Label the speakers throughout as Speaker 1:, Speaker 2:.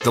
Speaker 1: The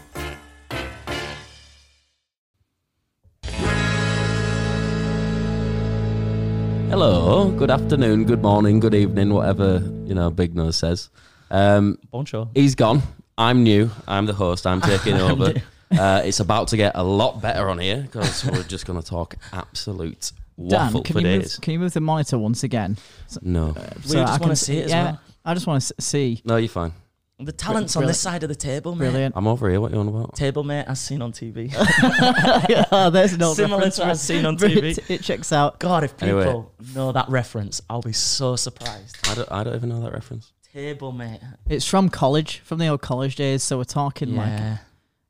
Speaker 2: Hello, good afternoon, good morning, good evening, whatever, you know, Big Nose says. Um,
Speaker 3: Bonjour.
Speaker 2: he's gone. I'm new. I'm the host. I'm taking over. Uh, it's about to get a lot better on here because we're just going to talk absolute
Speaker 3: Dan,
Speaker 2: waffle
Speaker 3: can
Speaker 2: for
Speaker 3: you, move,
Speaker 2: days.
Speaker 3: can you move the monitor once again?
Speaker 2: No.
Speaker 3: So
Speaker 4: just wanna
Speaker 3: can
Speaker 4: see it as well.
Speaker 3: I just want to see.
Speaker 2: No, you're fine.
Speaker 4: The talent's on
Speaker 3: Brilliant.
Speaker 4: this side of the table, mate.
Speaker 3: Brilliant.
Speaker 2: I'm over here. What you on about?
Speaker 4: Table, mate, as seen on TV.
Speaker 3: yeah, Oh, there's an old
Speaker 4: Similar
Speaker 3: reference
Speaker 4: to
Speaker 3: for
Speaker 4: as
Speaker 3: it.
Speaker 4: seen on
Speaker 3: It-
Speaker 4: TV.
Speaker 3: It checks out.
Speaker 4: God, if people
Speaker 2: Anyway.
Speaker 4: know that reference, I'll be so surprised.
Speaker 2: I don't, I don't even know that reference.
Speaker 4: Table, mate.
Speaker 3: It's from college, from the old college days. So we're talking like
Speaker 4: Yeah.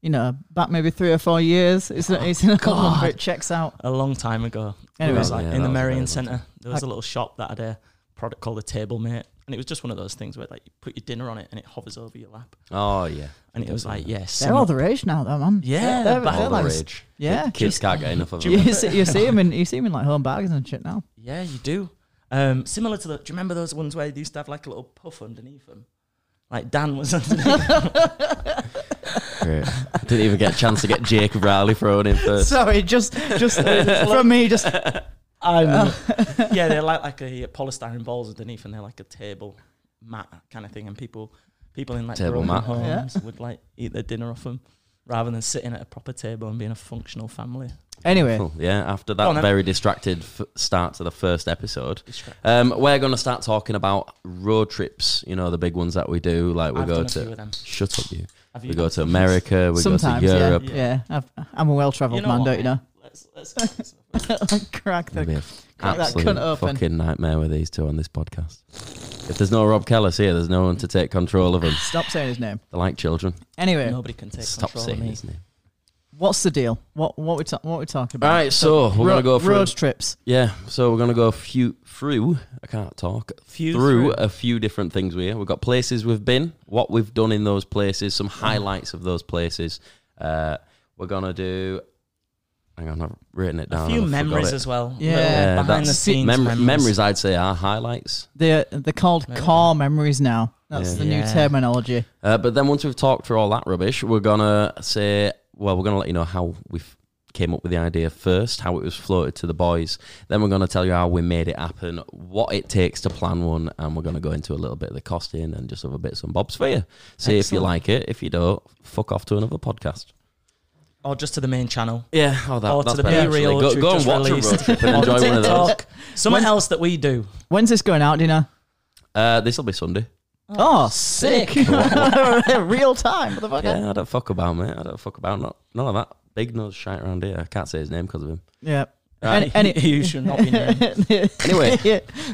Speaker 3: you know back maybe three or four years. It's an, it's an old one, but it checks out.
Speaker 4: A long time ago.
Speaker 3: Anyway.
Speaker 4: it was like
Speaker 2: Yeah,
Speaker 4: in
Speaker 2: that
Speaker 4: the
Speaker 2: was very long
Speaker 4: Marion Centre. There was a little shop that had a product called a table, mate. And it was just one of those things where like you put your dinner on it and it hovers over your lap.
Speaker 2: Oh, yeah.
Speaker 4: And it was like, yes.
Speaker 3: They're all the rage now, though, man. they're,
Speaker 4: Yeah, they're
Speaker 3: they're
Speaker 2: All the
Speaker 3: like,
Speaker 2: rage.
Speaker 3: yeah.
Speaker 2: Kids can't get enough of
Speaker 3: You
Speaker 2: it.
Speaker 3: see, you see him in you see him in like home bags and shit now.
Speaker 4: yeah, you do. Um, similar to the, do you remember those ones where they used to have like a little puff underneath them? Like Dan was underneath.
Speaker 2: Great. Didn't even get a chance to get Jacob Riley thrown in first.
Speaker 3: Sorry, just just uh, from me, just Uh,
Speaker 4: Um, yeah, they're like like a polystyrene balls underneath, and they're like a table mat kind of thing. And people people in like
Speaker 2: Table
Speaker 4: broken
Speaker 2: mat.
Speaker 4: homes would like eat their dinner off them rather than sitting at a proper table and being a functional family.
Speaker 3: anyway.
Speaker 2: Cool. Oh, Yeah, after
Speaker 4: Go
Speaker 2: that
Speaker 4: on then.
Speaker 2: very distracted f- start to the first episode, um, we're going to start talking about road trips. You know, the big ones that we do. Like we
Speaker 4: I've
Speaker 2: go
Speaker 4: done a
Speaker 2: to
Speaker 4: few of them.
Speaker 2: shut up, you.
Speaker 4: Have
Speaker 2: We go to America. We
Speaker 3: Sometimes,
Speaker 2: go to Europe.
Speaker 3: yeah, yeah. I've, I'm a well travelled man,
Speaker 4: what,
Speaker 3: don't you know?
Speaker 4: mate? Let's, let's get this off.
Speaker 3: Crack
Speaker 2: It'll be
Speaker 3: the
Speaker 2: an
Speaker 3: Crack that
Speaker 2: absolute
Speaker 3: cunt open.
Speaker 2: fucking nightmare with these two on this podcast. If there's no Rob Kellis here, there's no one to take control of them.
Speaker 3: stop saying his name.
Speaker 2: They're like children.
Speaker 3: Anyway,
Speaker 4: Nobody can take
Speaker 2: Stop
Speaker 4: control of
Speaker 2: saying
Speaker 4: me.
Speaker 2: his name.
Speaker 3: what's the deal? What what we ta- what we talking about?
Speaker 2: All right, so we're
Speaker 3: Ro-
Speaker 2: gonna go through.
Speaker 3: road trips.
Speaker 2: Yeah, so we're gonna go few through. I can't talk
Speaker 4: Few
Speaker 2: through, uh,
Speaker 4: through.
Speaker 2: a few different things. We we've got places we've been, what we've done in those places, some
Speaker 4: Mm.
Speaker 2: highlights of those places. Uh, we're gonna do. Hang on, I've written it
Speaker 4: A
Speaker 2: down.
Speaker 4: few
Speaker 2: and I forgot
Speaker 4: memories
Speaker 2: it.
Speaker 4: as well.
Speaker 3: Yeah.
Speaker 4: Little
Speaker 3: Yeah,
Speaker 4: behind the
Speaker 2: that's-
Speaker 4: scenes
Speaker 2: Mem-
Speaker 4: memories.
Speaker 2: memories, I'd say, are highlights.
Speaker 3: They're they're called
Speaker 4: Yeah.
Speaker 3: car memories now. That's
Speaker 2: Yeah.
Speaker 3: the new
Speaker 4: Yeah.
Speaker 3: terminology.
Speaker 2: Uh, but then once we've talked through all that rubbish, we're gonna say, well, we're gonna let you know how we f- came up with the idea first, how it was floated to the boys. Then we're gonna tell you how we made it happen, what it takes to plan one, and we're gonna go into a little bit of the costing and just other bits and bobs for you. See if you
Speaker 4: Excellent.
Speaker 2: like it. If you don't, fuck off to another podcast.
Speaker 4: Or just to the main channel.
Speaker 2: Yeah, oh, that,
Speaker 4: or
Speaker 2: that's
Speaker 4: to the
Speaker 2: better,
Speaker 4: B
Speaker 2: actually.
Speaker 4: reel.
Speaker 2: Go, go and watch a road trip and enjoy one of those.
Speaker 4: Someone else that we do.
Speaker 3: When's this going out? Do you know?
Speaker 2: Uh, this will be Sunday.
Speaker 3: Oh, sick! Real time, motherfucker. Yeah.
Speaker 2: Yeah, I don't fuck about mate. I don't fuck about not none of that big nose shite around here. I can't say his name because of him.
Speaker 3: Any, any,
Speaker 4: you should not be named.
Speaker 2: Anyway.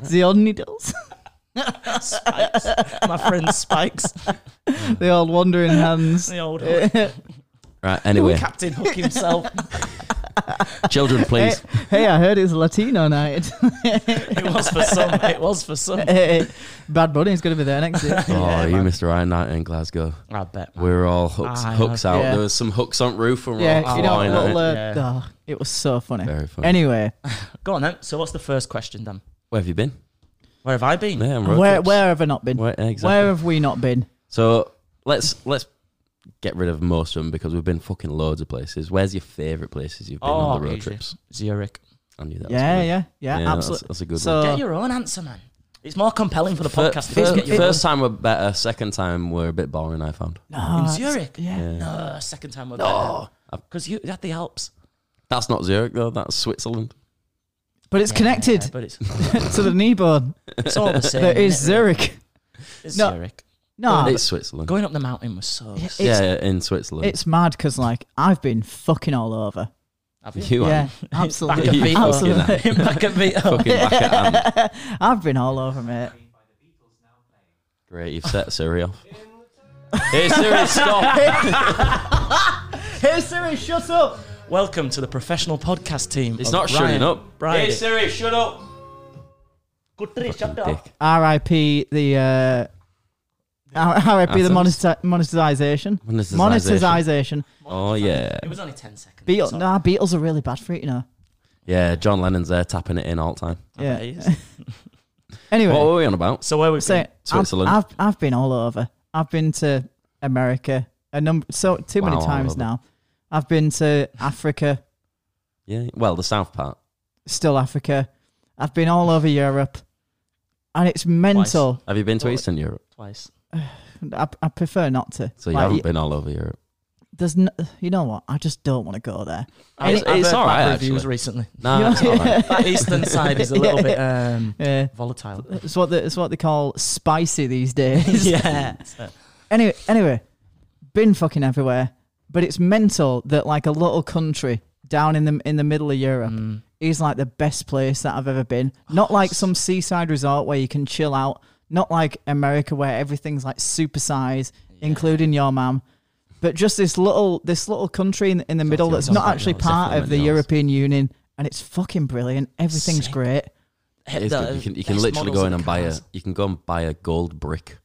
Speaker 3: the old needles.
Speaker 4: Spikes. My friend Spikes,
Speaker 3: the old wandering hands.
Speaker 4: the old hook.
Speaker 2: Right. Anyway,
Speaker 4: Captain Hook himself.
Speaker 2: children, please.
Speaker 3: Hey, I heard it's Latino night.
Speaker 4: it was for some. It was for some.
Speaker 3: Bad Bunny's going to be there next year.
Speaker 2: Oh,
Speaker 4: Yeah,
Speaker 2: you
Speaker 4: man.
Speaker 2: missed a Ryan night in Glasgow.
Speaker 4: I bet.
Speaker 2: We were all hooks,
Speaker 4: Ah,
Speaker 2: hooks out.
Speaker 3: yeah.
Speaker 2: There was some hooks on roof and we
Speaker 3: Yeah, you know,
Speaker 4: fine,
Speaker 3: little,
Speaker 4: ain't
Speaker 3: uh,
Speaker 4: it? Yeah.
Speaker 3: oh, it was so funny.
Speaker 2: Very funny.
Speaker 3: Anyway,
Speaker 4: Go on then. So, what's the first question, Dan?
Speaker 2: Where have you been?
Speaker 4: Where have I been?
Speaker 2: Yeah, on road
Speaker 3: where
Speaker 2: trips.
Speaker 3: where have I not been?
Speaker 2: Where- exactly.
Speaker 3: Where have we not been?
Speaker 2: So let's let's get rid of most of them because we've been fucking loads of places. Where's your favourite places you've been on
Speaker 4: Oh,
Speaker 2: the road
Speaker 4: easy.
Speaker 2: trips?
Speaker 4: Zurich.
Speaker 2: I knew that. was
Speaker 3: Yeah,
Speaker 2: coming.
Speaker 3: yeah, yeah,
Speaker 2: that's-
Speaker 3: absolutely.
Speaker 2: That's, a good
Speaker 3: So-
Speaker 2: one.
Speaker 4: Get your own answer, man. It's more compelling for the
Speaker 2: Fir-
Speaker 4: podcast. if
Speaker 2: fir-
Speaker 4: you just get your
Speaker 2: first time were better. Second time were a bit boring. I found.
Speaker 3: No,
Speaker 4: own. in
Speaker 3: Ah, it's-
Speaker 4: Zurich.
Speaker 3: Yeah.
Speaker 4: No, second time we're no. Because you had the Alps.
Speaker 2: That's not Zurich though. That's Switzerland.
Speaker 3: but it's connected
Speaker 4: Yeah, but it's
Speaker 3: to the knee bone.
Speaker 4: it's all the same.
Speaker 3: There is
Speaker 4: isn't it, really?
Speaker 3: Zurich.
Speaker 4: It's
Speaker 3: No.
Speaker 4: Zurich.
Speaker 3: No,
Speaker 2: it's Switzerland.
Speaker 4: Going up the mountain was so. sick.
Speaker 2: yeah, yeah, in Switzerland.
Speaker 3: it's mad because like I've been fucking all over.
Speaker 4: Have you?
Speaker 2: you are
Speaker 3: yeah,
Speaker 4: Back at
Speaker 3: absolutely,
Speaker 4: Vito.
Speaker 3: absolutely.
Speaker 4: Back at Vito.
Speaker 2: fucking back at hand.
Speaker 3: I've been all over, mate.
Speaker 2: Great, you've set Siri off. hey Siri, stop!
Speaker 3: Hey Siri, shut up!
Speaker 4: Welcome to the professional podcast team.
Speaker 2: It's
Speaker 4: of
Speaker 2: not shutting
Speaker 4: Ryan
Speaker 2: up.
Speaker 4: Bridey.
Speaker 2: Siri, shut up.
Speaker 4: Guthrie, shut up.
Speaker 2: Dick.
Speaker 3: R.I.P. the uh, R- R.I.P. the monetiza- monetization.
Speaker 2: Monetization.
Speaker 3: Monetization.
Speaker 2: Oh yeah,
Speaker 4: It was only 10 seconds.
Speaker 3: Beatles.
Speaker 4: Sorry.
Speaker 3: Nah, Beatles are really bad for it, you know.
Speaker 2: yeah. John Lennon's there tapping it in all the time.
Speaker 3: Yeah.
Speaker 4: It is.
Speaker 3: Anyway,
Speaker 2: What were we on about?
Speaker 4: So where we
Speaker 3: so
Speaker 4: been?
Speaker 2: Switzerland.
Speaker 3: I've, I've I've been all over. I've been to America a number so too
Speaker 2: Wow,
Speaker 3: many
Speaker 2: all
Speaker 3: times
Speaker 2: over.
Speaker 3: now. I've been to Africa,
Speaker 2: Yeah, well, the south part.
Speaker 3: still Africa. I've been all over Europe, and it's mental.
Speaker 2: Have you been to
Speaker 4: Well,
Speaker 2: Eastern Europe?
Speaker 4: twice.
Speaker 3: I, I prefer not to.
Speaker 2: So you
Speaker 3: Like,
Speaker 2: haven't
Speaker 3: y-
Speaker 2: been all over Europe.
Speaker 3: There's no, you know what? I just don't want to go there.
Speaker 4: I've-
Speaker 2: It's-
Speaker 4: I've
Speaker 2: it's
Speaker 4: heard
Speaker 2: all
Speaker 4: bad
Speaker 2: right,
Speaker 4: Reviews
Speaker 2: actually.
Speaker 4: recently.
Speaker 2: No,
Speaker 3: Yeah.
Speaker 2: it's all right.
Speaker 4: That eastern side is a little bit um,
Speaker 3: Yeah,
Speaker 4: volatile.
Speaker 3: it's what the, it's what they call spicy these days.
Speaker 4: yeah.
Speaker 3: Anyway, anyway, been fucking everywhere, but it's mental that like a little country down in the in the middle of Europe is like the best place that I've ever been. Not like some seaside resort where you can chill out. Not like America where everything's like super size, including your mum. But just this little this little country in, in the middle that's
Speaker 2: yours,
Speaker 3: not
Speaker 2: not
Speaker 3: actually
Speaker 2: yours,
Speaker 3: part
Speaker 2: definitely
Speaker 3: of the
Speaker 2: not yours.
Speaker 3: European Union, and it's fucking brilliant. Everything's
Speaker 4: Sick.
Speaker 3: great.
Speaker 2: It is good. You can you can literally go in and buy a you can go and buy a gold brick.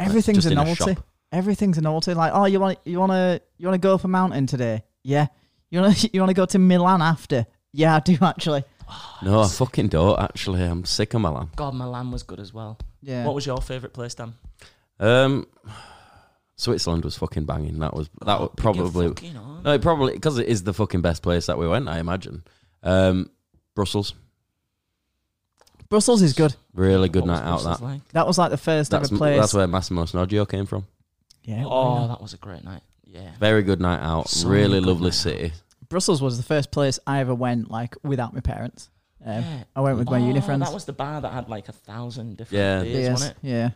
Speaker 3: Everything's
Speaker 2: just
Speaker 3: a
Speaker 2: in a
Speaker 3: novelty.
Speaker 2: shop.
Speaker 3: Everything's a novelty. Like, oh, you want you want to you want to go up a mountain today? Yeah. You want to you want to go to Milan after? Yeah, I do actually.
Speaker 2: No, I fucking don't. Actually, I'm sick of Milan.
Speaker 4: God, Milan was good as well.
Speaker 3: Yeah.
Speaker 4: What was your favourite place, Dan?
Speaker 2: Um, Switzerland was fucking banging. That was that was probably
Speaker 4: Fucking on.
Speaker 2: no, it probably because it is the fucking best place that we went. I imagine. Um, Brussels,
Speaker 3: Brussels is good.
Speaker 2: really good
Speaker 4: What was
Speaker 2: night out.
Speaker 4: Brussels
Speaker 2: That
Speaker 4: like?
Speaker 3: That was like the first
Speaker 2: that's
Speaker 3: ever place.
Speaker 2: that's where Massimo Snoddio came from.
Speaker 3: yeah.
Speaker 4: Oh,
Speaker 3: why not?
Speaker 4: that was a great night. Yeah.
Speaker 2: Very good night out.
Speaker 4: So
Speaker 2: really
Speaker 4: good
Speaker 2: lovely
Speaker 4: night out.
Speaker 2: city.
Speaker 3: Brussels was the first place I ever went like without my parents. Um,
Speaker 4: Yeah.
Speaker 3: I went with my uni
Speaker 4: Oh,
Speaker 3: friends.
Speaker 4: That was the bar that had like a thousand different
Speaker 2: Yeah.
Speaker 4: beers,
Speaker 3: Yes, Oh,
Speaker 4: wasn't it?
Speaker 3: Yeah.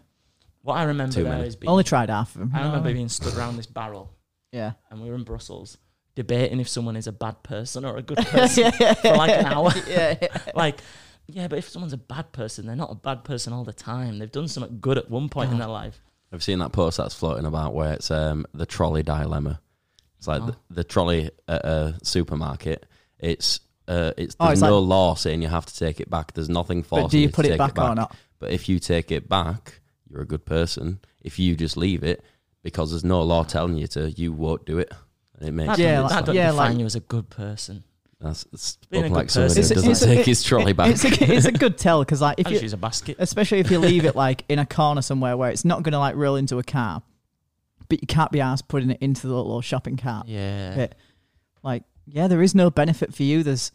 Speaker 4: What I remember
Speaker 2: Too
Speaker 4: there
Speaker 2: many.
Speaker 4: is being,
Speaker 3: Only tried half of them.
Speaker 4: I remember being stood around this barrel,
Speaker 3: Yeah.
Speaker 4: and we were in Brussels debating if someone is a bad person or a good person for like an hour.
Speaker 3: yeah. yeah.
Speaker 4: like, yeah, but if someone's a bad person, they're not a bad person all the time. They've done something good at one point in their life.
Speaker 2: I've seen that post that's floating about where it's um the trolley dilemma. It's like
Speaker 3: Oh.
Speaker 2: the, the trolley at a supermarket. It's uh, it's
Speaker 3: Oh,
Speaker 2: there's
Speaker 3: it's
Speaker 2: no
Speaker 3: like-
Speaker 2: law saying you have to take it back. There's nothing forcing
Speaker 3: But do you
Speaker 2: to
Speaker 3: put
Speaker 2: take
Speaker 3: it back, or not?
Speaker 2: But if you take it back, you're a good person. If you just leave it because there's no law telling you to, you won't do it. And it makes
Speaker 4: That
Speaker 3: Yeah,
Speaker 4: yeah,
Speaker 3: like-
Speaker 4: that don't
Speaker 3: yeah,
Speaker 4: define
Speaker 3: like-
Speaker 4: you as a good person.
Speaker 2: that's it's
Speaker 4: Being a
Speaker 2: spoken
Speaker 4: good
Speaker 2: like somebody who
Speaker 4: person.
Speaker 2: doesn't
Speaker 4: It's-
Speaker 2: take
Speaker 3: it-
Speaker 2: his trolley back.
Speaker 3: It's a, it's a good tell because like if
Speaker 4: I
Speaker 3: you
Speaker 4: just use a basket.
Speaker 3: especially if you leave it like in a corner somewhere where it's not going to like roll into a car, but you can't be asked putting it into the little shopping cart.
Speaker 4: Yeah.
Speaker 3: But like, yeah, there is no benefit for you. There's,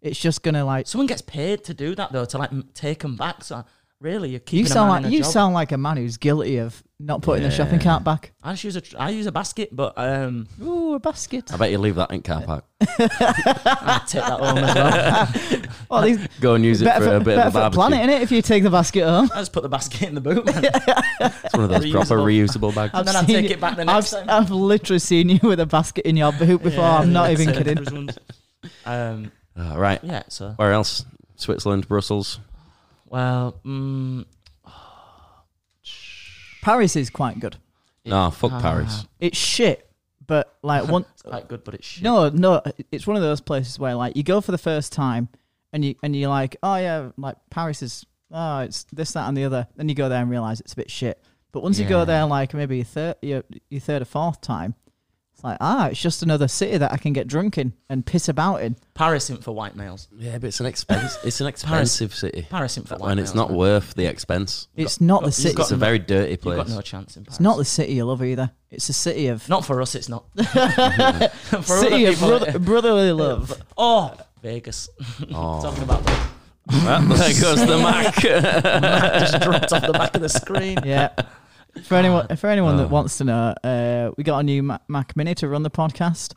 Speaker 3: it's just going to like.
Speaker 4: Someone gets paid to do that though, to like m- take them back. So really, you're keeping
Speaker 3: You
Speaker 4: a
Speaker 3: sound
Speaker 4: man
Speaker 3: like
Speaker 4: in a
Speaker 3: you
Speaker 4: job.
Speaker 3: sound like a man who's guilty of not putting the shopping
Speaker 2: Yeah.
Speaker 3: cart back.
Speaker 4: I just use a tr- I use a basket, but um,
Speaker 3: Ooh, a basket.
Speaker 2: I bet you leave that in car park.
Speaker 4: I take that home as well.
Speaker 3: Well, these
Speaker 2: Go and use it
Speaker 3: better
Speaker 2: for a bit
Speaker 3: better
Speaker 2: of a
Speaker 3: for the
Speaker 2: barbecue.
Speaker 3: planet, innit? If you take the basket home,
Speaker 4: I just put the basket in the boot, man.
Speaker 2: It's one of those proper reusable bags.
Speaker 4: and then I
Speaker 3: I've seen
Speaker 4: take
Speaker 3: you-
Speaker 4: it back the
Speaker 3: I've,
Speaker 4: next time.
Speaker 3: I've literally seen you with a basket in your boot before.
Speaker 4: Yeah,
Speaker 3: I'm not
Speaker 4: yeah,
Speaker 3: even
Speaker 4: so
Speaker 3: kidding.
Speaker 4: those ones. Um,
Speaker 2: Ah, right.
Speaker 4: yeah. So
Speaker 2: Where else? Switzerland, Brussels.
Speaker 4: well, mm,
Speaker 3: Paris is quite good.
Speaker 2: No, fuck
Speaker 4: Ah.
Speaker 2: Paris.
Speaker 3: It's shit, but like one
Speaker 4: it's quite good, but it's shit.
Speaker 3: No, no, it's one of those places where like you go for the first time and you and you're like, oh yeah, like Paris is oh it's this that and the other. Then you go there and realize it's a bit shit. But once you go
Speaker 4: Yeah.
Speaker 3: there, like maybe your third your, your third or fourth time, it's like ah, it's just another city that I can get drunk in and piss about in.
Speaker 4: Paris isn't for white males.
Speaker 2: Yeah, but it's an expense. It's an expensive city,
Speaker 4: Paris isn't for white
Speaker 2: and
Speaker 4: males.
Speaker 2: it's not
Speaker 4: man.
Speaker 2: worth the expense.
Speaker 3: It's not the
Speaker 4: you've
Speaker 3: city.
Speaker 4: got
Speaker 2: It's a very dirty
Speaker 4: You've
Speaker 2: place.
Speaker 4: got no chance in Paris.
Speaker 3: It's not the city you love either. It's a city of
Speaker 4: Not for us. It's not. for
Speaker 3: city
Speaker 4: other
Speaker 3: of
Speaker 4: people,
Speaker 3: brother,
Speaker 4: it-
Speaker 3: brotherly love.
Speaker 4: Oh, Vegas. Talking about that.
Speaker 2: Well, there goes the Mac.
Speaker 4: just dropped off the back of the screen.
Speaker 3: yeah. For
Speaker 2: Ah.
Speaker 3: anyone, for anyone that wants to know, uh, we got a new Ma- Mac Mini to run the podcast.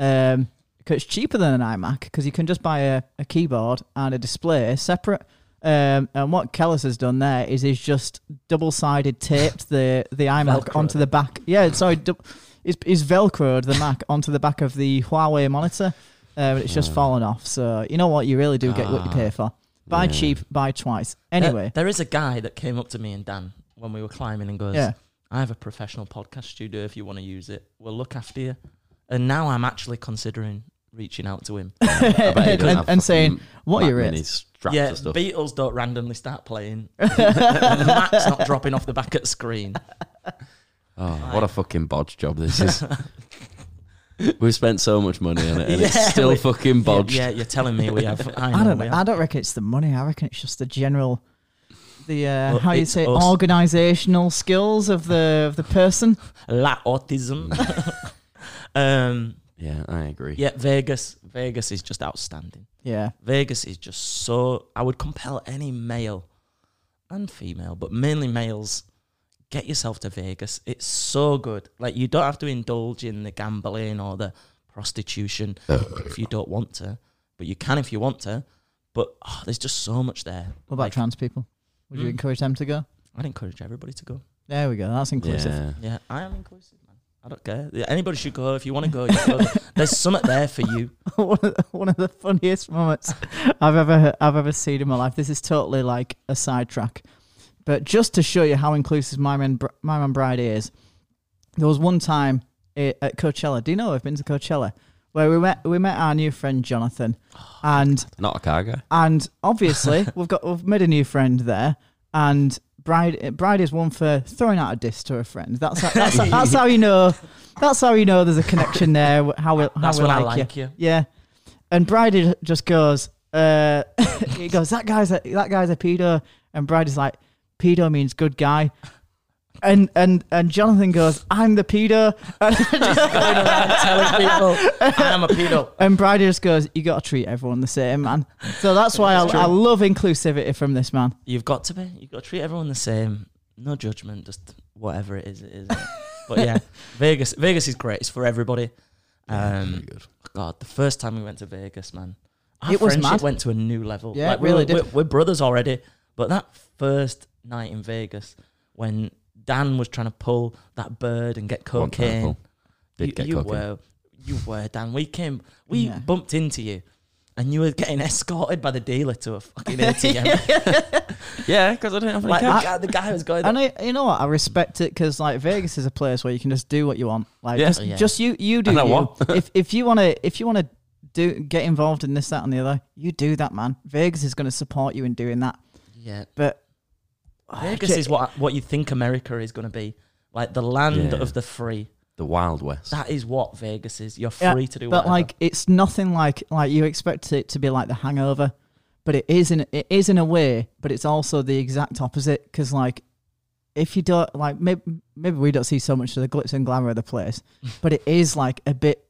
Speaker 3: Um, 'cause it's cheaper than an iMac because you can just buy a, a keyboard and a display separate. Um, and what Kellis has done there is he's just double-sided taped the the iMac
Speaker 4: Velcroed
Speaker 3: onto the back. Yeah, sorry, du- he's, he's velcroed the Mac onto the back of the Huawei monitor, uh, but it's
Speaker 2: Ah.
Speaker 3: just fallen off. So you know what, you really do get what you pay for. Buy
Speaker 2: Yeah.
Speaker 3: cheap, buy twice.
Speaker 4: There-
Speaker 3: Anyway,
Speaker 4: there is a guy that came up to me and Dan when we were climbing and goes,
Speaker 3: Yeah.
Speaker 4: I have a professional podcast studio if you want to use it. We'll look after you. And now I'm actually considering reaching out to him.
Speaker 2: I bet he doesn't
Speaker 3: and,
Speaker 2: have
Speaker 3: and saying,
Speaker 2: fucking
Speaker 3: "What are
Speaker 2: Mac
Speaker 3: your
Speaker 2: Minis
Speaker 3: rates?"
Speaker 2: strapped
Speaker 4: yeah,
Speaker 2: to stuff.
Speaker 4: Beatles don't randomly start playing. Matt's not dropping off the back at screen.
Speaker 2: Oh, what a fucking bodge job this is. We've spent so much money on it and
Speaker 4: Yeah,
Speaker 2: it's still
Speaker 4: we-
Speaker 2: fucking bodged.
Speaker 4: Yeah, yeah, you're telling me we have. I, know
Speaker 3: I don't.
Speaker 4: we
Speaker 3: know.
Speaker 4: have.
Speaker 3: I don't reckon it's the money. I reckon it's just the general, the uh,
Speaker 4: Well,
Speaker 3: how you
Speaker 4: it's
Speaker 3: say
Speaker 4: us.
Speaker 3: organisational skills of the of the person.
Speaker 4: La autism. um,
Speaker 2: Yeah, I agree.
Speaker 4: yeah, Vegas. Vegas is just outstanding.
Speaker 3: Yeah,
Speaker 4: Vegas is just so. I would compel any male and female, but mainly males, get yourself to Vegas. It's so good. Like, you don't have to indulge in the gambling or the prostitution if you don't want to, but you can if you want to. But oh, there's just so much there.
Speaker 3: what about
Speaker 4: Like,
Speaker 3: trans people? Would you
Speaker 4: Mm.
Speaker 3: encourage them to go?
Speaker 4: I'd encourage everybody to go.
Speaker 3: There we go. That's inclusive.
Speaker 2: Yeah.
Speaker 4: Yeah, I am inclusive, man. I don't care. Yeah, Anybody should go. If you want to go, you go. There's something there for you.
Speaker 3: one, of the, one of the funniest moments I've ever I've ever seen in my life. This is totally like a sidetrack, but just to show you how inclusive my man Br- my man Bride is, there was one time i- at Coachella. Do you know I've been to Coachella where we met we met our new friend Jonathan,
Speaker 4: Oh,
Speaker 3: and
Speaker 2: Not a car guy.
Speaker 3: and obviously we've got we've made a new friend there and. Bride, bride is one for throwing out a diss to a friend. That's how, that's, how, that's how you know. That's how you know there's a connection there. wh- How we, how
Speaker 4: That's
Speaker 3: we
Speaker 4: when
Speaker 3: like
Speaker 4: I like you.
Speaker 3: yeah. And Brady just goes, uh, he goes, that guy's a, that guy's a pedo. And Brady's like, pedo means good guy. And and and Jonathan goes, I'm the pedo.
Speaker 4: Going around telling people I am a pedo.
Speaker 3: And Brady just goes, you got to treat everyone the same, man. So that's why I,
Speaker 4: It's true.
Speaker 3: I love inclusivity from this man.
Speaker 4: You've got to be. You've got to treat everyone the same. No judgment. Just whatever it is, it is. but yeah, Vegas. Vegas is great. It's for everybody.
Speaker 2: Yeah, very
Speaker 4: Um,
Speaker 2: good.
Speaker 4: God, the first time we went to Vegas, man, our
Speaker 3: It was
Speaker 4: friendship
Speaker 3: mad.
Speaker 4: went to a new level.
Speaker 3: Yeah, it
Speaker 4: we
Speaker 3: really
Speaker 4: were-
Speaker 3: did.
Speaker 4: We're, we're brothers already, but that first night in Vegas when Dan was trying to pull that bird and get
Speaker 2: One
Speaker 4: cocaine,
Speaker 2: pineapple. Did
Speaker 4: you,
Speaker 2: get
Speaker 4: you
Speaker 2: cocaine.
Speaker 4: were, you were Dan. We came, we
Speaker 3: Yeah.
Speaker 4: bumped into you, and you were getting escorted by the dealer to a fucking ATM.
Speaker 2: Yeah, because I didn't have any
Speaker 4: Like
Speaker 2: cash.
Speaker 4: the, guy, the guy was going.
Speaker 3: And I, you know what? I respect it because like Vegas is a place where you can just do what you want. Like
Speaker 2: Yeah.
Speaker 3: just,
Speaker 4: Yeah.
Speaker 3: just you, you do.
Speaker 2: And I
Speaker 3: you.
Speaker 2: want.
Speaker 3: if if you want to, if you want to do get involved in this, that, and the other, you do that, man. Vegas is going to support you in doing that.
Speaker 4: yeah,
Speaker 3: But
Speaker 4: Vegas is what what you think America is going to be, like the land
Speaker 2: Yeah.
Speaker 4: of the free.
Speaker 2: The Wild West.
Speaker 4: That is what Vegas is. You're free
Speaker 3: Yeah,
Speaker 4: to do.
Speaker 3: But
Speaker 4: whatever.
Speaker 3: like, it's nothing like like you expect it to be like The Hangover, but it is in it is in a way, but it's also the exact opposite because like. If you don't like, maybe maybe we don't see so much of the glitz and glamour of the place, but it is like a bit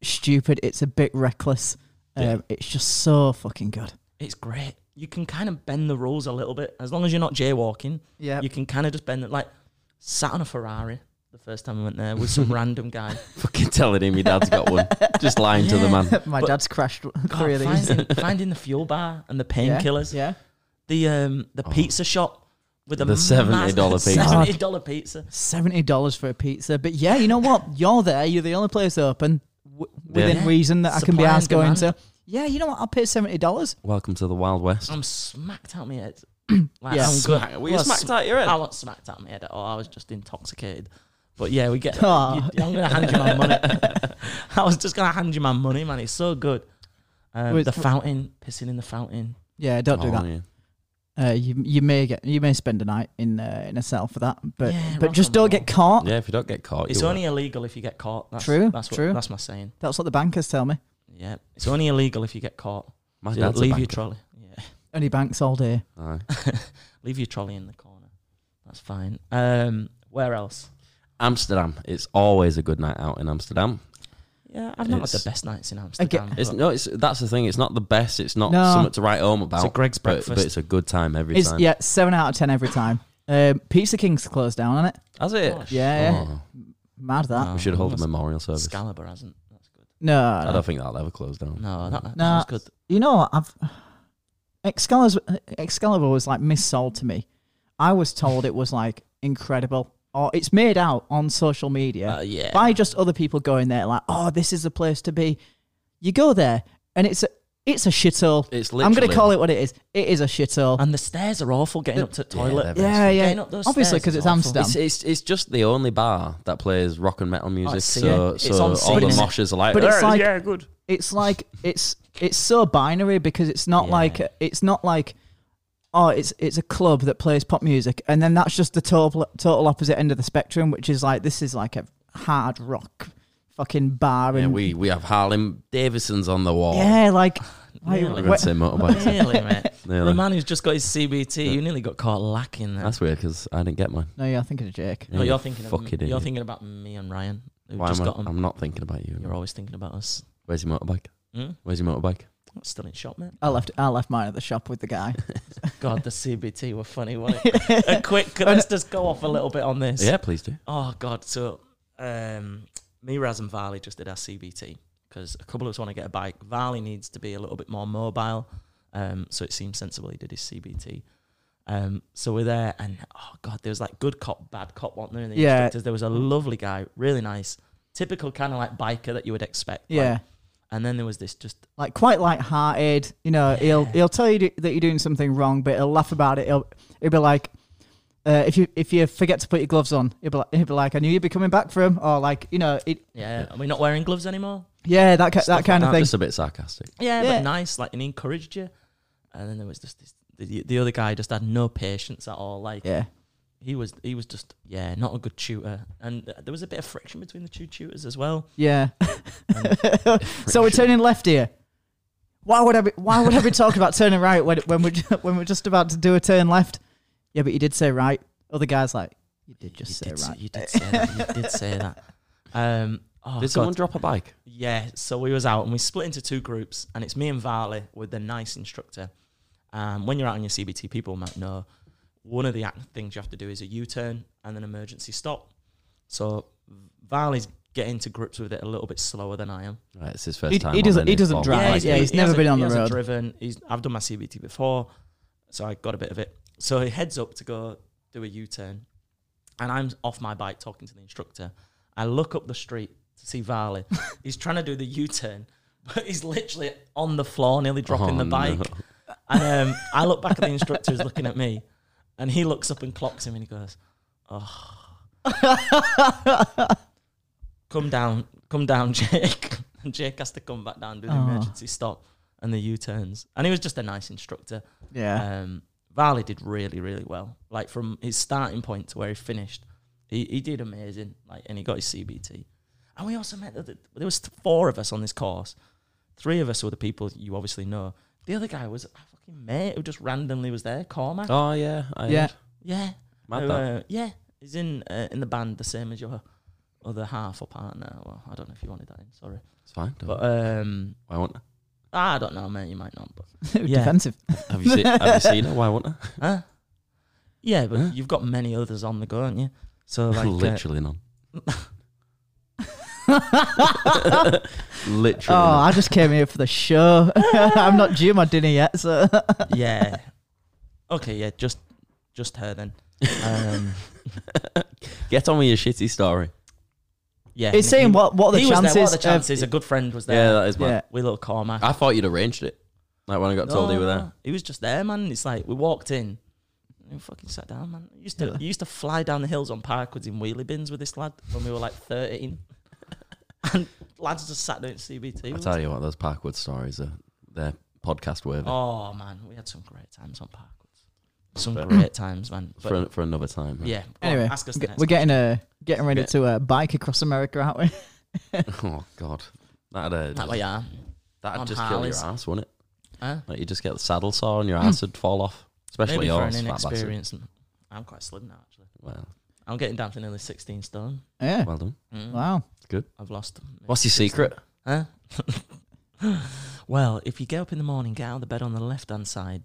Speaker 3: stupid. It's a bit reckless.
Speaker 2: Yeah.
Speaker 3: Um, it's just so fucking good.
Speaker 4: it's great. You can kind of bend the rules a little bit as long as you're not jaywalking.
Speaker 3: Yeah,
Speaker 4: You can kind of just bend it. Like sat on a Ferrari the first time I went there with some random guy.
Speaker 2: Fucking telling him your dad's got one. Just lying to the
Speaker 4: Yeah.
Speaker 2: man.
Speaker 3: my
Speaker 4: but-
Speaker 3: dad's crashed
Speaker 4: God,
Speaker 3: three of these.
Speaker 4: finding, finding the fuel bar and the painkillers.
Speaker 3: Yeah,
Speaker 4: The um the pizza shop with the,
Speaker 2: Oh. The $70 pizza.
Speaker 4: Seventy dollar pizza.
Speaker 3: seventy dollars for a pizza. But yeah, you know what? You're there. You're the only place open w- within
Speaker 4: Yeah.
Speaker 3: reason that I can be
Speaker 4: Supply and
Speaker 3: asked going
Speaker 4: demand.
Speaker 3: to. Yeah, you know what? I'll pay seventy dollars.
Speaker 2: Welcome to the Wild West.
Speaker 4: I'm smacked out my head. Like,
Speaker 3: Yeah.
Speaker 4: I'm
Speaker 2: Smack- were you
Speaker 4: Well,
Speaker 2: smacked
Speaker 4: sm-
Speaker 2: out your head?
Speaker 4: I wasn't smacked out my head at all. I was just intoxicated. But yeah, we get.
Speaker 3: Aw.
Speaker 4: you- I'm gonna hand you my money. I was just gonna hand you my money, man. It's so good. Um,
Speaker 3: Wait,
Speaker 4: the
Speaker 3: wh-
Speaker 4: fountain, pissing in the fountain.
Speaker 3: Yeah, don't
Speaker 2: Oh,
Speaker 3: do that.
Speaker 2: yeah.
Speaker 4: Oh.
Speaker 3: Uh, you you may get you may spend a night in uh, in a cell for that, but
Speaker 4: Yeah,
Speaker 3: but
Speaker 4: rock
Speaker 3: just
Speaker 4: and
Speaker 3: don't
Speaker 4: roll.
Speaker 3: get caught.
Speaker 2: Yeah, if you don't get caught,
Speaker 4: It's
Speaker 2: you
Speaker 4: only illegal if you get caught. That's,
Speaker 3: True,
Speaker 4: That's what,
Speaker 3: true.
Speaker 4: That's my saying.
Speaker 3: That's what the bankers tell me.
Speaker 4: Yeah, it's only illegal if you get caught.
Speaker 2: My
Speaker 4: So
Speaker 2: dad's Oh, a
Speaker 4: leave your
Speaker 2: banker.
Speaker 4: trolley. Yeah,
Speaker 3: Only banks all day.
Speaker 2: Aye.
Speaker 4: leave your trolley in the corner. That's fine. Um, where else?
Speaker 2: Amsterdam. It's always a good night out in Amsterdam.
Speaker 4: Yeah, I've not had
Speaker 2: It's-
Speaker 4: the best nights in Amsterdam.
Speaker 2: It's
Speaker 4: but
Speaker 2: no, it's that's the thing. It's not the best. It's not
Speaker 3: No.
Speaker 2: something to write home about.
Speaker 4: It's a Greg's
Speaker 2: but,
Speaker 4: breakfast.
Speaker 2: but it's a good time every
Speaker 3: Is
Speaker 2: time.
Speaker 3: yeah, seven out of ten every time. Um, pizza King's closed down on it.
Speaker 2: Has it?
Speaker 4: Gosh.
Speaker 3: Yeah, yeah.
Speaker 2: Oh,
Speaker 3: mad that.
Speaker 4: No,
Speaker 2: we should hold a
Speaker 4: almost-
Speaker 2: memorial service.
Speaker 4: Excalibur hasn't. That's good.
Speaker 3: No,
Speaker 2: I
Speaker 3: no.
Speaker 2: don't think that'll ever close down.
Speaker 4: No, that, that
Speaker 3: Nah.
Speaker 4: was good.
Speaker 3: You know, I've Excalibur, Excalibur was like missold to me. I was told it was like incredible, or it's made out on social media
Speaker 4: Uh, yeah.
Speaker 3: by just other people going there, like, "Oh, this is the place to be." You go there, and it's a it's a shithole.
Speaker 2: It's
Speaker 3: I'm going to
Speaker 2: literally-
Speaker 3: call it what it is. It is a shithole.
Speaker 4: And the stairs are awful getting up to the toilet.
Speaker 2: they're
Speaker 3: yeah, yeah.
Speaker 4: Getting up those
Speaker 3: Obviously,
Speaker 4: stairs
Speaker 3: because
Speaker 4: is
Speaker 3: it's
Speaker 4: awful.
Speaker 3: Amsterdam.
Speaker 2: It's, it's it's just the only bar that plays rock and metal music,
Speaker 4: Oh, see
Speaker 2: so
Speaker 4: it. It's
Speaker 2: so
Speaker 4: on
Speaker 2: all
Speaker 4: scene,
Speaker 2: the
Speaker 4: isn't it?
Speaker 2: moshes are like,
Speaker 3: But it's
Speaker 2: "Yeah,
Speaker 3: like-
Speaker 2: yeah, good.
Speaker 3: it's like it's it's so binary because it's not
Speaker 4: Yeah.
Speaker 3: like it's not like oh it's it's a club that plays pop music and then that's just the total total opposite end of the spectrum which is like this is like a hard rock fucking bar
Speaker 2: Yeah,
Speaker 3: and
Speaker 2: we we have Harlem Davidson's on the wall.
Speaker 3: yeah like, like
Speaker 4: Really?
Speaker 2: I'm
Speaker 3: wh-
Speaker 2: gonna say motorbikes.
Speaker 4: Nearly, mate.
Speaker 2: Nearly.
Speaker 4: The man who's just got his CBT, you nearly got caught lacking there.
Speaker 2: That's weird because I didn't get mine.
Speaker 3: no yeah I think it's Jake
Speaker 4: no, you're thinking of,
Speaker 2: fucking
Speaker 4: you're
Speaker 2: idiot.
Speaker 4: thinking about me and Ryan. Who
Speaker 2: Why
Speaker 4: just
Speaker 2: am I,
Speaker 4: got 'em.
Speaker 2: I'm not thinking about you.
Speaker 4: You're always thinking about us.
Speaker 2: Where's your motorbike?
Speaker 4: Mm?
Speaker 2: Where's your motorbike?
Speaker 4: That's Still in shop, mate.
Speaker 3: I left I left mine at the shop with the guy
Speaker 4: God, the CBT were funny, weren't it? a quick, let's just go off a little bit on this.
Speaker 2: Yeah, please do.
Speaker 4: Oh God, so um, me, Raz, and Varley just did our CBT because a couple of us want to get a bike. Varley needs to be a little bit more mobile, um, so it seems sensible he did his CBT. Um, so we're there, and oh God, there was like good cop, bad cop, weren't there? in The
Speaker 3: Yeah.
Speaker 4: instructors. There was a lovely guy, really nice, typical kind of like biker that you would expect. like-
Speaker 3: yeah
Speaker 4: and then there was this just
Speaker 3: like quite light-hearted. You know, he'll he'll tell you that you're doing something wrong, but he'll laugh about it. He'll he'll be like, uh, if you if you forget to put your gloves on, he'll be like, he'll be like I knew you'd be coming back from, or like you know, it,
Speaker 4: yeah. Are we not wearing gloves anymore?
Speaker 3: yeah, that ki- that kind of thing.
Speaker 2: Just a bit sarcastic.
Speaker 4: Yeah,
Speaker 3: Yeah.
Speaker 4: but nice. Like, and he encouraged you. And then there was just this, the, the other guy just had no patience at all. Like,
Speaker 3: Yeah,
Speaker 4: he was, he was just, yeah, not a good tutor. And uh, there was a bit of friction between the two tutors as well.
Speaker 3: yeah. so we're turning left here. Why would I be Why would I be talking about turning right when when we're ju- when we're just about to do a turn left? Yeah, but you did say right. Other guys like you did
Speaker 4: You
Speaker 3: just say
Speaker 4: did, say,
Speaker 3: right.
Speaker 4: you did say that. You did say that. Um, oh,
Speaker 2: Did
Speaker 4: God.
Speaker 2: someone drop a bike?
Speaker 4: Yeah, so we was out and we split into two groups, and it's me and Varley with the nice instructor. Um, when you're out on your CBT, people might know one of the act- things you have to do is a U-turn and an emergency stop. So Varley's getting to grips with it a little bit slower than I am.
Speaker 2: Right, it's his first
Speaker 3: He-
Speaker 2: time.
Speaker 3: he
Speaker 2: on
Speaker 3: doesn't-
Speaker 2: any
Speaker 3: he doesn't
Speaker 2: form of
Speaker 3: drive,
Speaker 2: bike.
Speaker 3: yeah, he's never
Speaker 4: hasn't-
Speaker 3: been on
Speaker 4: he
Speaker 3: the
Speaker 4: hasn't
Speaker 3: road.
Speaker 4: Driven. He's, I've done my CBT before, so I got a bit of it. So he heads up to go do a U turn, and I'm off my bike talking to the instructor. I look up the street to see Varley. he's trying to do the U turn, but he's literally on the floor, nearly dropping
Speaker 2: Oh,
Speaker 4: the bike.
Speaker 2: no.
Speaker 4: And um, I look back at the instructor who's looking at me, and he looks up and clocks him, and he goes, "Oh, come down, come down, Jake." And Jake has to come back down, do the
Speaker 3: Oh.
Speaker 4: emergency stop and the U turns. And he was just a nice instructor.
Speaker 3: Yeah,
Speaker 4: Um, Varley did really, really well. Like from his starting point to where he finished, he, he did amazing. Like, and he got his CBT. And we also met the, the- there was four of us on this course. Three of us were the people you obviously know. The other guy was a fucking mate who just randomly was there, Cormac.
Speaker 2: Oh yeah, I
Speaker 3: Yeah.
Speaker 2: heard.
Speaker 4: Yeah,
Speaker 2: Mad
Speaker 4: Who,
Speaker 2: that.
Speaker 4: uh, yeah, he's in uh, in the band the same as your other half or partner. Well, I don't know if you wanted that in. Sorry,
Speaker 2: It's fine. Don't
Speaker 4: but um,
Speaker 2: why won't I?
Speaker 4: I don't know, mate. You might not, but Uh, yeah.
Speaker 3: defensive.
Speaker 2: Have you seen? have you seen her? Why won't I?
Speaker 4: Huh? Yeah, but
Speaker 2: Huh?
Speaker 4: you've got many others on the go, aren't you? So like, uh,
Speaker 2: Literally none.
Speaker 3: oh,
Speaker 2: Literally. none.
Speaker 3: I just came here for the show. I'm not due my dinner yet, so
Speaker 4: yeah. Okay, yeah, just just her then. Um,
Speaker 2: Get on with your shitty story.
Speaker 4: yeah,
Speaker 3: It's
Speaker 4: he-
Speaker 3: saying what what are the
Speaker 4: he
Speaker 3: chances.
Speaker 4: was there. What are the
Speaker 3: of-
Speaker 4: chances? a good friend was
Speaker 2: Yeah,
Speaker 4: there.
Speaker 2: that is
Speaker 3: yeah,
Speaker 2: mad.
Speaker 4: with little Cormac.
Speaker 2: I thought you'd arranged it. Like when I got told you were there.
Speaker 4: He was just there, man. It's like we walked in. And we fucking sat down, man. You used to
Speaker 3: Yeah.
Speaker 4: you used to fly down the hills on parkwoods in wheelie bins with this lad when we were like thirteen, and lads just sat down at CBT.
Speaker 2: I
Speaker 4: with
Speaker 2: tell
Speaker 4: us.
Speaker 2: you what, those Parkwood stories are they're podcast worthy
Speaker 4: Oh man, we had some great times on parkwoods. Some great times, man. But
Speaker 2: for an- for another time. right?
Speaker 4: yeah, go on,
Speaker 3: Anyway,
Speaker 4: ask us the
Speaker 3: g-
Speaker 4: next
Speaker 3: we're getting a getting ready
Speaker 2: Yeah.
Speaker 3: to uh, bike across America, aren't we?
Speaker 2: Oh god, that'd uh,
Speaker 4: That
Speaker 2: just,
Speaker 4: way, yeah.
Speaker 2: that'd
Speaker 4: on
Speaker 2: just kill your
Speaker 4: Harleys.
Speaker 2: ass, wouldn't it?
Speaker 4: Huh?
Speaker 2: Like you just get the saddle sore and your ass would fall off. Especially
Speaker 4: Maybe for
Speaker 2: yours,
Speaker 4: an
Speaker 2: fat bastard.
Speaker 4: inexperienced. I'm quite slim now, actually.
Speaker 2: Well,
Speaker 4: I'm getting down to nearly 16 stone.
Speaker 3: Yeah.
Speaker 2: well done.
Speaker 4: Mm,
Speaker 3: Wow.
Speaker 4: I've lost.
Speaker 2: What's your secret?
Speaker 4: Huh? well, if you get up in the morning, get out of the bed on the left hand side,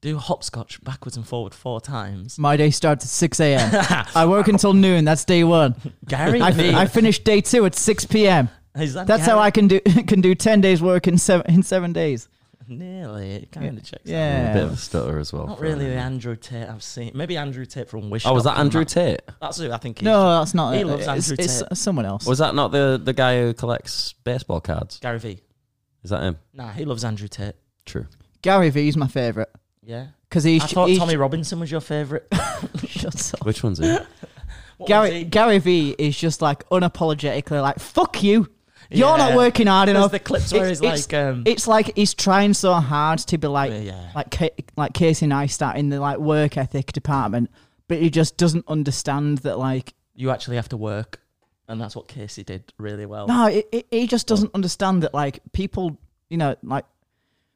Speaker 4: do hopscotch backwards and forward four times.
Speaker 3: My day starts at 6 a.m. I woke until noon. That's day one.
Speaker 4: Gary,
Speaker 3: I,
Speaker 4: Vee.
Speaker 3: I finished day two at 6 p.m.
Speaker 4: Is that
Speaker 3: That's how I can do can do 10 days work in seven in seven days.
Speaker 4: Nearly. It kind of checks out.
Speaker 2: A bit
Speaker 3: Yeah. Oh,
Speaker 2: of a stutter as well.
Speaker 4: Not
Speaker 2: for- uh,
Speaker 4: really the Andrew Tate I've seen. Maybe Andrew Tate from Wish.
Speaker 2: Oh, was that
Speaker 4: dot com.
Speaker 2: Andrew Tate?
Speaker 4: That's who I think he is.
Speaker 3: No, that's not.
Speaker 4: He
Speaker 3: it.
Speaker 4: loves
Speaker 3: it's,
Speaker 4: Andrew
Speaker 3: it's
Speaker 4: Tate.
Speaker 3: someone else.
Speaker 2: Was that not the the guy who collects baseball cards?
Speaker 4: Gary Vee.
Speaker 2: Is that him?
Speaker 4: Nah, he loves Andrew Tate.
Speaker 2: True.
Speaker 3: Gary Vee's my favorite
Speaker 4: Yeah.
Speaker 3: because he's,
Speaker 4: I thought
Speaker 3: he's
Speaker 4: Tommy Robinson was your favourite.
Speaker 3: Shut up.
Speaker 2: Which one's he?
Speaker 4: What was
Speaker 3: Gary
Speaker 4: he?
Speaker 3: Gary V is just like unapologetically like fuck you. You're not
Speaker 4: Yeah.
Speaker 3: working hard
Speaker 4: There's
Speaker 3: enough.
Speaker 4: the clips where
Speaker 3: It's-
Speaker 4: he's
Speaker 3: it's-
Speaker 4: like, um,
Speaker 3: it's like he's trying so hard to be like,
Speaker 4: Yeah, yeah.
Speaker 3: like, Ca- like Casey Neistat in the like work ethic department, but he just doesn't understand that like,
Speaker 4: you actually have to work, and that's what Casey did really well.
Speaker 3: no, it, it, he just doesn't understand that like people, you know, like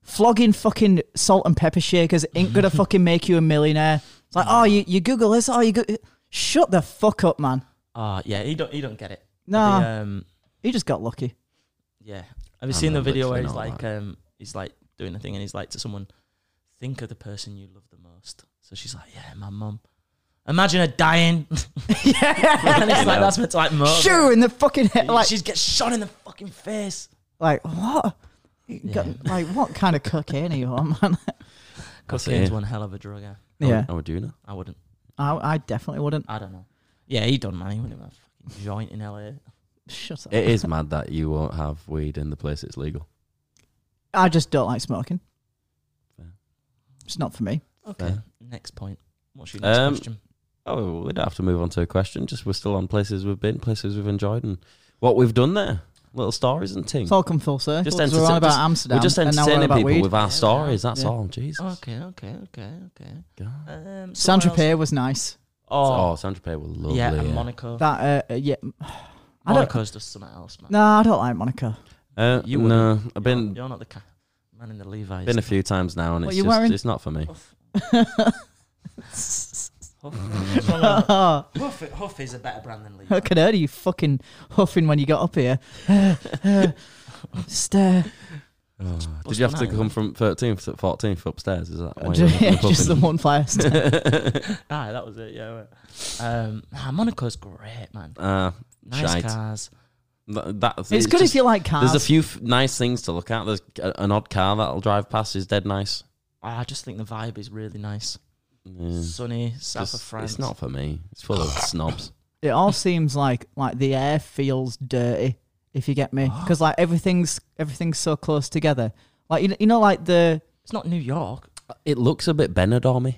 Speaker 3: flogging fucking salt and pepper shakers ain't gonna fucking make you a millionaire. It's like, oh, you, you Google this, oh, you go, shut the fuck up, man.
Speaker 4: Ah, yeah, he don't he don't get it.
Speaker 3: No.
Speaker 4: The, um,
Speaker 3: He just got lucky.
Speaker 4: yeah. Have you
Speaker 2: I'm
Speaker 4: seen the
Speaker 2: not
Speaker 4: video where
Speaker 2: literally
Speaker 4: he's
Speaker 2: not
Speaker 4: like, um, he's like doing the thing, and he's like to someone, think of the person you love the most. So she's like, yeah, my mum. Imagine her dying. yeah, and it's like that's meant to like
Speaker 2: Oh,
Speaker 4: motivate.
Speaker 3: Shoo in the fucking head, like
Speaker 4: she gets shot in the fucking face.
Speaker 3: Like what? You got- like what kind of cocaine are you on, man?
Speaker 2: That's it,
Speaker 4: Cocaine's
Speaker 2: yeah.
Speaker 4: one hell of a drug. Yeah.
Speaker 3: yeah,
Speaker 2: I would Oh, do that.
Speaker 4: I wouldn't.
Speaker 3: I, I definitely wouldn't.
Speaker 4: I don't know. Yeah, he done man. He wouldn't have a fucking joint in LA.
Speaker 3: Shut up.
Speaker 2: It is mad that you won't have weed in the place it's legal.
Speaker 3: I just don't like smoking.
Speaker 2: Fair.
Speaker 3: It's not for me.
Speaker 4: Okay.
Speaker 2: Fair.
Speaker 4: Next point. What's your next
Speaker 2: Um,
Speaker 4: question?
Speaker 2: Oh, we don't have to move on to a question. Just we're still on places we've been, places we've enjoyed, and what we've done there. Little stories and things.
Speaker 3: It's all come full circle.
Speaker 2: Hmm. Just
Speaker 3: 'cause we're on
Speaker 2: entertain-
Speaker 3: about
Speaker 2: just-
Speaker 3: Amsterdam.
Speaker 2: We're just
Speaker 3: and now we're on
Speaker 2: entertaining
Speaker 3: about
Speaker 2: people
Speaker 3: weed.
Speaker 2: with our
Speaker 4: Yeah,
Speaker 2: stories. That's
Speaker 3: yeah.
Speaker 2: all. Jesus.
Speaker 4: Okay, okay, okay, okay.
Speaker 2: God.
Speaker 4: Um,
Speaker 3: San
Speaker 4: somewhere else.
Speaker 3: Tropez was nice.
Speaker 4: Oh,
Speaker 2: Oh, Sandra Pay were lovely.
Speaker 4: yeah,
Speaker 2: yeah.
Speaker 4: and Monaco.
Speaker 3: That uh, uh, yeah. I don't.
Speaker 4: Monaco's just something else, man.
Speaker 3: No, I don't like Monaco.
Speaker 2: Uh,
Speaker 4: You
Speaker 2: no,
Speaker 4: wouldn't.
Speaker 2: I've
Speaker 4: You're
Speaker 2: been
Speaker 4: not- You're not the ca- man in the Levi's.
Speaker 2: been a few times now, and
Speaker 3: What
Speaker 2: it's
Speaker 3: you
Speaker 2: just
Speaker 3: wearing?
Speaker 2: it's not for me.
Speaker 4: Huff. Huff. Well, no, Huff, Huff is a better brand than Levi's.
Speaker 3: I could hear you fucking huffing when you got up here. Stare. Oh,
Speaker 2: Did you have to
Speaker 4: Boston
Speaker 2: come from 13th to 14th upstairs? Is that why you went
Speaker 3: yeah,
Speaker 2: up
Speaker 3: just the
Speaker 2: and-
Speaker 3: one fire stair.
Speaker 4: Ah, that was it. Yeah. right. Um, ah, Monaco's great, man.
Speaker 2: Uh,
Speaker 4: Nice
Speaker 2: Shite.
Speaker 4: cars.
Speaker 2: th- that's,
Speaker 3: It's good if
Speaker 2: just-
Speaker 3: you like cars.
Speaker 2: There's a few f- nice things to look at. There's a- an odd car that'll drive past is dead nice.
Speaker 4: Ah, I just think the vibe is really nice.
Speaker 2: Yeah.
Speaker 4: Sunny, south
Speaker 2: Just-
Speaker 4: of France.
Speaker 2: It's not for me. It's full of snobs.
Speaker 3: it all seems like like the air feels dirty if you get me because like everything's everything's so close together like you, kn- you know like the
Speaker 4: It's not New York.
Speaker 2: It looks a bit Benidorm.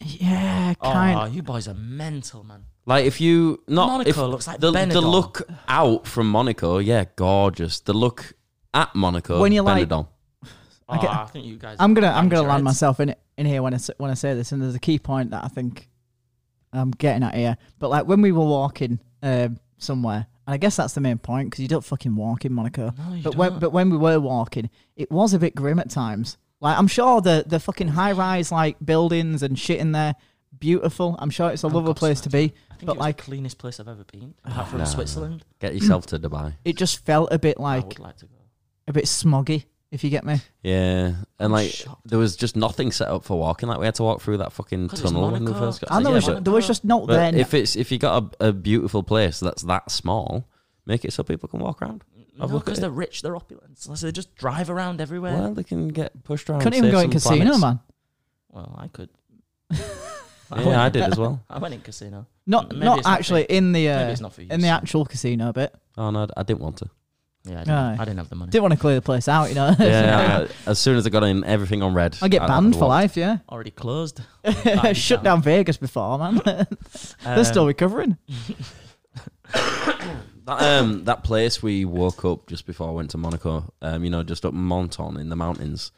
Speaker 3: yeah
Speaker 4: Oh,
Speaker 3: kind
Speaker 4: you boys are mental, man.
Speaker 2: Like if you not
Speaker 4: Monaco
Speaker 2: if
Speaker 4: looks like
Speaker 2: the, the
Speaker 4: Benidorm.
Speaker 2: look out from Monaco, yeah, gorgeous. The look at Monaco,
Speaker 3: When you're like-
Speaker 2: Benidorm.
Speaker 4: Oh, I,
Speaker 3: get-
Speaker 4: think you guys.
Speaker 3: i'm gonna i'm gonna land
Speaker 4: Right.
Speaker 3: myself in in here when i s- when i say this and there's a key point that i think i'm getting at here but like when we were walking um somewhere and i guess that's the main point because you don't fucking walk in monaco
Speaker 4: No, you
Speaker 3: but
Speaker 4: don't.
Speaker 3: when but when we were walking it was a bit grim at times like i'm sure the the fucking high rise like buildings and shit in there beautiful i'm sure it's a
Speaker 4: Oh,
Speaker 3: lovely
Speaker 4: God,
Speaker 3: place to be
Speaker 4: I think
Speaker 3: but
Speaker 4: it was
Speaker 3: like- Ah,
Speaker 4: the cleanest place I've ever been, apart from
Speaker 2: no, no.
Speaker 4: Switzerland.
Speaker 2: Get yourself to Dubai.
Speaker 3: it just felt a bit
Speaker 4: I
Speaker 3: like
Speaker 4: would like to go.
Speaker 3: a bit smoggy, if you get me.
Speaker 2: Yeah, and like
Speaker 4: shocked.
Speaker 2: there was just nothing set up for walking. Like we had to walk through that fucking
Speaker 4: 'Cause it's
Speaker 2: tunnel when we
Speaker 4: Monaco.
Speaker 2: first got.
Speaker 3: And there
Speaker 2: yeah,
Speaker 3: was
Speaker 2: but,
Speaker 3: there was just not
Speaker 2: but
Speaker 3: then.
Speaker 2: if it's if you got a, a beautiful place that's that small, make it so people can walk around.
Speaker 4: No,
Speaker 2: look at
Speaker 4: because
Speaker 2: it.
Speaker 4: they're rich, they're opulent. So they just drive around everywhere.
Speaker 2: Well, they can get pushed around.
Speaker 3: Couldn't even
Speaker 2: save
Speaker 3: go in
Speaker 2: some
Speaker 3: casino,
Speaker 2: planets.
Speaker 3: man.
Speaker 4: Well, I could. went
Speaker 2: Yeah, I
Speaker 4: in-
Speaker 2: did as well.
Speaker 4: I went in casino.
Speaker 3: Not
Speaker 4: Maybe
Speaker 3: not
Speaker 4: it's not
Speaker 3: actually in the
Speaker 4: Maybe
Speaker 3: uh,
Speaker 4: it's not for you.
Speaker 3: in the
Speaker 4: so-
Speaker 3: actual casino bit.
Speaker 2: Oh no, I didn't want to.
Speaker 4: Yeah, I didn't,
Speaker 3: Aye.
Speaker 4: I didn't have the money.
Speaker 3: Didn't want to clear the place out, you know.
Speaker 2: Yeah, I- as soon as I got in, everything on red.
Speaker 3: I get
Speaker 2: I- I
Speaker 3: banned for
Speaker 2: walked.
Speaker 3: life, yeah.
Speaker 4: Already closed.
Speaker 3: Shut down Vegas before, man. They're
Speaker 4: Um,
Speaker 3: still recovering.
Speaker 2: That, um, that place we woke up just before I went to Monaco, um, you know, just up Monton in the mountains.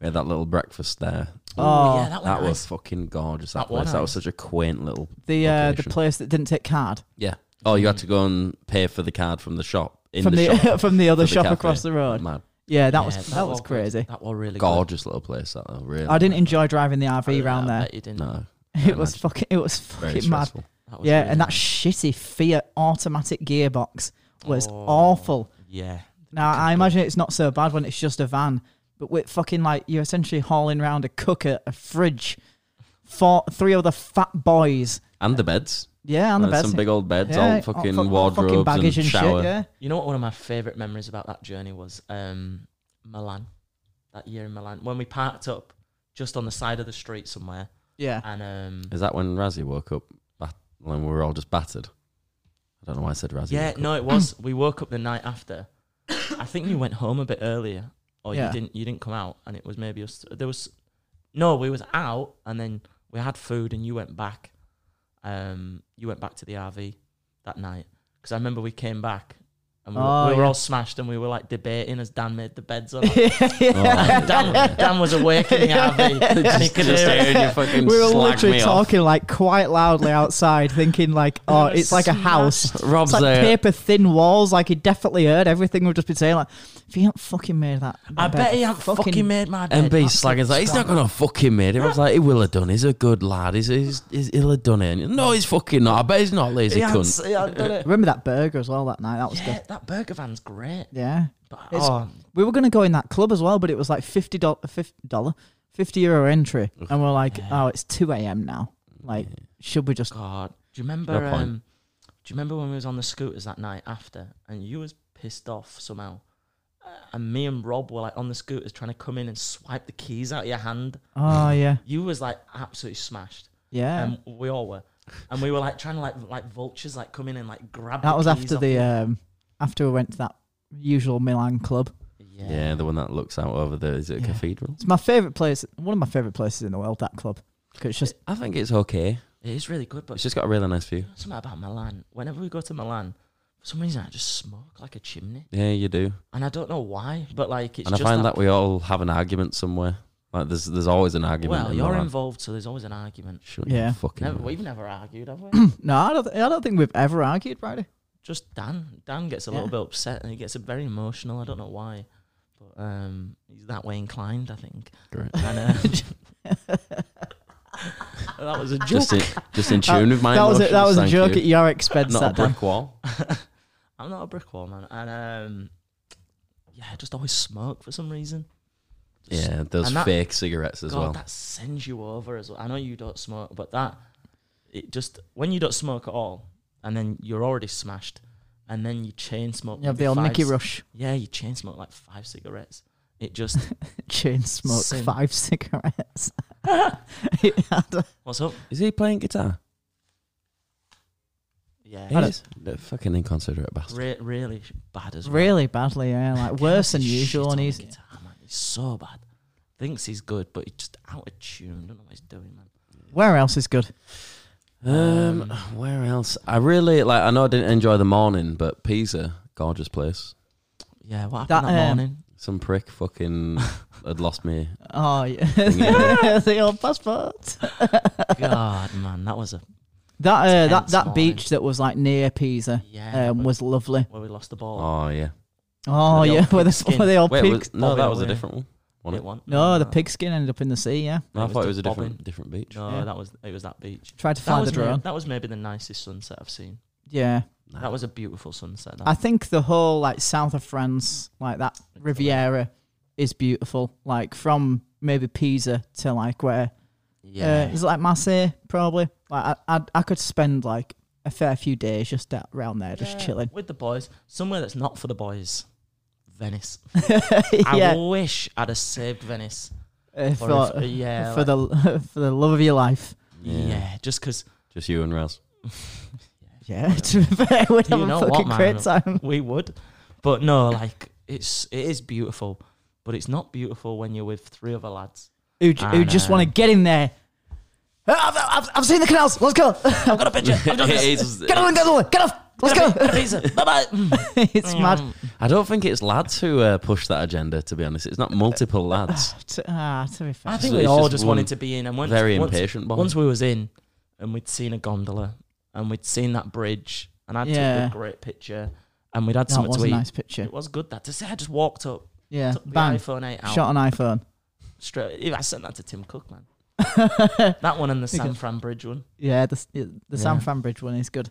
Speaker 2: We had that little breakfast there.
Speaker 4: Oh, yeah, that,
Speaker 2: That
Speaker 4: was.
Speaker 2: was fucking gorgeous. That,
Speaker 4: That
Speaker 2: place.
Speaker 4: was
Speaker 2: That was
Speaker 4: nice.
Speaker 2: such a quaint little.
Speaker 3: The uh, the
Speaker 2: location.
Speaker 3: place that didn't take card
Speaker 2: Yeah. Oh, you had to go and pay for the card from the shop in
Speaker 3: from
Speaker 2: the,
Speaker 3: the,
Speaker 2: shop.
Speaker 3: from the other
Speaker 2: for the
Speaker 3: shop
Speaker 2: cafe. Mm.
Speaker 3: across the road.
Speaker 2: Mad.
Speaker 3: Yeah, that
Speaker 4: Yeah,
Speaker 3: was that was
Speaker 4: good.
Speaker 3: crazy.
Speaker 4: That was really good.
Speaker 2: Gorgeous little place that though, really.
Speaker 3: I didn't enjoy driving the
Speaker 4: Yeah,
Speaker 3: RV round
Speaker 4: I
Speaker 3: there.
Speaker 4: bet you didn't.
Speaker 2: No.
Speaker 3: It was fucking it was
Speaker 2: Very
Speaker 3: fucking mad.
Speaker 2: stressful.
Speaker 4: That was
Speaker 3: Yeah,
Speaker 4: really
Speaker 3: and that
Speaker 4: nice.
Speaker 3: shitty Fiat automatic gearbox was
Speaker 4: Oh.
Speaker 3: awful.
Speaker 4: yeah.
Speaker 3: Now I imagine it's not so bad when it's just a van, but with fucking like you're essentially hauling around a cooker, a fridge, four, three other fat boys.
Speaker 2: And the beds.
Speaker 3: Yeah, on the
Speaker 2: Had
Speaker 3: bed.
Speaker 2: Some big old beds,
Speaker 3: yeah,
Speaker 2: all fucking
Speaker 3: fu- all
Speaker 2: wardrobes
Speaker 3: fucking baggage
Speaker 2: and, shower.
Speaker 3: shit. Yeah,
Speaker 4: You know what? One of my favorite memories about that journey was um, Milan. That year in Milan, when we parked up just on the side of the street somewhere,
Speaker 3: yeah.
Speaker 4: and um,
Speaker 2: Is that when Razzie woke up? Bat- when we were all just battered. I don't know why I said Razzie.
Speaker 4: yeah,
Speaker 2: woke up.
Speaker 4: no, it was. we woke up the night after. I think you went home a bit earlier, or
Speaker 3: Yeah.
Speaker 4: you didn't. You didn't come out, and it was maybe us. There was no, we was out, and then we had food, and you went back. Um, you went back to the RV that night because I remember we came back, And we, were-
Speaker 3: Oh,
Speaker 4: we were
Speaker 3: yeah.
Speaker 4: all smashed and we were like debating as Dan made the beds on.
Speaker 2: Oh.
Speaker 4: Dan, Dan was awake in the RV. and he could
Speaker 2: Just
Speaker 4: hear it.
Speaker 2: hearing you fucking
Speaker 3: We were
Speaker 2: slag
Speaker 3: literally
Speaker 2: me off.
Speaker 3: talking like quite loudly outside, thinking like, "Oh, it's like a house.
Speaker 2: Rob's
Speaker 3: It's like
Speaker 2: there.
Speaker 3: paper thin walls. Like he definitely heard everything we've just been saying. Like, if he hadn't fucking made that,
Speaker 4: I bet he ain't fucking, made my bed.
Speaker 2: And B slaggers like, he's not gonna fucking made it. I was like, he will have done. He's a good lad. He's, he's, he's he'll have done it. No, he's fucking not. I bet he's not lazy
Speaker 4: He ain't
Speaker 2: cunt.
Speaker 4: s- he ain't done it.
Speaker 3: Remember that burger as well that night? That was
Speaker 4: Yeah,
Speaker 3: good.
Speaker 4: that burger van's great.
Speaker 3: Yeah.
Speaker 4: But,
Speaker 3: It's-
Speaker 4: oh,
Speaker 3: We were gonna go in that club as well, but it was like fifty dollar, dollar, fifty euro entry, and we're like, "Oh, it's two a.m. now. Like, should we just?"
Speaker 4: God. Do you remember?
Speaker 2: No point.
Speaker 4: um, do you remember when we was on the scooters that night after, and you was pissed off somehow, Uh, and me and Rob were like on the scooters trying to come in and swipe the keys out of your hand.
Speaker 3: Oh yeah,
Speaker 4: You was like absolutely smashed,
Speaker 3: yeah.
Speaker 4: and we all were, and we were like trying to like like vultures like come in and like grab.
Speaker 3: that
Speaker 4: the
Speaker 3: was
Speaker 4: keys
Speaker 3: after
Speaker 4: off
Speaker 3: the
Speaker 4: you.
Speaker 3: um, after we went to that usual Milan club.
Speaker 4: yeah.
Speaker 2: Yeah, the one that looks out over the is it a
Speaker 4: Yeah.
Speaker 2: cathedral?
Speaker 3: It's my favorite place, one of my favorite places in the world. That club, 'Cause it's just
Speaker 2: I think it's okay.
Speaker 4: It is really good, but
Speaker 2: It's just got a really nice view.
Speaker 4: something about Milan. Whenever we go to Milan, for some reason I just smoke like a chimney,
Speaker 2: Yeah, you do.
Speaker 4: and I don't know why, but like it's
Speaker 2: and I
Speaker 4: just
Speaker 2: find that, we all have an argument somewhere. Like there's there's always an argument.
Speaker 4: well,
Speaker 2: in
Speaker 4: you're
Speaker 2: Milan.
Speaker 4: involved, so there's always an argument.
Speaker 2: Shut
Speaker 3: Yeah.
Speaker 2: yeah. fucking.
Speaker 4: Never,
Speaker 2: mouth.
Speaker 4: we've never argued, have we?
Speaker 3: no, I don't, I don't think we've ever argued, Brady.
Speaker 4: Just Dan. Dan gets a little
Speaker 3: Yeah.
Speaker 4: bit upset and he gets very emotional. I don't know why, but um, he's that way inclined, I think.
Speaker 2: Great.
Speaker 4: And, uh, that was a joke.
Speaker 2: Just in, just in tune with my
Speaker 3: that was
Speaker 2: emotions.
Speaker 3: a, that was a
Speaker 2: thank
Speaker 3: joke
Speaker 2: you.
Speaker 3: at your expense.
Speaker 2: Not a
Speaker 3: that Dan.
Speaker 2: brick wall.
Speaker 4: I'm not a brick wall man, and um, yeah, I just always smoke for some reason. Just-
Speaker 2: Yeah, those
Speaker 4: And that-
Speaker 2: fake cigarettes as
Speaker 4: God,
Speaker 2: well.
Speaker 4: that sends you over as well. I know you don't smoke, but that it just when you don't smoke at all, and then you're already smashed, and then you chain smoke.
Speaker 3: You have
Speaker 4: maybe
Speaker 3: the old
Speaker 4: five
Speaker 3: Nicky
Speaker 4: c-
Speaker 3: Rush
Speaker 4: Yeah, you chain smoke like five cigarettes. It just
Speaker 3: chain smoke
Speaker 4: Sin.
Speaker 3: five cigarettes.
Speaker 4: what's up?
Speaker 2: Is he playing guitar? He
Speaker 4: Yeah,
Speaker 2: is. The fucking inconsiderate bastard.
Speaker 4: re- really sh- bad as well.
Speaker 3: really badly, yeah, like worse than
Speaker 4: Shit
Speaker 3: usual.
Speaker 4: on
Speaker 3: And
Speaker 4: the
Speaker 3: he's
Speaker 4: guitar, man. He's so bad. Thinks he's good, but he's just out of tune. Don't know what he's doing, man.
Speaker 3: where else is good?
Speaker 2: Um, where else? I really like. I know I didn't enjoy the morning, but Pisa, gorgeous place.
Speaker 4: Yeah, what
Speaker 3: That,
Speaker 4: happened that,
Speaker 3: um,
Speaker 4: morning?
Speaker 2: Some prick fucking had lost me.
Speaker 3: Oh yeah, the old passport.
Speaker 4: God, man, that was a
Speaker 3: That uh, that
Speaker 4: Tense
Speaker 3: that
Speaker 4: morning.
Speaker 3: beach that was like near Pisa
Speaker 4: yeah.
Speaker 3: um,
Speaker 4: where-
Speaker 3: was lovely.
Speaker 4: where we lost the ball.
Speaker 2: Oh yeah.
Speaker 3: Oh
Speaker 4: the old
Speaker 3: yeah, where the
Speaker 4: pigskin. Oh.
Speaker 3: where the old
Speaker 2: Wait,
Speaker 3: pigs.
Speaker 2: was, no,
Speaker 4: Bobby
Speaker 2: that was a
Speaker 4: away.
Speaker 2: different one.
Speaker 4: Did
Speaker 2: wasn't
Speaker 4: it
Speaker 2: it?
Speaker 4: won?
Speaker 3: No, the pigskin ended up in the sea. Yeah,
Speaker 2: No, I
Speaker 4: It was
Speaker 2: thought it
Speaker 4: the
Speaker 2: was a different
Speaker 4: bobbing.
Speaker 2: different beach.
Speaker 4: No,
Speaker 3: Yeah.
Speaker 4: that was it. Was that beach?
Speaker 3: tried to
Speaker 4: That
Speaker 3: find
Speaker 4: was,
Speaker 3: the
Speaker 4: may-
Speaker 3: drone.
Speaker 4: that was maybe the nicest sunset I've seen.
Speaker 3: Yeah,
Speaker 4: That was a beautiful sunset. That.
Speaker 3: I think the whole like south of France, like that Riviera, is beautiful. Like from maybe Pisa to like where
Speaker 4: yeah,
Speaker 3: uh, is it like Marseille probably. Like I, I I could spend like a fair few days just out around there, just
Speaker 4: Yeah,
Speaker 3: chilling.
Speaker 4: with the boys. Somewhere that's not for the boys. Venice. I
Speaker 3: yeah,
Speaker 4: wish I'd have saved Venice.
Speaker 3: uh,
Speaker 4: Or
Speaker 3: for,
Speaker 4: if- yeah,
Speaker 3: for the for the love of your life.
Speaker 4: Yeah, just because
Speaker 2: Just you and Raz.
Speaker 3: Yeah, to be fair, we'd
Speaker 4: You
Speaker 3: have
Speaker 4: know
Speaker 3: a
Speaker 4: what,
Speaker 3: fucking
Speaker 4: man?
Speaker 3: great time.
Speaker 4: we would, but no, like it's it is beautiful, but it's not beautiful when you're with three other lads.
Speaker 3: Who, j- who
Speaker 4: I
Speaker 3: just
Speaker 4: know.
Speaker 3: want to get in there? Ah, I've, I've, I've seen the canals. Let's go.
Speaker 4: I've got a picture. I've done this.
Speaker 2: It's-
Speaker 3: Get on, get on, get off. Let's
Speaker 4: Got a
Speaker 3: go.
Speaker 4: pi- got a pizza. Bye bye.
Speaker 3: it's mad.
Speaker 4: Mm.
Speaker 2: I don't think it's lads who uh, push that agenda. To be honest, it's not multiple lads.
Speaker 3: T- ah, to be fair.
Speaker 4: I think
Speaker 2: So
Speaker 4: we
Speaker 2: it's
Speaker 4: all
Speaker 2: just
Speaker 4: just,
Speaker 2: one
Speaker 4: wanted to be in, and once,
Speaker 2: very
Speaker 4: once,
Speaker 2: impatient boy.
Speaker 4: Once we was in, and we'd seen a gondola, and we'd seen that bridge, and I
Speaker 3: Yeah.
Speaker 4: took a great picture, and we'd had
Speaker 3: that
Speaker 4: something
Speaker 3: was
Speaker 4: to
Speaker 3: a
Speaker 4: eat.
Speaker 3: nice picture.
Speaker 4: It was good that to say. I just walked up,
Speaker 3: Yeah,
Speaker 4: took
Speaker 3: bang.
Speaker 4: the iPhone eight out,
Speaker 3: Shot an iPhone.
Speaker 4: straight. I sent that to Tim Cook, man. that one and the San
Speaker 3: Because-
Speaker 4: Fran Bridge one,
Speaker 3: Yeah, the s- the San
Speaker 4: Yeah.
Speaker 3: Fran Bridge one is good.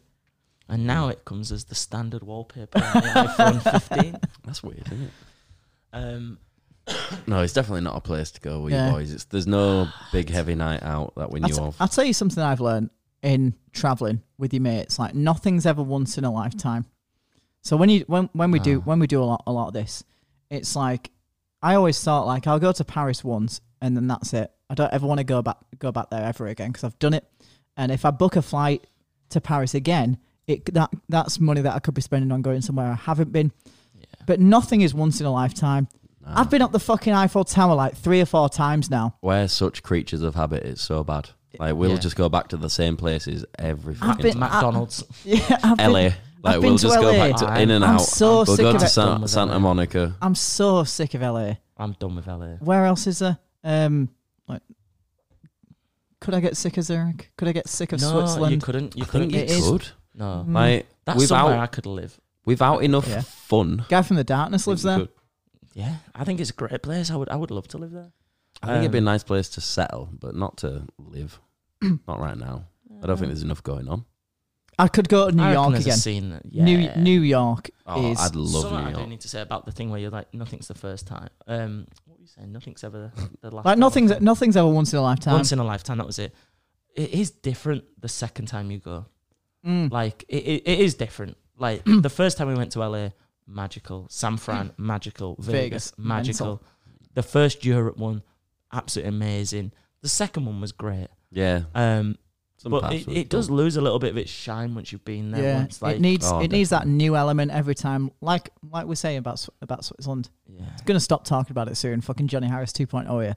Speaker 4: and now it comes as the standard wallpaper on the iPhone 15.
Speaker 2: That's weird, isn't
Speaker 4: Um,
Speaker 2: it? No, it's definitely not a place to go with
Speaker 3: Yeah.
Speaker 2: you boys. It's there's no big heavy night out that we
Speaker 3: I'll,
Speaker 2: knew
Speaker 3: t-
Speaker 2: of.
Speaker 3: I'll tell you something I've learned in traveling with your mates. Like nothing's ever once in a lifetime. So when you when when we do
Speaker 4: Ah.
Speaker 3: when we do a lot a lot of this, it's like I always thought like I'll go to Paris once and then that's it. I don't ever want to go back go back there ever again because I've done it. And if I book a flight to Paris again, it that that's money that I could be spending on going somewhere I haven't been.
Speaker 4: yeah.
Speaker 3: But nothing is once in a lifetime.
Speaker 2: Nah.
Speaker 3: I've been up the fucking Eiffel Tower like three or four times now.
Speaker 2: We're such creatures of habit. It's so bad. Like we'll
Speaker 4: Yeah.
Speaker 2: just go back to the same places every fucking
Speaker 3: been-
Speaker 2: time.
Speaker 4: McDonald's.
Speaker 3: Yeah, I've been-
Speaker 2: LA. Like
Speaker 3: I've been
Speaker 2: we'll
Speaker 3: to
Speaker 2: just go
Speaker 3: LA.
Speaker 2: back to in and
Speaker 3: I'm
Speaker 2: out.
Speaker 3: so
Speaker 2: we'll
Speaker 3: sick
Speaker 2: go
Speaker 3: of
Speaker 2: to
Speaker 3: it.
Speaker 2: San-
Speaker 4: Done with
Speaker 2: Santa
Speaker 4: LA.
Speaker 2: Monica.
Speaker 3: I'm so sick of LA.
Speaker 4: I'm done with LA.
Speaker 3: Where else is there? Um, like, could I get sick of Zurich? Could I get sick of
Speaker 4: no, you
Speaker 3: Switzerland?
Speaker 4: couldn't. You
Speaker 2: I think
Speaker 4: couldn't.
Speaker 2: you
Speaker 3: It is-
Speaker 2: could.
Speaker 4: No,
Speaker 3: Mm.
Speaker 2: Like
Speaker 4: that's
Speaker 2: without
Speaker 4: somewhere I could live.
Speaker 2: without enough
Speaker 3: Yeah.
Speaker 2: fun.
Speaker 3: Guy from the Darkness lives
Speaker 2: I think
Speaker 3: there.
Speaker 2: you could.
Speaker 4: Yeah, I think it's a great place. I would. I would love to live there.
Speaker 2: I think it'd be a
Speaker 4: Um,
Speaker 2: nice place to settle, but not to live. not right now. I don't think there's enough going on.
Speaker 3: I could go to New
Speaker 4: I reckon
Speaker 3: York
Speaker 4: there's a
Speaker 3: again.
Speaker 4: scene that-
Speaker 3: New
Speaker 4: yeah.
Speaker 3: New York
Speaker 2: Oh,
Speaker 3: is
Speaker 2: I'd love
Speaker 4: Something
Speaker 2: New
Speaker 4: I
Speaker 2: York.
Speaker 4: do need to say about the thing where you're like, nothing's the first time. Um, what were you saying? Nothing's ever the, the last.
Speaker 3: like
Speaker 4: time.
Speaker 3: nothing's nothing's ever once in a lifetime.
Speaker 4: Once in a lifetime. That was it. It is different the second time you go.
Speaker 3: Mm.
Speaker 4: Like it, it, it is different. Like the first time we went to LA, magical. San Fran, magical. Vegas,
Speaker 3: Vegas,
Speaker 4: magical.
Speaker 3: mental.
Speaker 4: The first Europe one, absolutely amazing. The second one was great.
Speaker 2: Yeah,
Speaker 4: Um,
Speaker 2: some
Speaker 4: but
Speaker 2: parts
Speaker 4: it,
Speaker 2: would
Speaker 4: it
Speaker 2: go.
Speaker 4: does lose a little bit of its shine once you've been there.
Speaker 3: yeah,
Speaker 4: once. Like,
Speaker 3: it needs
Speaker 2: Oh,
Speaker 3: it needs that new element every time. Like like we're saying about Sw- about Switzerland.
Speaker 4: yeah.
Speaker 3: gonna stop talking about it soon. Fucking Johnny Harris 2.0 here.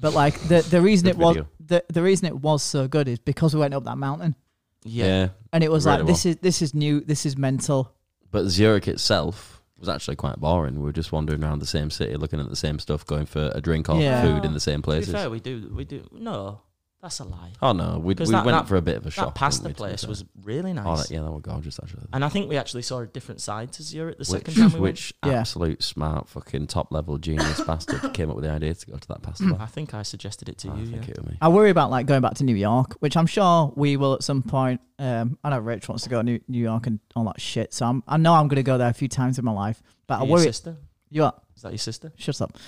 Speaker 3: But like the the reason
Speaker 2: Good
Speaker 3: it was
Speaker 2: video.
Speaker 3: the, the reason it was so good is because we went up that mountain
Speaker 2: Yeah.
Speaker 4: yeah,
Speaker 3: and it was
Speaker 2: Really
Speaker 3: like this is this is new, this is mental.
Speaker 2: but Zurich itself was actually quite boring. We were just wandering around the same city, looking at the same stuff, going for a drink or
Speaker 3: Yeah.
Speaker 2: food in the same
Speaker 4: To be
Speaker 2: places.
Speaker 4: fair, we do, we do. No, that's a lie.
Speaker 2: Oh no, we, we
Speaker 4: 'Cause
Speaker 2: went
Speaker 4: that- that-
Speaker 2: for a bit of a shop.
Speaker 4: That pasta
Speaker 2: didn't we, to be
Speaker 4: place
Speaker 2: fair?
Speaker 4: was really nice.
Speaker 2: Oh, that, yeah, that was gorgeous actually.
Speaker 4: And I think we actually saw a different side to Zurich the second
Speaker 2: Which,
Speaker 4: time we
Speaker 2: which
Speaker 3: Yeah.
Speaker 2: absolute smart fucking top level genius bastard came up with the idea to go to that pasta
Speaker 4: went. I
Speaker 2: bar?
Speaker 4: think I suggested it to
Speaker 2: Oh, I
Speaker 4: you.
Speaker 2: think
Speaker 4: yeah. Oh
Speaker 2: it was me.
Speaker 3: I worry about like going back to New York, which I'm sure we will at some point. Um, I know Rich wants to go to New, New York and all that shit, so I'm, I know I'm gonna go there a few times in my life. But I
Speaker 4: Your
Speaker 3: worry.
Speaker 4: sister?
Speaker 3: You are,
Speaker 4: Is that your sister?
Speaker 3: shut up.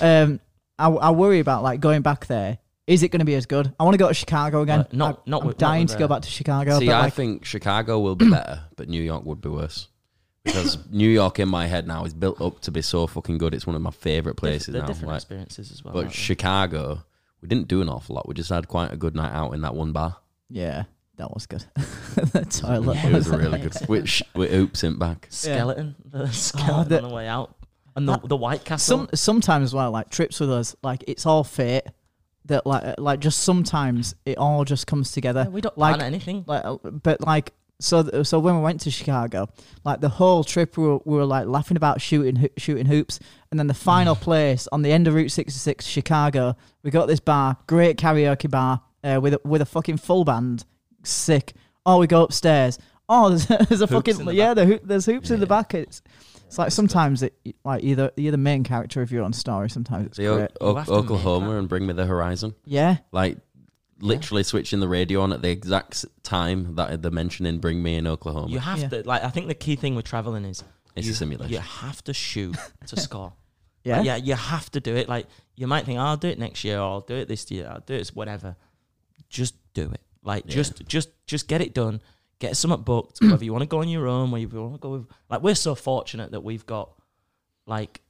Speaker 3: Um, I, I worry about like going back there. Is it gonna be as good? I want to go to Chicago again.
Speaker 4: Uh, not-
Speaker 3: I,
Speaker 4: not
Speaker 3: I'm
Speaker 4: with- not
Speaker 3: dying
Speaker 4: with
Speaker 3: to
Speaker 4: the-
Speaker 3: go back to Chicago.
Speaker 2: See,
Speaker 3: but,
Speaker 2: I
Speaker 3: like,
Speaker 2: think Chicago will be better, but New York would be worse. Because New York in my head now is built up to be so fucking good. It's one of my favorite places
Speaker 4: They're
Speaker 2: now.
Speaker 4: different
Speaker 2: like-
Speaker 4: experiences as well.
Speaker 2: but
Speaker 4: aren't they?
Speaker 2: Chicago, we didn't do an awful lot. We just had quite a good night out in that one bar.
Speaker 3: yeah, that was good. the toilet.
Speaker 2: It was a really good. Which we oops in back.
Speaker 4: skeleton, the skeleton
Speaker 3: Oh, the-
Speaker 4: on the way out, and the,
Speaker 3: That-
Speaker 4: the White Castle.
Speaker 3: Some sometimes as well, like trips with us, like it's all fate. That like uh, like just sometimes it all just comes
Speaker 4: Yeah,
Speaker 3: together.
Speaker 4: we don't
Speaker 3: like-
Speaker 4: plan anything.
Speaker 3: Like, uh, but like so th- so when we went to Chicago, like the whole trip we were, we were like laughing about shooting ho- shooting hoops, and then the
Speaker 4: Mm.
Speaker 3: final place on the end of Route 66, Chicago, we got this bar, great karaoke bar uh, with a, with a fucking full band, sick. Oh, we go upstairs. Oh, there's, there's a
Speaker 4: Hoops
Speaker 3: fucking
Speaker 4: in the
Speaker 3: yeah, the, hoo- there's hoops in the
Speaker 4: Yeah.
Speaker 3: back. It's it's like sometimes it like either you're the main character if you're on story. Sometimes it's
Speaker 2: The o-
Speaker 3: great.
Speaker 2: O-
Speaker 4: You have to make
Speaker 2: Oklahoma and Bring Me the Horizon.
Speaker 3: Yeah,
Speaker 2: Like literally switching the radio on at the exact s- time that they're mentioning Bring Me in Oklahoma.
Speaker 4: You have
Speaker 3: Yeah.
Speaker 4: to like. I think the key thing with traveling is
Speaker 2: Oh It's a
Speaker 4: you,
Speaker 2: simulation.
Speaker 4: You have to shoot to score.
Speaker 3: yeah,
Speaker 4: Like, yeah, you have to do it. Like you might think, "Oh, I'll do it next year, or I'll do it this year, I'll do it whatever. Just do it. Like
Speaker 2: Yeah.
Speaker 4: just just just get it done. Get something booked. whether you want to go on your own, whether you want to go with like we're so fortunate that we've got like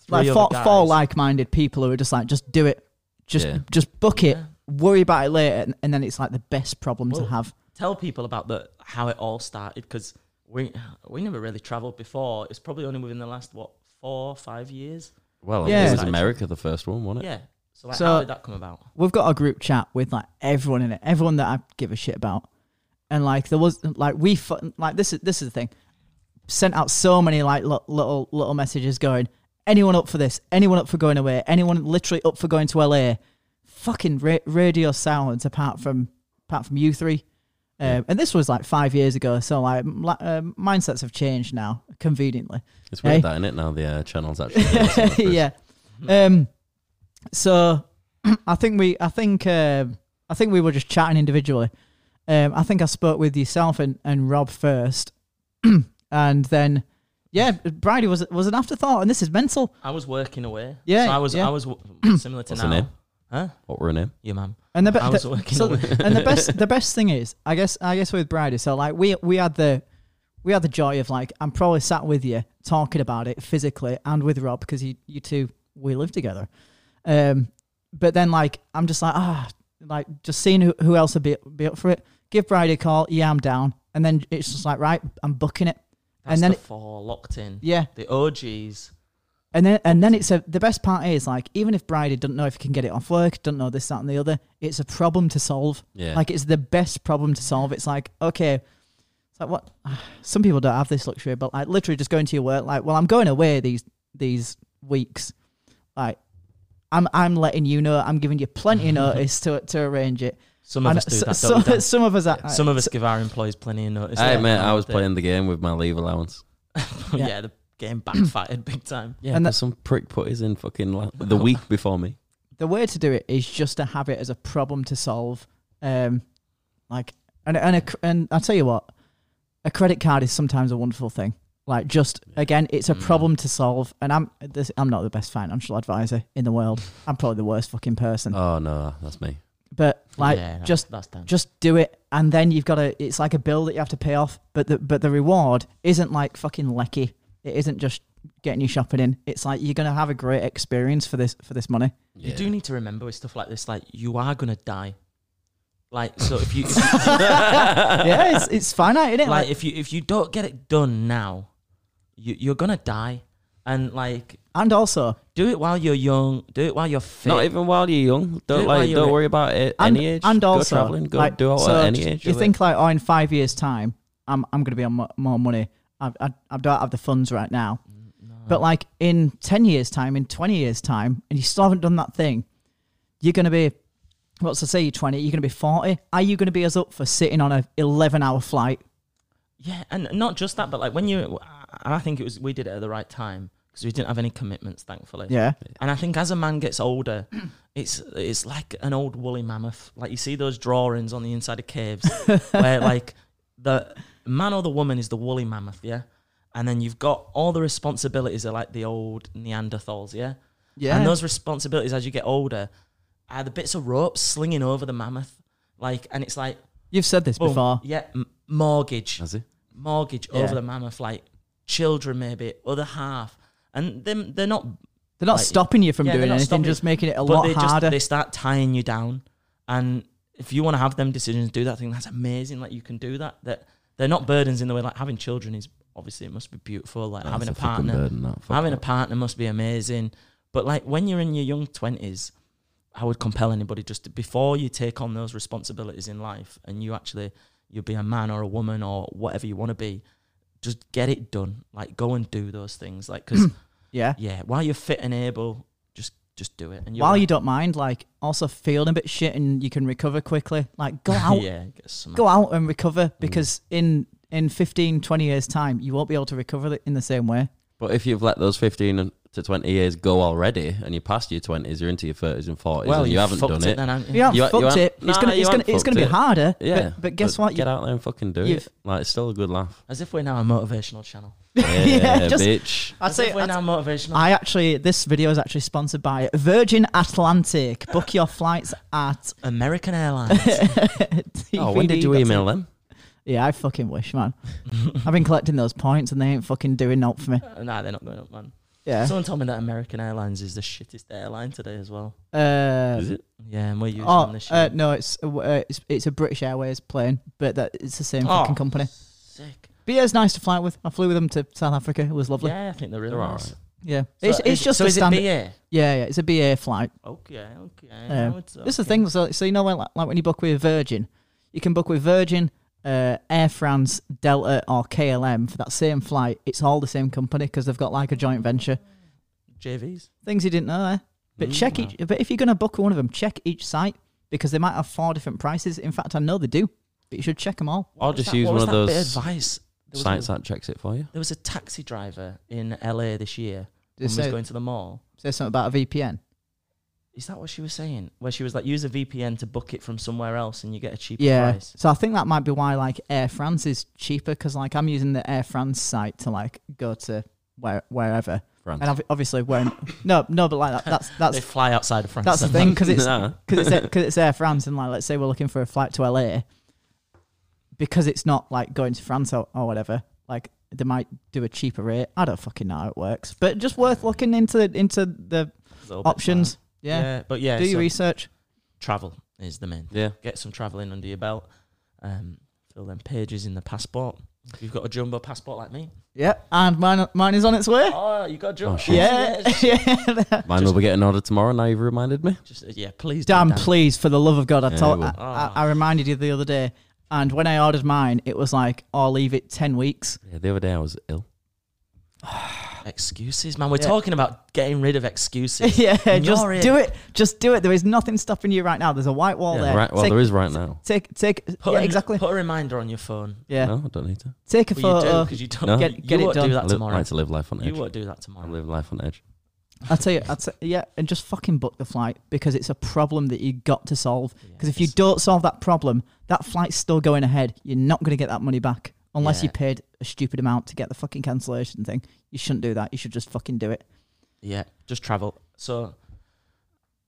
Speaker 4: three
Speaker 3: Like
Speaker 4: other
Speaker 3: four,
Speaker 4: guys.
Speaker 3: four like-minded people who are just like, just do it, just
Speaker 2: Yeah.
Speaker 3: just book it,
Speaker 4: Yeah.
Speaker 3: worry about it later, and, and then it's like the best problem
Speaker 4: Well,
Speaker 3: to have.
Speaker 4: Tell people about the how it all started because we we never really traveled before. It's probably only within the last what four five years.
Speaker 2: well, it
Speaker 3: Yeah.
Speaker 2: was America the first one, wasn't it?
Speaker 4: Yeah. So like,
Speaker 3: So-
Speaker 4: how did that come about?
Speaker 3: We've got a group chat with like everyone in it, everyone that I give a shit about, and like there was like we fu- like this is this is the thing, sent out so many like lo- little little messages going, anyone up for this? Anyone up for going away? Anyone literally up for going to LA? Fucking ra- radio silence apart from apart from you three. Um, and this was like five years ago, so like m- like, um, mindsets have changed now, conveniently.
Speaker 2: It's weird
Speaker 3: Hey.
Speaker 2: that in it now. The uh, channels actually.
Speaker 3: yeah. Um. So, I think we, I think, um I think we were just chatting individually. Um, I think I spoke with yourself and, and Rob first, and then, yeah, Bridie was was an afterthought, and this is mental.
Speaker 4: I was working away.
Speaker 3: Yeah,
Speaker 4: So I was
Speaker 3: yeah.
Speaker 4: I was w- similar to
Speaker 2: What's her
Speaker 4: now.
Speaker 2: name?
Speaker 4: Huh?
Speaker 2: What were her name?
Speaker 4: Your mum.
Speaker 3: And the, be-
Speaker 4: I was
Speaker 3: the-
Speaker 4: working
Speaker 3: so-
Speaker 4: away.
Speaker 3: and the best, the best thing is, I guess, I guess with Bridie, so like we we had the. We had the joy of like I'm probably sat with you talking about it physically and with Rob because you you two we live together. Um, but then like I'm just like ah, like just seeing who, who else would be be up for it. Give Bride a call. Yeah, I'm down. And then it's just like right, I'm booking it.
Speaker 4: That's
Speaker 3: and then
Speaker 4: the
Speaker 3: it-
Speaker 4: four locked in.
Speaker 3: yeah,
Speaker 4: The OGs.
Speaker 3: and then and then it's a the best part is like even if Bride doesn't know if he can get it off work, doesn't know this that and the other, it's a problem to solve.
Speaker 2: Yeah.
Speaker 3: Like it's the best problem to solve. It's like okay, it's It's like what? Some people don't have this luxury, but like literally just going to your work. Like, well, I'm going away these these weeks. Like, I'm I'm letting you know. I'm giving you plenty of notice to to arrange it.
Speaker 4: Some of
Speaker 3: And
Speaker 4: us do
Speaker 3: so-
Speaker 4: that.
Speaker 3: so-
Speaker 4: Some, don't we, Dan?
Speaker 3: some of us, are,
Speaker 4: some of us give our employees plenty of notice.
Speaker 2: Hey,
Speaker 4: don't we?
Speaker 2: mate, I was
Speaker 4: They-
Speaker 2: playing the game with my leave allowance.
Speaker 4: yeah.
Speaker 3: Yeah.
Speaker 4: the game backfired big time.
Speaker 2: Yeah,
Speaker 3: And
Speaker 2: and
Speaker 3: that-
Speaker 2: some prick put his in fucking la- the week before me.
Speaker 3: the way to do it is just to have it as a problem to solve. Um, like, and and a, cr- and I tell you what, a credit card is sometimes a wonderful thing. Like, just again, it's a
Speaker 4: Mm.
Speaker 3: problem to solve. And I'm this, I'm not the best financial advisor in the world. I'm probably the worst fucking person.
Speaker 2: Oh no, that's me.
Speaker 3: but like,
Speaker 4: yeah, no,
Speaker 3: just
Speaker 4: that's Dan.
Speaker 3: just do it, and then you've got to. It's like a bill that you have to pay off, but the but the reward isn't like fucking lecky. It isn't just getting you shopping in. It's like you're gonna have a great experience for this for this money.
Speaker 4: You do need to remember with stuff like this, like you are gonna die. Like so, if you
Speaker 3: yeah, it's it's finite, isn't it?
Speaker 4: like if you if you don't get it done now, you you're gonna die. And like,
Speaker 3: And also,
Speaker 4: do it while you're young. Do it while you're fit.
Speaker 2: Not even while you're young.
Speaker 4: Do it
Speaker 2: Don't
Speaker 4: while
Speaker 2: like.
Speaker 4: you're
Speaker 2: Don't
Speaker 4: young.
Speaker 2: worry about it.
Speaker 3: and,
Speaker 2: any age.
Speaker 3: and also,
Speaker 2: go traveling. Go
Speaker 3: like,
Speaker 2: do it
Speaker 3: so
Speaker 2: at any
Speaker 3: do
Speaker 2: age.
Speaker 3: You think like, oh, in five years' time, I'm I'm going to be on mo- more money. I, I I don't have the funds right now.
Speaker 4: Mm,
Speaker 3: But like in ten years' time, in twenty years' time, and you still haven't done that thing, you're going to be. What's to say you're 20, you're going to be 40? Are you going to be as up for sitting on a 11 hour flight?
Speaker 4: Yeah, and not just that, but like when you, and I think it was we did it at the right time because we didn't have any commitments, thankfully.
Speaker 3: Yeah.
Speaker 4: And I think as a man gets older, it's it's like an old woolly mammoth. Like you see those drawings on the inside of caves where like the man or the woman is the woolly mammoth, yeah. And then you've got all the responsibilities are like the old Neanderthals, yeah.
Speaker 3: Yeah.
Speaker 4: And those responsibilities as you get older are the bits of rope slinging over the mammoth, like, and it's like
Speaker 3: You've said this
Speaker 4: boom,
Speaker 3: before.
Speaker 4: yeah, m- mortgage
Speaker 2: Has he?
Speaker 4: mortgage
Speaker 3: Yeah.
Speaker 4: over the mammoth, like children maybe, other half. And them they're not
Speaker 3: They're not
Speaker 4: Like,
Speaker 3: stopping you from
Speaker 4: yeah, they're
Speaker 3: doing
Speaker 4: not
Speaker 3: anything,
Speaker 4: stopping
Speaker 3: just
Speaker 4: you.
Speaker 3: making it a
Speaker 4: but
Speaker 3: lot
Speaker 4: they
Speaker 3: harder.
Speaker 4: just they start tying you down. And if you want to have them decisions, do that thing, that's amazing. Like you can do that. That they're not burdens in the way like having children is obviously it must be beautiful. Like having a
Speaker 2: That's fucking
Speaker 4: partner.
Speaker 2: burden, that. Fuck
Speaker 4: having a
Speaker 2: that.
Speaker 4: partner must be amazing. But like when you're in your young twenties, I would compel anybody just to, before you take on those responsibilities in life and you actually you'll be a man or a woman or whatever you want to be, just get it done. Like go and do those things. Like because
Speaker 3: yeah.
Speaker 4: yeah, while you're fit and able, just just do it. And you're
Speaker 3: While you don't mind, like also feeling a bit shit and you can recover quickly. Like go out
Speaker 4: yeah, get some
Speaker 3: go out and recover
Speaker 2: Mm.
Speaker 3: because in in 15 20 years time you won't be able to recover it in the same way
Speaker 2: But if you've let those fifteen and- to twenty years go already, and you're past your twenties, you're into your thirties and forties,
Speaker 4: well,
Speaker 2: and you, haven't
Speaker 4: fucked
Speaker 2: done
Speaker 4: Then, haven't you?
Speaker 3: you haven't
Speaker 2: You- you
Speaker 3: fucked
Speaker 2: haven't-
Speaker 3: it it's
Speaker 2: nah,
Speaker 3: gonna
Speaker 2: you
Speaker 3: it's gonna
Speaker 2: haven't
Speaker 3: it's gonna be
Speaker 2: fucked it.
Speaker 3: harder
Speaker 2: Yeah,
Speaker 3: but, but guess what
Speaker 2: Get
Speaker 3: you,
Speaker 2: out there and fucking do
Speaker 3: you've-
Speaker 2: it. Like, it's still a good laugh.
Speaker 4: As if we're now a motivational channel.
Speaker 2: Yeah,
Speaker 3: just-
Speaker 2: bitch.
Speaker 3: i'd
Speaker 4: As if
Speaker 3: say
Speaker 4: we're
Speaker 3: I'd-
Speaker 4: now motivational.
Speaker 3: i actually this video is actually sponsored by virgin atlantic book your flights at
Speaker 4: American Airlines.
Speaker 2: Oh, when did you email
Speaker 3: it?
Speaker 2: them?
Speaker 3: yeah i fucking wish man i've been collecting those points and they ain't fucking doing naught for me
Speaker 4: nah, they're not going up, man.
Speaker 3: yeah
Speaker 4: Someone told me that American Airlines is the shittest airline today as well.
Speaker 3: uh,
Speaker 2: Is it?
Speaker 4: Yeah, and we're using
Speaker 3: oh,
Speaker 4: them this
Speaker 3: uh,
Speaker 4: year.
Speaker 3: no it's, uh, it's it's a british airways plane but that it's the same fucking
Speaker 4: Oh,
Speaker 3: company
Speaker 4: Sick.
Speaker 3: But yeah, it's nice to fly with. I flew with them to South Africa. It was lovely. Yeah,
Speaker 4: Yeah, I think they're really
Speaker 2: They're
Speaker 4: nice.
Speaker 2: alright.
Speaker 3: it's,
Speaker 4: So
Speaker 3: it's
Speaker 4: is-
Speaker 3: just
Speaker 4: so
Speaker 3: a
Speaker 4: is it
Speaker 3: standard.
Speaker 4: BA?
Speaker 3: yeah, yeah, it's a BA flight.
Speaker 4: Okay, okay.
Speaker 3: Yeah.
Speaker 4: now it's
Speaker 3: This is the
Speaker 4: Oh, okay.
Speaker 3: thing. So, so you know when like, like when you book with Virgin, you can book with Virgin, uh, Air France, Delta, or KLM for that same flight. It's all the same company because they've got like a joint venture.
Speaker 4: JVs.
Speaker 3: Things you didn't know there. But
Speaker 4: Mm,
Speaker 3: check each. But if you're gonna book one of them, check each site because they might have four different prices. In fact, I know they do. But you should check them all.
Speaker 2: I'll
Speaker 4: What was
Speaker 2: just
Speaker 4: that-
Speaker 2: use
Speaker 4: what
Speaker 2: one
Speaker 4: was
Speaker 2: of
Speaker 4: that bit
Speaker 2: those
Speaker 4: advice. There was,
Speaker 2: sites
Speaker 4: a,
Speaker 2: that checks it for you.
Speaker 4: there was a taxi driver in LA this year who
Speaker 3: Did
Speaker 4: was
Speaker 3: they say,
Speaker 4: going to the mall.
Speaker 3: say something about a VPN?
Speaker 4: Is that what she was saying? Where she was like, use a VPN to book it from somewhere else and you get a cheaper
Speaker 3: Yeah.
Speaker 4: price.
Speaker 3: So I think that might be why like Air France is cheaper because like I'm using the Air France site to like go to where wherever,
Speaker 2: France.
Speaker 3: and I've- obviously when no no but like that, that's
Speaker 4: They
Speaker 3: that's
Speaker 4: fly outside of France.
Speaker 3: that's the thing because it's
Speaker 2: Nah.
Speaker 3: because it's because it's Air France and like let's say we're looking for a flight to LA because it's not like going to France or, or whatever like they might do a cheaper rate. I don't fucking know how it works, but just worth looking into into the
Speaker 4: Little bit
Speaker 3: options.
Speaker 4: mad.
Speaker 3: Yeah.
Speaker 4: But yeah,
Speaker 3: Do your
Speaker 4: so
Speaker 3: research.
Speaker 4: travel is the main
Speaker 2: Yeah.
Speaker 4: get some travelling under your belt. Um, fill them pages in the passport. If you've got a jumbo passport like me,
Speaker 3: Yeah, and mine mine is on its way.
Speaker 4: oh, you got a jumbo.
Speaker 2: Oh, shit.
Speaker 3: yeah, yeah.
Speaker 2: Mine will be getting ordered tomorrow. Now you've reminded me.
Speaker 4: Just uh, yeah, please. do,
Speaker 3: Dan,
Speaker 4: Dan.
Speaker 3: please, for the love of God, I
Speaker 2: Yeah,
Speaker 3: told,
Speaker 2: we
Speaker 3: I,
Speaker 2: will.
Speaker 3: I, I reminded you the other day. And when I ordered mine, it was like, "I'll leave it ten weeks."
Speaker 2: Yeah, the other day I was ill.
Speaker 4: Excuses, man. We're
Speaker 3: Yeah.
Speaker 4: talking about getting rid of excuses.
Speaker 3: yeah,
Speaker 4: And
Speaker 3: just
Speaker 4: you're in.
Speaker 3: do it. Just do it. There is nothing stopping you right now. There's a white wall
Speaker 2: Yeah,
Speaker 3: there.
Speaker 2: right. Well,
Speaker 3: take,
Speaker 2: there is right now.
Speaker 3: Take, take,
Speaker 4: Put
Speaker 3: yeah,
Speaker 4: a-
Speaker 3: exactly.
Speaker 4: Put a reminder on your phone.
Speaker 3: yeah,
Speaker 2: No, I don't need to.
Speaker 3: take a
Speaker 4: Well, you do
Speaker 3: photo.
Speaker 4: because you don't
Speaker 2: No.
Speaker 4: get,
Speaker 3: uh, Get- get
Speaker 4: you
Speaker 3: it
Speaker 4: won't
Speaker 3: done.
Speaker 4: do
Speaker 2: I
Speaker 4: that
Speaker 2: li-
Speaker 4: tomorrow.
Speaker 2: like to live life on edge.
Speaker 4: You won't do that
Speaker 2: I
Speaker 4: tomorrow.
Speaker 2: live life on edge.
Speaker 3: I'll tell you, I'll tell, yeah, and just fucking book the flight because it's a problem that you got to solve. Because if you
Speaker 4: Yes.
Speaker 3: don't solve that problem, that flight's still going ahead. You're not going to get that money back unless you
Speaker 4: Yeah.
Speaker 3: paid a stupid amount to get the fucking cancellation thing. You shouldn't do that. You should just fucking do it.
Speaker 4: Yeah, just travel. So,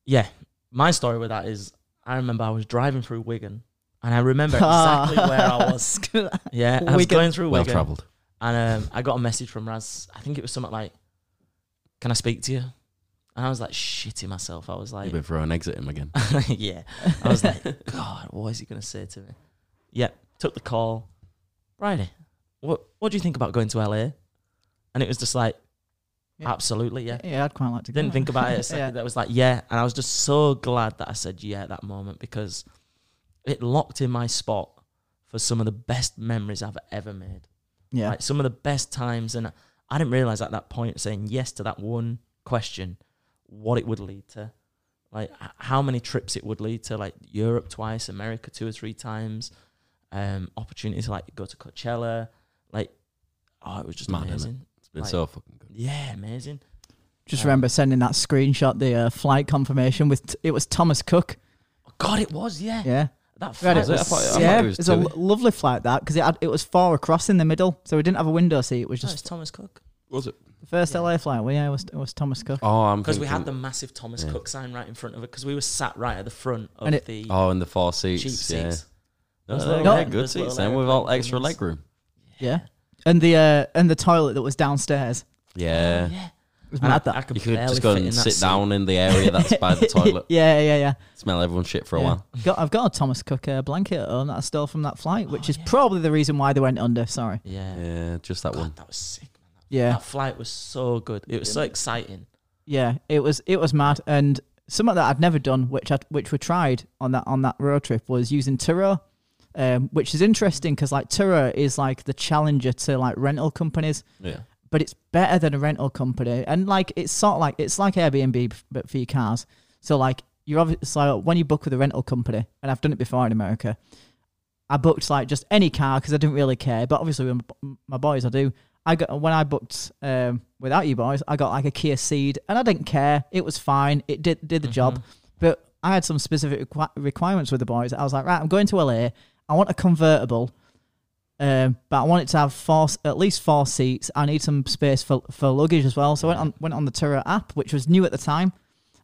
Speaker 4: yeah, my story with that is I remember I was driving through Wigan and I remember exactly where I was. Yeah, I was
Speaker 3: Wigan.
Speaker 4: going through
Speaker 2: Well
Speaker 4: Wigan
Speaker 2: travelled.
Speaker 4: and um, I got a message from Raz. I think it was something like, Can I speak to you? And I was like, shitting myself. I was like,
Speaker 2: You've been throwing exit him again.
Speaker 4: yeah. I was like, God, what is he going to say to me? Yep. Took the call. Friday, what what do you think about going to LA? And it was just like,
Speaker 3: Yeah.
Speaker 4: absolutely, yeah.
Speaker 3: yeah. I'd quite like to.
Speaker 4: Didn't
Speaker 3: go.
Speaker 4: think about it. A second.
Speaker 3: Yeah.
Speaker 4: That was like, yeah. And I was just so glad that I said yeah at that moment because it locked in my spot for some of the best memories I've ever made.
Speaker 3: Yeah,
Speaker 4: Like some of the best times. And I didn't realize at that point saying yes to that one question, what it would lead to. Like h- how many trips it would lead to, like Europe twice, America two or three times, um, opportunities to, like go to Coachella, like oh, it was just
Speaker 2: Mad, innit?
Speaker 4: amazing.
Speaker 2: It's been
Speaker 4: Like-
Speaker 2: so fucking good.
Speaker 4: Yeah, amazing.
Speaker 3: just
Speaker 4: um,
Speaker 3: remember sending that screenshot, the uh, flight confirmation with t- it was Thomas Cook.
Speaker 4: Oh, God, it was, yeah.
Speaker 3: Yeah,
Speaker 4: That
Speaker 3: We had
Speaker 4: flight
Speaker 2: Was it? I
Speaker 4: was
Speaker 2: thought- I
Speaker 4: sick.
Speaker 2: thought
Speaker 3: yeah,
Speaker 2: it was
Speaker 3: it's a
Speaker 2: two.
Speaker 3: lo- lovely flight that because it had, it was four across in the middle, so we didn't have a window seat. It was
Speaker 4: No,
Speaker 3: just
Speaker 4: it's Thomas Cook.
Speaker 2: Was it?
Speaker 3: the first
Speaker 4: yeah.
Speaker 3: LA flight. Well, yeah, it was it was Thomas Cook.
Speaker 2: Oh, I'm
Speaker 4: Because we had
Speaker 2: thinking-
Speaker 4: the massive Thomas
Speaker 2: Yeah.
Speaker 4: Cook sign right in front of it, because we were sat right at the front of
Speaker 3: And it-
Speaker 4: the
Speaker 2: Oh, in the four
Speaker 4: cheap
Speaker 2: seats. yeah.
Speaker 4: seats.
Speaker 2: No,
Speaker 4: Those
Speaker 2: they
Speaker 4: little
Speaker 2: were
Speaker 4: air-
Speaker 2: good
Speaker 4: those little
Speaker 2: seats. Then with all
Speaker 4: airplane
Speaker 2: extra
Speaker 4: things.
Speaker 2: leg room.
Speaker 3: Yeah. And the uh, and the toilet that was downstairs.
Speaker 2: Yeah.
Speaker 4: yeah.
Speaker 3: It was
Speaker 4: And
Speaker 3: mad
Speaker 4: I, I
Speaker 3: that.
Speaker 4: could
Speaker 2: You could
Speaker 4: barely
Speaker 2: just go
Speaker 4: fit
Speaker 2: and
Speaker 4: in that
Speaker 2: sit
Speaker 4: seat.
Speaker 2: down in the area that's by the toilet.
Speaker 3: yeah, yeah, yeah.
Speaker 2: Smell everyone's shit for a
Speaker 3: yeah.
Speaker 2: while.
Speaker 3: Got, I've got a Thomas Cook uh, blanket at home that I stole from that flight, which
Speaker 4: Oh,
Speaker 3: is
Speaker 4: yeah.
Speaker 3: probably the reason why they went under. Sorry.
Speaker 4: Yeah.
Speaker 2: Yeah, just that
Speaker 4: God,
Speaker 2: one.
Speaker 4: that was sick, man. That-
Speaker 3: Yeah,
Speaker 4: That flight was so good. It was so exciting.
Speaker 3: yeah. It was it was mad, and something that I'd never done, which I which we tried on that on that road trip, was using Turo, um, which is interesting because like Turo is like the challenger to like rental companies,
Speaker 2: Yeah.
Speaker 3: but it's better than a rental company. And like it's sort of like it's like Airbnb b- but for your cars. So like you're obviously so when you book with a rental company, and I've done it before in America. I booked like just any car because I didn't really care. But obviously with m- my boys, I do. I got when I booked um, without you boys, I got like a Kia Ceed, and I didn't care. It was fine. It did did the job. But I had some specific requi- requirements with the boys. I was like, right, I'm going to LA. I want a convertible um, but I want it to have four, at least four seats. I need some space for, for luggage as well. So I went on went on the Turo app, which was new at the time.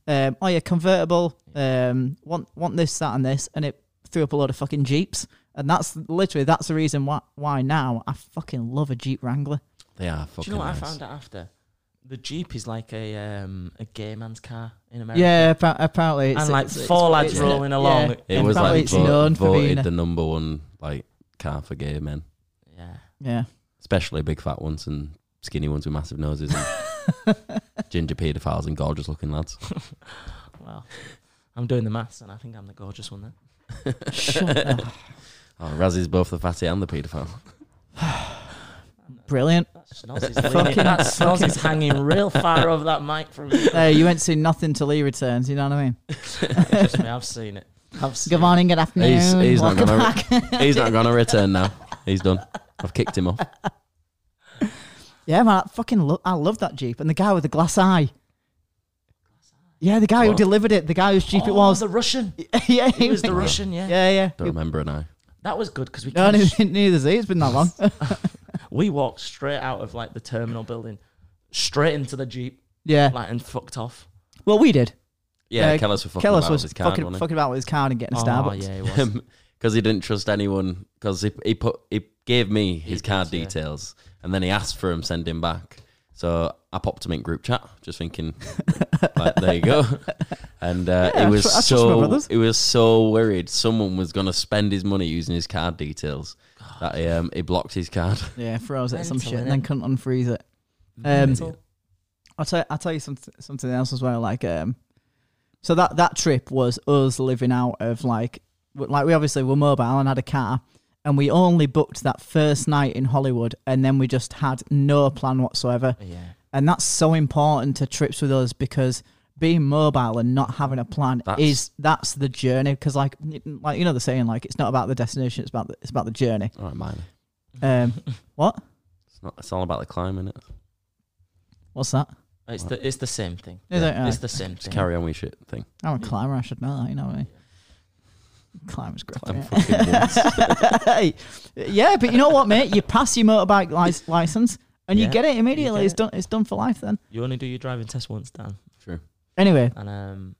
Speaker 3: Um, oh yeah, convertible. Um, want want this, that, and this, and it threw up a lot of fucking jeeps. And that's literally that's the reason why why now I fucking love a Jeep Wrangler.
Speaker 2: They are fucking
Speaker 4: Do you know what
Speaker 2: nice.
Speaker 4: I found out after? The Jeep is like a um, a gay man's car in America.
Speaker 3: Yeah, appa- apparently it's
Speaker 4: and like
Speaker 3: it's-
Speaker 4: four
Speaker 3: it's-
Speaker 4: lads
Speaker 3: it's-
Speaker 4: rolling
Speaker 3: yeah.
Speaker 4: along.
Speaker 2: It
Speaker 3: And
Speaker 2: was
Speaker 3: probably
Speaker 2: like
Speaker 3: it's
Speaker 2: vo-
Speaker 3: known for
Speaker 2: voted
Speaker 3: being a-
Speaker 2: the number one like car for gay men,
Speaker 4: Yeah.
Speaker 3: Yeah,
Speaker 2: especially big fat ones and skinny ones with massive noses and ginger paedophiles and gorgeous looking lads.
Speaker 4: Well, I'm doing the maths, and I think I'm the gorgeous one there.
Speaker 3: Shut up.
Speaker 2: Oh, Raz is both the fatty and the paedophile.
Speaker 3: brilliant.
Speaker 4: That snoz is, leaning- that snoz is hanging real far over that mic from me.
Speaker 3: Hey, you went to nothing till he returns. You know what I mean?
Speaker 4: Trust me, I've seen it. I've seen
Speaker 3: Good morning, good afternoon.
Speaker 2: He's, he's not
Speaker 3: welcome
Speaker 2: gonna
Speaker 3: back.
Speaker 2: he's not gonna return now. He's done. I've kicked him off.
Speaker 3: Yeah, man, I fucking lo- I love that Jeep. And the guy with the glass eye. Yeah, the guy who
Speaker 2: What?
Speaker 3: delivered it, the guy whose Jeep
Speaker 4: it.
Speaker 3: it was.
Speaker 4: the Russian.
Speaker 3: yeah,
Speaker 4: Oh. He was
Speaker 3: the-
Speaker 4: the Russian, yeah.
Speaker 3: Yeah, yeah.
Speaker 2: Don't remember an eye.
Speaker 4: That was good because we
Speaker 3: No,
Speaker 4: came
Speaker 3: neither, neither does he. It's been that long.
Speaker 4: we walked straight out of like the terminal building, straight into the jeep,
Speaker 3: yeah.
Speaker 4: like and fucked off.
Speaker 3: Well, we did.
Speaker 2: Yeah,
Speaker 3: Yeah,
Speaker 2: Kellis was fucking
Speaker 3: Kellis
Speaker 2: about
Speaker 3: was
Speaker 2: his card,
Speaker 3: fucking,
Speaker 2: wasn't he?
Speaker 3: fucking about with his card and getting a
Speaker 4: Oh,
Speaker 3: Starbucks.
Speaker 4: yeah, it was.
Speaker 2: because he didn't trust anyone because he, he put he gave me his card
Speaker 4: did, yeah.
Speaker 2: details and then he asked for him send him back so i popped him in group chat just thinking like there you go and uh,
Speaker 3: Yeah, I
Speaker 2: he was
Speaker 3: tr- I trust my
Speaker 2: so
Speaker 3: brothers.
Speaker 2: he was so worried someone was going to spend his money using his card details that he, um, he blocked his card
Speaker 3: Yeah, froze it some
Speaker 4: Mental,
Speaker 3: shit and
Speaker 4: innit?
Speaker 3: then couldn't unfreeze it. Um, I'll tell I'll tell you something something else as well. Like um, so that that trip was us living out of like w- like we obviously were mobile and had a car, and we only booked that first night in Hollywood, and then we just had no plan whatsoever.
Speaker 4: Yeah.
Speaker 3: And that's so important to trips with us because being mobile and not having a plan
Speaker 2: That's-
Speaker 3: is that's the journey. Because like, like you know the saying, like it's not about the destination, it's about the, it's about the journey.
Speaker 2: All right, Miley.
Speaker 3: Um, what?
Speaker 2: It's not. It's all about the climb, is it?
Speaker 3: What's that?
Speaker 4: It's the it's the same thing.
Speaker 3: Is uh, it?
Speaker 4: It's
Speaker 3: Aye.
Speaker 4: the same
Speaker 2: Just
Speaker 4: thing.
Speaker 2: carry on with your shit thing.
Speaker 3: I'm a climber. I should know that. You know me. Climbers great.
Speaker 2: Climb
Speaker 3: yeah.
Speaker 2: fucking walls.
Speaker 3: Hey, yeah, but you know what, mate? You pass your motorbike li- license and
Speaker 4: Yeah,
Speaker 3: you get it immediately.
Speaker 4: get
Speaker 3: it's
Speaker 4: it.
Speaker 3: done. It's done for life. Then
Speaker 4: You only do your driving test once, Dan.
Speaker 2: True.
Speaker 3: anyway,
Speaker 4: And um,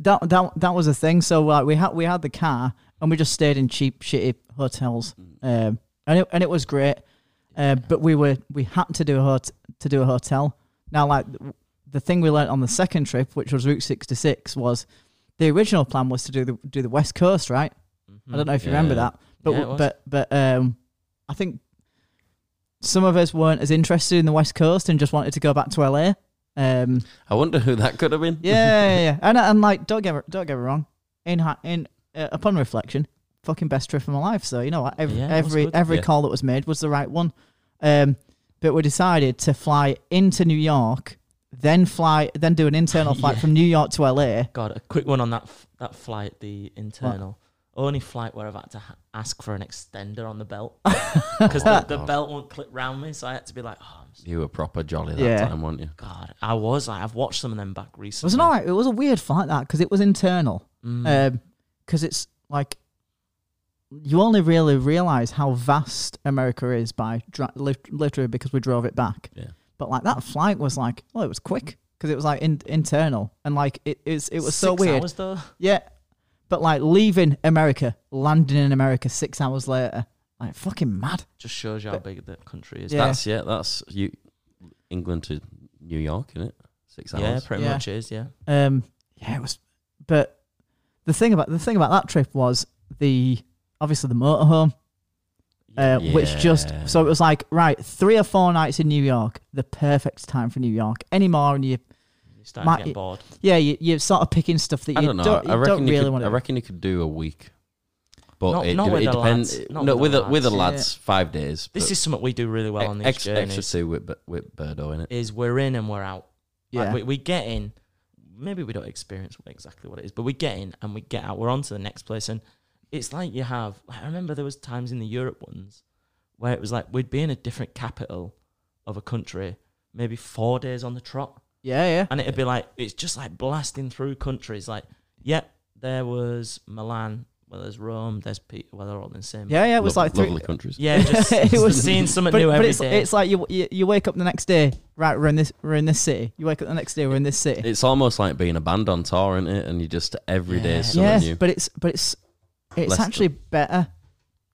Speaker 3: that that that was a thing. So like we had we had the car and we just stayed in cheap shitty hotels,
Speaker 4: Mm.
Speaker 3: um, and it and it was great. Uh, but we were we had to do a hot, to do a hotel. Now, like the thing we learnt on the second trip, which was Route sixty six, was the original plan was to do the do the West Coast, right? I don't know if you remember
Speaker 2: Yeah.
Speaker 3: that, but
Speaker 4: Mm. mhm. Yeah, it was.
Speaker 3: but but um, I think some of us weren't as interested in the West Coast and just wanted to go back to LA. Um,
Speaker 2: I wonder who that could have been.
Speaker 3: yeah, yeah, yeah. And and like, don't get me, don't get me wrong. In hi- in uh, upon reflection, fucking best trip of my life. So you know, what, every
Speaker 4: Yeah, it was
Speaker 3: every
Speaker 4: good.
Speaker 3: every
Speaker 2: Yeah.
Speaker 3: call that was made was the right one. Um, but we decided to fly into New York, then fly, then do an internal flight
Speaker 4: Yeah.
Speaker 3: from New York to LA.
Speaker 4: God, a quick one on that f- that flight, the internal. Only flight where I've had to ha- ask for an extender on the belt because the, the belt won't clip round me, so I had to be like, "Oh I'm s-
Speaker 2: You were proper jolly that
Speaker 3: Yeah.
Speaker 2: time, weren't you?
Speaker 4: God!" I was like, I've watched some of them back
Speaker 3: It
Speaker 4: recently. Mm.
Speaker 3: was an alright. It was a weird flight that because it was internal. Because Um, it's like you only really realize how vast America is by dri- lit- literally because we drove it back.
Speaker 2: Yeah.
Speaker 3: But like that flight was like, well, it was quick because it was like in- internal and like it it was, it was so
Speaker 4: Six
Speaker 3: weird.
Speaker 4: Hours though.
Speaker 3: Yeah. But like leaving America, landing in America six hours later, like fucking mad.
Speaker 4: Just shows you how big the country is.
Speaker 3: Yeah.
Speaker 2: That's yeah. That's you. England to New York, isn't it? Six hours.
Speaker 4: yeah, pretty
Speaker 3: Yeah.
Speaker 4: much is. Yeah,
Speaker 3: Um, yeah, it was. But the thing about the thing about that trip was the obviously the motorhome, uh, which just
Speaker 2: Yeah.
Speaker 3: so it was like right three or four nights in New York, the perfect time for New York. Any more, and you
Speaker 4: you start
Speaker 3: My-
Speaker 4: to get bored.
Speaker 3: yeah, you, you're sort of picking stuff that you
Speaker 2: I don't know. I
Speaker 3: you
Speaker 2: reckon
Speaker 3: don't
Speaker 2: you
Speaker 3: really
Speaker 2: could,
Speaker 3: want
Speaker 2: I
Speaker 3: to.
Speaker 2: reckon you could do a week, but
Speaker 4: Not-
Speaker 2: it,
Speaker 4: not
Speaker 2: it,
Speaker 4: with the
Speaker 2: depends.
Speaker 4: lads. Not
Speaker 2: no,
Speaker 4: with
Speaker 2: with
Speaker 4: the
Speaker 2: the, with the
Speaker 4: lads.
Speaker 2: lads, five days.
Speaker 4: This
Speaker 2: but
Speaker 4: is something we do really well on these
Speaker 2: e- ex-
Speaker 4: journeys.
Speaker 2: extra two with Bu- with Birdo in it.
Speaker 4: Is we're in and we're out. Like,
Speaker 3: Yeah,
Speaker 4: we, we get in. Maybe we don't experience exactly what it is, but we get in and we get out. We're on to the next place, and it's like you have. I remember there was times in the Europe ones where it was like we'd be in a different capital of a country, maybe four days on the trot,
Speaker 3: yeah, yeah.
Speaker 4: and it'd be like it's just like blasting through countries. Like, yep, there was Milan. Well, there's Rome. There's Peter. Well, they're all in the same.
Speaker 3: Yeah, yeah, it was
Speaker 2: Lo-
Speaker 3: like three,
Speaker 2: lovely countries.
Speaker 4: yeah. Just,
Speaker 3: It
Speaker 4: just
Speaker 3: was-
Speaker 4: seeing something
Speaker 3: but,
Speaker 4: new
Speaker 3: but
Speaker 4: every
Speaker 3: it's,
Speaker 4: day.
Speaker 3: it's like you, you you wake up the next day, right? We're in this we're in this city. You wake up the next day, we're in this city.
Speaker 2: It's almost like being a band on tour, isn't it? And you just every day
Speaker 4: Yeah.
Speaker 2: is something
Speaker 3: yes,
Speaker 2: new.
Speaker 3: but it's but it's it's
Speaker 2: Less
Speaker 3: actually better.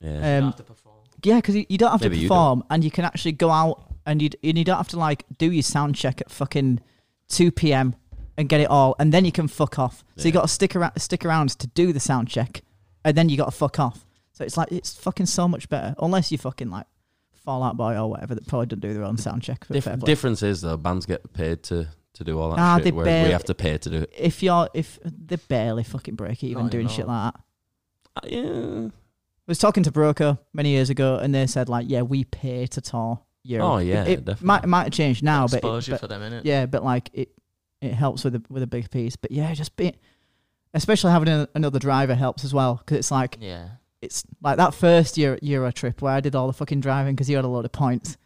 Speaker 2: yeah.
Speaker 4: You don't
Speaker 3: Um,
Speaker 4: have to perform.
Speaker 3: yeah, because you, you don't have
Speaker 2: Maybe
Speaker 3: to
Speaker 2: you
Speaker 3: perform, and you can actually go out and you and you don't have to like do your sound check at fucking two p.m. and get it all, and then you can fuck off. So you
Speaker 2: Yeah.
Speaker 3: got to stick around stick around to do the sound check, and then you got to fuck off. So it's like it's fucking so much better, unless you fucking like Fallout Boy or whatever that probably don't do their own sound check. but
Speaker 2: Dif-
Speaker 3: fair play.
Speaker 2: difference is though, bands get paid to to do all that
Speaker 3: Ah, they
Speaker 2: shit, whereas
Speaker 3: barely-
Speaker 2: we have to pay to do it.
Speaker 3: if you're if they barely fucking break even
Speaker 4: Not
Speaker 3: doing
Speaker 4: anymore.
Speaker 3: shit like that.
Speaker 2: Uh, yeah.
Speaker 3: I was talking to Broker many years ago, and they said like, yeah, we pay to tour. Europe.
Speaker 2: Oh, yeah,
Speaker 3: it, it
Speaker 2: definitely.
Speaker 3: might might have changed now, but, it-
Speaker 4: Exposure
Speaker 3: but
Speaker 4: for them, innit?
Speaker 3: yeah, but like it it helps with a with a big piece. But yeah, just be especially having a, another driver helps as well because it's like
Speaker 4: Yeah.
Speaker 3: it's like that first year Euro trip where I did all the fucking driving because you had a lot of points.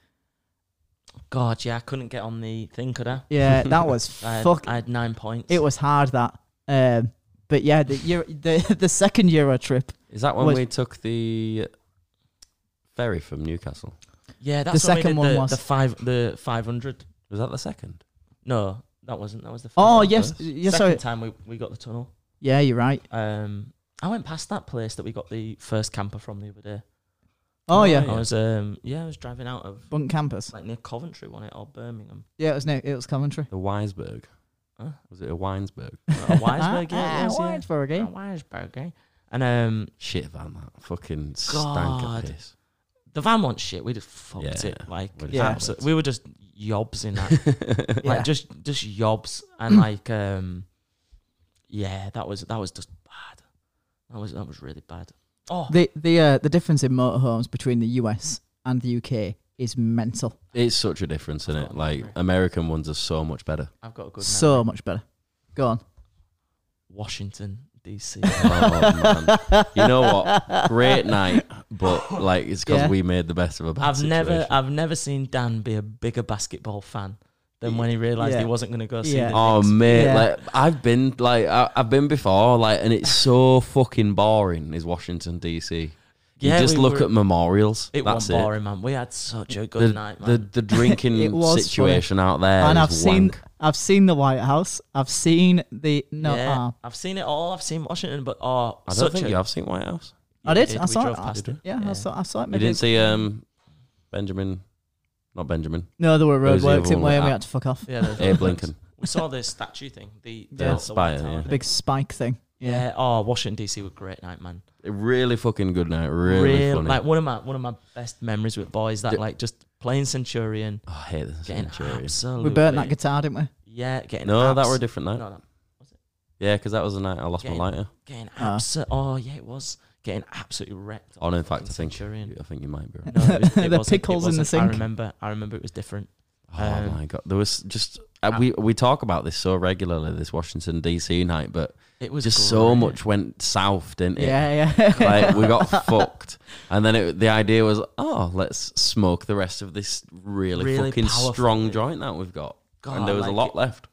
Speaker 4: God, yeah, I couldn't get on the thing, could I?
Speaker 3: Yeah, that was
Speaker 4: I had,
Speaker 3: fuck.
Speaker 4: I had nine points.
Speaker 3: It was hard that. Um, but yeah, the Euro, the the second Euro trip,
Speaker 2: Is that when
Speaker 3: Was-
Speaker 2: we took the ferry from Newcastle?
Speaker 4: yeah. That's
Speaker 3: the
Speaker 4: when we
Speaker 3: second
Speaker 4: did
Speaker 3: one
Speaker 4: the,
Speaker 3: was-
Speaker 4: the five, the five hundred.
Speaker 2: Was that the second?
Speaker 4: No, that wasn't. That was the.
Speaker 3: Oh
Speaker 4: first.
Speaker 3: yes,
Speaker 2: first.
Speaker 3: yes.
Speaker 4: Second
Speaker 3: Sorry.
Speaker 4: time we, we got the tunnel.
Speaker 3: Yeah, you're right.
Speaker 4: Um, I went past that place that we got the first camper from the other day.
Speaker 3: Oh yeah,
Speaker 4: I was um yeah I was driving out of
Speaker 3: Bunk Campus.
Speaker 4: like near Coventry, wasn't it, or Birmingham,
Speaker 3: Yeah, it was no, it was Coventry.
Speaker 2: The Weisberg.
Speaker 4: Huh?
Speaker 2: Was it a Weinsberg?
Speaker 4: or Weisberg, yeah,
Speaker 3: Ah,
Speaker 4: it was, yeah.
Speaker 3: Weisberg, eh?
Speaker 4: Or Weisberg, eh? And um,
Speaker 2: Shit van that fucking stank
Speaker 4: God.
Speaker 2: of piss.
Speaker 4: the van wants shit. We just fucked
Speaker 2: Yeah,
Speaker 4: it. Like,
Speaker 2: we just
Speaker 4: yeah.
Speaker 3: fucked
Speaker 2: it.
Speaker 4: we were just yobs in that.
Speaker 3: Yeah.
Speaker 4: like just just yobs and like um yeah that was that was just bad that was that was really bad Oh,
Speaker 3: The the uh, the difference in motorhomes between the US and the UK is mental.
Speaker 2: It's such a difference, isn't it? Like
Speaker 4: Absolutely.
Speaker 2: American ones are so much better.
Speaker 4: I've got a good
Speaker 3: so
Speaker 4: memory.
Speaker 3: much better. Go on.
Speaker 4: Washington D.C.
Speaker 2: Oh, man. You know what? Great night, but like it's because
Speaker 3: Yeah.
Speaker 2: we made the best of a bad
Speaker 4: I've never,
Speaker 2: situation.
Speaker 4: I've never seen Dan be a bigger basketball fan than when he realised
Speaker 3: Yeah.
Speaker 4: he wasn't going to go see.
Speaker 3: Yeah.
Speaker 4: The
Speaker 2: Oh
Speaker 4: Knicks.
Speaker 2: mate,
Speaker 3: Yeah.
Speaker 2: like I've been like I, I've been before, like, and it's so fucking boring. Is Washington DC?
Speaker 4: Yeah,
Speaker 2: you just
Speaker 4: we
Speaker 2: look
Speaker 4: were-
Speaker 2: at memorials.
Speaker 4: It
Speaker 2: that's
Speaker 4: wasn't boring, man. We had such a
Speaker 2: it.
Speaker 4: good
Speaker 2: the,
Speaker 4: night, man.
Speaker 2: the the drinking
Speaker 3: It was
Speaker 2: situation out there,
Speaker 3: and I've
Speaker 2: is
Speaker 3: seen
Speaker 2: wank.
Speaker 3: I've seen the White House. I've seen the no.
Speaker 4: yeah,
Speaker 3: ah.
Speaker 4: I've seen it all. I've seen Washington, but oh,
Speaker 2: I don't
Speaker 4: such
Speaker 2: think
Speaker 4: a,
Speaker 2: you have seen White House.
Speaker 3: I did.
Speaker 4: did,
Speaker 3: I
Speaker 4: we
Speaker 3: saw
Speaker 4: drove
Speaker 3: it. I-
Speaker 4: past it.
Speaker 3: yeah,
Speaker 4: Yeah.
Speaker 3: I saw. I saw it.
Speaker 2: You
Speaker 3: maybe-
Speaker 2: didn't see um Benjamin, not Benjamin,
Speaker 3: No, there were
Speaker 2: There was the
Speaker 3: roadworks
Speaker 2: other
Speaker 3: in
Speaker 2: one
Speaker 3: way, and we
Speaker 2: that-
Speaker 3: had to fuck off.
Speaker 4: Yeah, there's
Speaker 2: Abe
Speaker 4: all those.
Speaker 2: Lincoln.
Speaker 4: We saw the statue thing, the
Speaker 3: Yeah.
Speaker 4: the, the White
Speaker 2: Spire,
Speaker 4: Tower
Speaker 2: yeah.
Speaker 4: thing.
Speaker 3: Big spike thing.
Speaker 4: Yeah. Oh, Washington DC were a great night, man.
Speaker 2: A really fucking good night. Really
Speaker 4: Really,
Speaker 2: funny.
Speaker 4: like one of my one of my best memories with boys. That
Speaker 2: Yeah.
Speaker 4: like just playing Centurion,
Speaker 2: oh, I hate this.
Speaker 4: getting
Speaker 2: Centurion.
Speaker 4: absolutely.
Speaker 3: We burnt that guitar, didn't we?
Speaker 4: Yeah, getting
Speaker 2: No, that
Speaker 4: abs-
Speaker 2: were a different night.
Speaker 4: No, no,
Speaker 2: Yeah, because that was the night I lost
Speaker 4: Getting-
Speaker 2: my lighter.
Speaker 4: getting
Speaker 3: Ah.
Speaker 4: abso- Oh yeah, it was getting absolutely wrecked.
Speaker 2: Oh, no, in fact, I
Speaker 4: fucking
Speaker 2: think
Speaker 4: Centurion.
Speaker 2: I think you might be right.
Speaker 4: No, it was, it
Speaker 3: The
Speaker 4: wasn't- it
Speaker 3: pickles in the
Speaker 4: wasn't.
Speaker 3: sink.
Speaker 4: I remember. I remember it was different.
Speaker 2: Oh
Speaker 4: Um,
Speaker 2: my god, there was just uh, we we talk about this so regularly this Washington DC night, but
Speaker 4: It was
Speaker 2: just so
Speaker 4: great.
Speaker 2: much went south, didn't it?
Speaker 3: Yeah, yeah.
Speaker 2: like we got fucked, and then it, the idea was, oh, let's smoke the rest of this really,
Speaker 4: Really
Speaker 2: fucking
Speaker 4: powerful
Speaker 2: strong
Speaker 4: thing.
Speaker 2: joint that we've got,
Speaker 4: God,
Speaker 2: and there was a
Speaker 4: like
Speaker 2: lot
Speaker 4: it-
Speaker 2: left.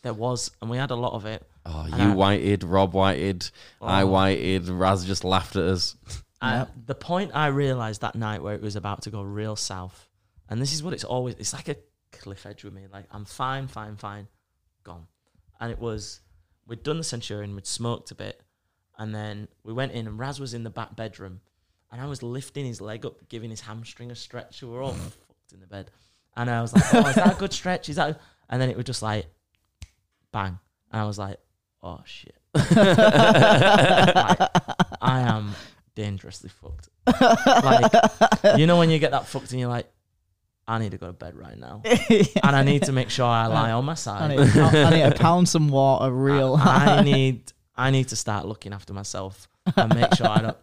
Speaker 4: There was, and we had a lot of it.
Speaker 2: Oh,
Speaker 4: And
Speaker 2: you
Speaker 4: I-
Speaker 2: whited, Rob whited,
Speaker 4: Oh.
Speaker 2: I whited, Raz just laughed at us.
Speaker 4: I, The point I realized that night where it was about to go real south, and this is what it's always it's like a cliff edge with me. Like I'm fine, fine, fine, gone. And it was we'd done the centurion, we'd smoked a bit, and then we went in and Raz was in the back bedroom and I was lifting his leg up, giving his hamstring a stretch. We were all fucked in the bed. And I was like, Oh, is that a good stretch? Is that a-" and then it was just like bang. And I was like, Oh shit. Like, I am dangerously fucked. like, you know when you get that fucked and you're like, I need to go to bed right now, and I need to make sure I lie on my
Speaker 3: I
Speaker 4: side.
Speaker 3: need, I need to pound some water real
Speaker 4: I,
Speaker 3: hard.
Speaker 4: I need, I need to start looking after myself and make sure I don't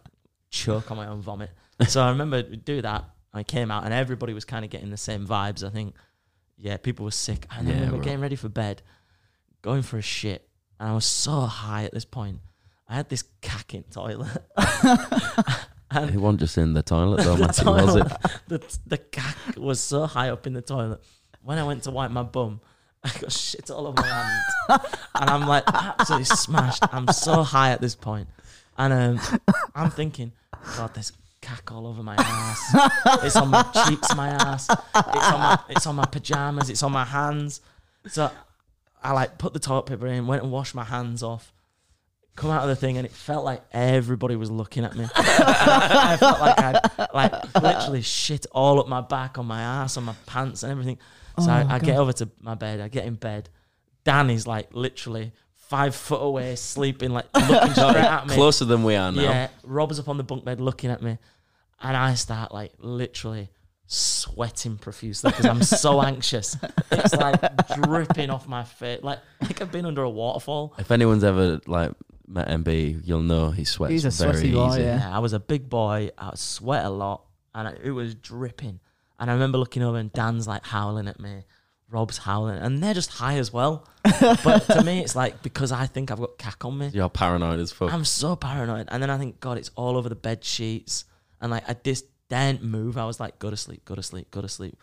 Speaker 4: choke on my own vomit. So I remember we'd do that. I came out and everybody was kind of getting the same vibes. I think, yeah, people were sick. And then
Speaker 2: Yeah,
Speaker 4: we were
Speaker 2: bro.
Speaker 4: getting ready for bed, going for a shit, and I was so high at this point. I had this cacking toilet.
Speaker 2: It wasn't just in the toilet though, Matthew, was
Speaker 4: toilet.
Speaker 2: it?
Speaker 4: the the cack was so high up in the toilet. When I went to wipe my bum, I got shit all over my hand, and I'm like absolutely smashed. I'm so high at this point, and um, I'm thinking, God, there's cack all over my ass. It's on my cheeks, my ass. It's on my it's on my pajamas. It's on my hands. So I like put the toilet paper in, went and washed my hands off. Come out of the thing and it felt like everybody was looking at me. I felt like I like literally shit all up my back, on my ass, on my pants, and everything. So I, I get over to my bed. I get in bed. Dan is like literally five foot away, sleeping, like looking straight at me.
Speaker 2: Closer than we are now.
Speaker 4: Yeah, Rob's up on the bunk bed looking at me, and I start like literally sweating profusely because I'm so anxious. It's like dripping off my face, like like I've been under a waterfall.
Speaker 2: If anyone's ever like met MB, you'll know he sweats
Speaker 3: He's a
Speaker 2: very
Speaker 3: sweaty boy,
Speaker 2: easy.
Speaker 3: yeah.
Speaker 4: Yeah, I was a big boy. I would sweat a lot, and I, it was dripping. And I remember looking over, and Dan's like howling at me. Rob's howling, and they're just high as well. but to me, it's like because I think I've got cack on me.
Speaker 2: You're paranoid as fuck.
Speaker 4: I'm so paranoid. And then I think, God, it's all over the bed sheets. And like, I just didn't move. I was like, go to sleep, go to sleep, go to sleep.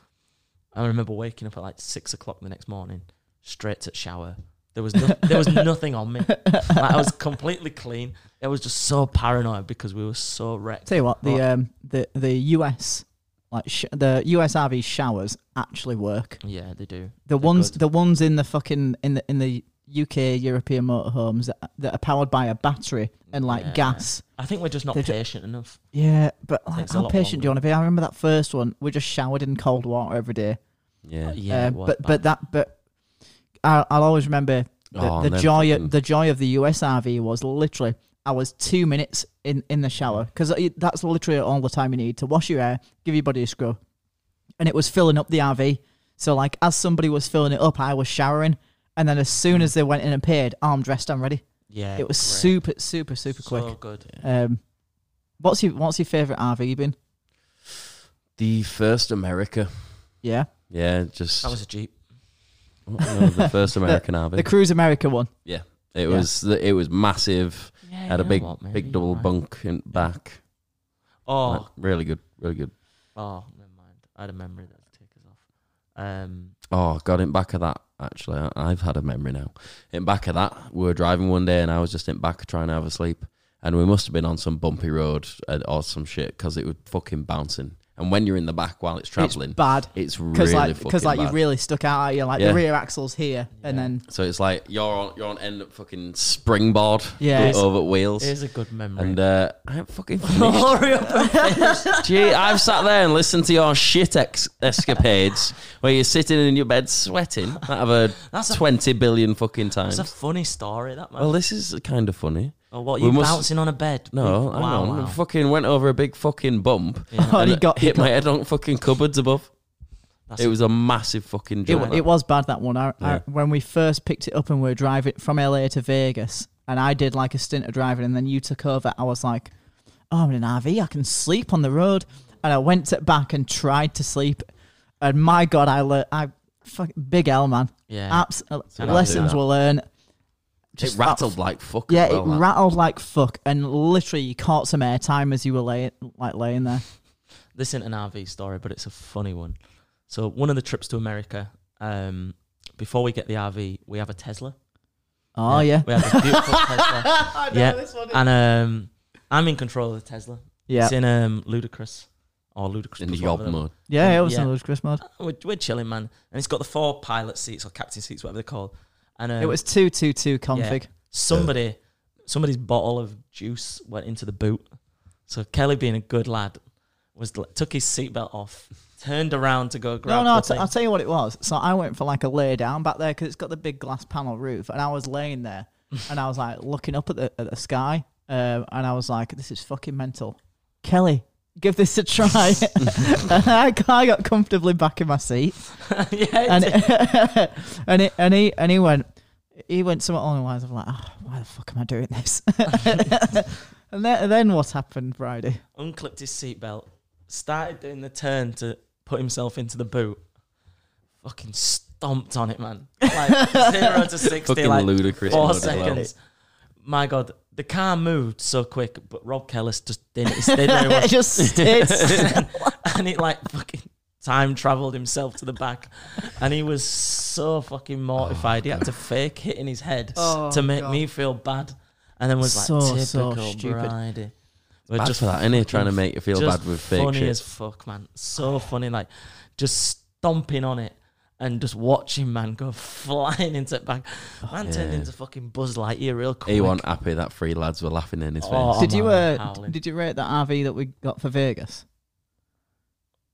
Speaker 4: I remember waking up at like six o'clock the next morning, straight to shower. There was no, there was nothing on me. Like, I was completely clean. I was just so paranoid because we were so wrecked.
Speaker 3: Tell you what, the um, the the US like sh- the US RV showers actually work.
Speaker 4: Yeah, they do.
Speaker 3: The
Speaker 4: They're
Speaker 3: ones
Speaker 4: good.
Speaker 3: the ones in the fucking in the in the UK European motorhomes that, that are powered by a battery and like
Speaker 4: Yeah.
Speaker 3: gas.
Speaker 4: I think we're just not
Speaker 3: They ju-
Speaker 4: patient enough.
Speaker 3: Yeah, but like,
Speaker 4: Takes a
Speaker 3: how
Speaker 4: lot
Speaker 3: patient do you want to be? I remember that first one. We just showered in cold water every day.
Speaker 2: yeah.
Speaker 4: Yeah,
Speaker 3: Um,
Speaker 4: it was
Speaker 3: but
Speaker 4: bad.
Speaker 3: but that but I'll, I'll always remember the,
Speaker 2: Oh,
Speaker 3: the
Speaker 2: and then
Speaker 3: joy
Speaker 2: fucking-
Speaker 3: of, the joy of the US RV was literally I was two minutes in in the shower because that's literally all the time you need to wash your hair, give your body a scrub, and it was filling up the RV. So like as somebody was filling it up, I was showering, and then as soon
Speaker 2: Mm.
Speaker 3: as they went in and paid, I'm dressed, I'm ready.
Speaker 4: yeah,
Speaker 3: It was
Speaker 4: great.
Speaker 3: super super super quick.
Speaker 4: So good.
Speaker 3: Um, What's your What's your favorite RV you been?
Speaker 2: The first America.
Speaker 3: Yeah,
Speaker 2: Yeah, just
Speaker 4: That was a Jeep.
Speaker 2: Oh, no, the first American RV.
Speaker 3: the Cruise America one.
Speaker 2: it
Speaker 3: yeah.
Speaker 2: was the, it was massive.
Speaker 4: Yeah,
Speaker 2: Had a big big double bunk in back.
Speaker 4: Oh,
Speaker 2: Like, really good, really good.
Speaker 4: oh, never mind. I had a memory that would take us off. Um,
Speaker 2: Oh God, in back of that actually, I, I've had a memory now. In back of that, we were driving one day, and I was just in back trying to have a sleep, and we must have been on some bumpy road uh, or some shit because it was fucking bouncing. And when you're in the back while it's traveling,
Speaker 3: It's bad
Speaker 2: it's,
Speaker 3: because
Speaker 2: really
Speaker 3: like
Speaker 2: fucking
Speaker 3: because like
Speaker 2: bad.
Speaker 3: you really stuck out. aren't You like
Speaker 2: Yeah.
Speaker 3: the rear axle's here, and
Speaker 4: Yeah.
Speaker 3: then
Speaker 2: so it's like you're on you're on end up fucking springboard
Speaker 3: Yeah.
Speaker 2: with over wheels.
Speaker 4: here's a good memory.
Speaker 2: And uh, I'm fucking finished.
Speaker 4: Hurry up and
Speaker 2: Gee, I've sat there and listened to your shit ex- escapades where you're sitting in your bed sweating. That have a
Speaker 4: That's a-
Speaker 2: twenty billion fucking
Speaker 4: It's
Speaker 2: times.
Speaker 4: a funny story, that man.
Speaker 2: well, this is kind of funny.
Speaker 4: oh, what,
Speaker 2: we
Speaker 4: you
Speaker 2: must-
Speaker 4: bouncing on a bed?
Speaker 2: No,
Speaker 3: Mm.
Speaker 4: wow,
Speaker 2: hang on.
Speaker 4: wow.
Speaker 2: Fucking went over a big fucking bump.
Speaker 3: Oh, and he got- he
Speaker 2: hit
Speaker 3: got-
Speaker 2: my head on fucking cupboards above.
Speaker 4: That's
Speaker 2: It was a massive fucking
Speaker 3: It,
Speaker 2: jump.
Speaker 3: it was bad that one. I, I,
Speaker 2: Yeah.
Speaker 3: when we first picked it up and we were driving from LA to Vegas, and I did like a stint of driving, and then you took over. I was like, "Oh, I'm in an RV. I can sleep on the road." And I went to- back and tried to sleep, and my God, I learned. I fuck, big L man.
Speaker 4: yeah.
Speaker 3: Abs-
Speaker 2: do
Speaker 3: lessons
Speaker 2: that.
Speaker 3: were learned.
Speaker 2: It
Speaker 3: Just that-
Speaker 2: rattled like fuck. as
Speaker 3: Yeah,
Speaker 2: well,
Speaker 3: it
Speaker 2: that.
Speaker 3: rattled like fuck, and literally you caught some air time as you were laying like laying there.
Speaker 4: this isn't an RV story, but it's a funny one. So one of the trips to America, um, before we get the RV, we have a Tesla.
Speaker 3: Oh yeah,
Speaker 4: We have this beautiful Tesla.
Speaker 3: I
Speaker 4: know Yeah. this And um, I'm in control of the Tesla.
Speaker 3: yeah,
Speaker 4: It's in um, Ludicrous. Or Ludicrous.
Speaker 2: in the
Speaker 4: Performer.
Speaker 2: yob mode.
Speaker 3: yeah. It was
Speaker 4: Yeah.
Speaker 3: yeah. Christmas mode.
Speaker 4: We're, we're chilling, man. And it's got the four pilot seats or captain seats, whatever they're called. And um,
Speaker 3: It was two two two config.
Speaker 4: somebody somebody's bottle of juice went into the boot. So Kelly, being a good lad, was l- took his seatbelt off, turned around to go
Speaker 3: No,
Speaker 4: grab.
Speaker 3: no, I'll,
Speaker 4: the
Speaker 3: t-
Speaker 4: thing.
Speaker 3: I'll tell you what it was. So I went for like a lay down back there because it's got the big glass panel roof, and I was laying there and I was like looking up at the at the sky, um, and I was like, "This is fucking mental." Kelly, give this a try. and I, got- I got comfortably back in my seat,
Speaker 4: yeah,
Speaker 3: and
Speaker 4: it did.
Speaker 3: and it, and he and he went he went somewhat along the lines of like, oh, "Why the fuck am I doing this?" and then then what happened Friday?
Speaker 4: unclipped his seatbelt, started doing the turn to put himself into the boot. Fucking stomped on it, man. Like zero to sixty,
Speaker 2: Fucking
Speaker 4: like
Speaker 2: ludicrous.
Speaker 4: four
Speaker 2: mode as well.
Speaker 4: seconds. My God, the car moved so quick, but Rob Kellis just didn't. He stayed where he was.
Speaker 3: it just stayed
Speaker 4: and he like fucking time traveled himself to the back and he was so fucking mortified he had to fake hitting his head
Speaker 3: Oh,
Speaker 4: to make
Speaker 3: God.
Speaker 4: me feel bad and then was like
Speaker 3: So, so
Speaker 4: typical
Speaker 3: stupid.
Speaker 4: Bridie." We're
Speaker 2: Bad for that, innit? Trying to make you feel
Speaker 4: just
Speaker 2: bad with fake
Speaker 4: funny
Speaker 2: shit.
Speaker 4: as fuck man so funny like just stomping on it and just watching man go flying into the back man turned
Speaker 2: Yeah.
Speaker 4: into fucking Buzz Lightyear real quick
Speaker 2: He wasn't happy that three lads were laughing in his face.
Speaker 4: Oh,
Speaker 3: did you
Speaker 4: man,
Speaker 3: uh,
Speaker 4: howling.
Speaker 3: did you rate that RV that we got for Vegas?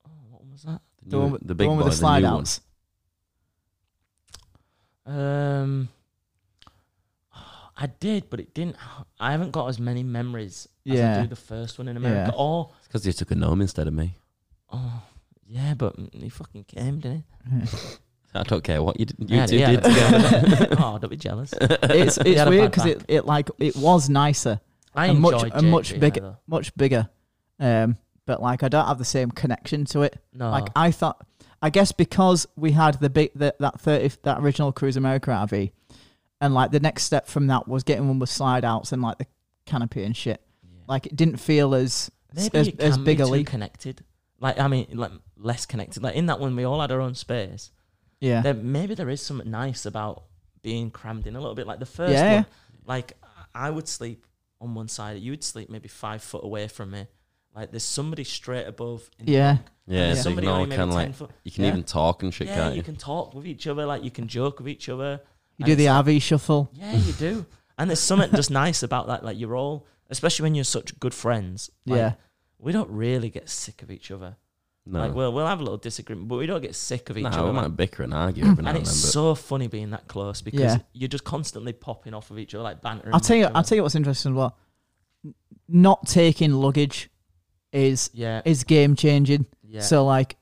Speaker 4: oh, what was that
Speaker 2: The
Speaker 3: The
Speaker 2: new-
Speaker 3: one, with-
Speaker 2: the big
Speaker 3: one with
Speaker 2: boy,
Speaker 3: the slide
Speaker 2: new one.
Speaker 3: outs.
Speaker 4: Um, I did, but it didn't. I haven't got as many memories as I
Speaker 3: Yeah.
Speaker 4: do the first one in America.
Speaker 3: Yeah.
Speaker 4: Or
Speaker 2: It's because you took a gnome instead of me.
Speaker 4: oh, yeah, but he fucking came, didn't
Speaker 2: I don't care what you, d-
Speaker 4: he?
Speaker 2: you
Speaker 4: Yeah,
Speaker 2: two
Speaker 4: yeah.
Speaker 2: did together.
Speaker 4: oh, don't be jealous.
Speaker 3: It's
Speaker 4: He
Speaker 3: it's
Speaker 4: had a
Speaker 3: weird
Speaker 4: bad
Speaker 3: because it, it like it was nicer,
Speaker 4: I
Speaker 3: a much-
Speaker 4: enjoyed
Speaker 3: a much
Speaker 4: JJ
Speaker 3: bigger-
Speaker 4: though.
Speaker 3: much bigger, um, but like I don't have the same connection to it.
Speaker 4: No,
Speaker 3: Like I thought, I guess because we had the big the, that thirty that original Cruise America RV, and like the next step from that was getting one with slide outs and like the canopy and shit.
Speaker 4: Yeah.
Speaker 3: Like it didn't feel as
Speaker 4: maybe
Speaker 3: as,
Speaker 4: it can
Speaker 3: as
Speaker 4: be
Speaker 3: big a
Speaker 4: too
Speaker 3: leap.
Speaker 4: connected. Like I mean, like less connected. Like in that one, we all had our own space.
Speaker 3: Yeah,
Speaker 4: Then maybe there is something nice about being crammed in a little bit. Like the first
Speaker 3: Yeah.
Speaker 4: one, like I would sleep on one side, you would sleep maybe five foot away from me. Like there's somebody straight above. In the
Speaker 3: Yeah.
Speaker 4: back, and
Speaker 2: yeah,
Speaker 4: there's
Speaker 2: so you
Speaker 4: somebody
Speaker 2: can
Speaker 4: only
Speaker 2: all
Speaker 4: maybe
Speaker 2: kind of
Speaker 4: 10
Speaker 2: like,
Speaker 4: foot.
Speaker 2: you can
Speaker 3: Yeah.
Speaker 2: even talk and shit,
Speaker 4: Yeah,
Speaker 2: can't
Speaker 4: you
Speaker 2: you?
Speaker 4: can talk with each other. Like you can joke with each other.
Speaker 3: you
Speaker 4: and
Speaker 3: do
Speaker 4: it's
Speaker 3: the
Speaker 4: like-
Speaker 3: RV shuffle.
Speaker 4: Yeah, you do. And there's something just nice about that. Like you're all, especially when you're such good friends. Like,
Speaker 3: yeah,
Speaker 4: We don't really get sick of each other.
Speaker 2: No.
Speaker 4: Like we'll we'll have a little disagreement, but we don't get sick of each
Speaker 2: no,
Speaker 4: other.
Speaker 2: we
Speaker 4: man
Speaker 2: might bicker and argue every now
Speaker 4: and
Speaker 2: and then,
Speaker 4: it's
Speaker 2: but
Speaker 4: so funny being that close because
Speaker 3: Yeah.
Speaker 4: you're just constantly popping off of each other like bantering.
Speaker 3: I'll tell you.
Speaker 4: with each
Speaker 3: I'll
Speaker 4: other.
Speaker 3: tell you what's interesting as well. N- Not taking luggage is
Speaker 4: Yeah,
Speaker 3: is game changing.
Speaker 4: yeah.
Speaker 3: So like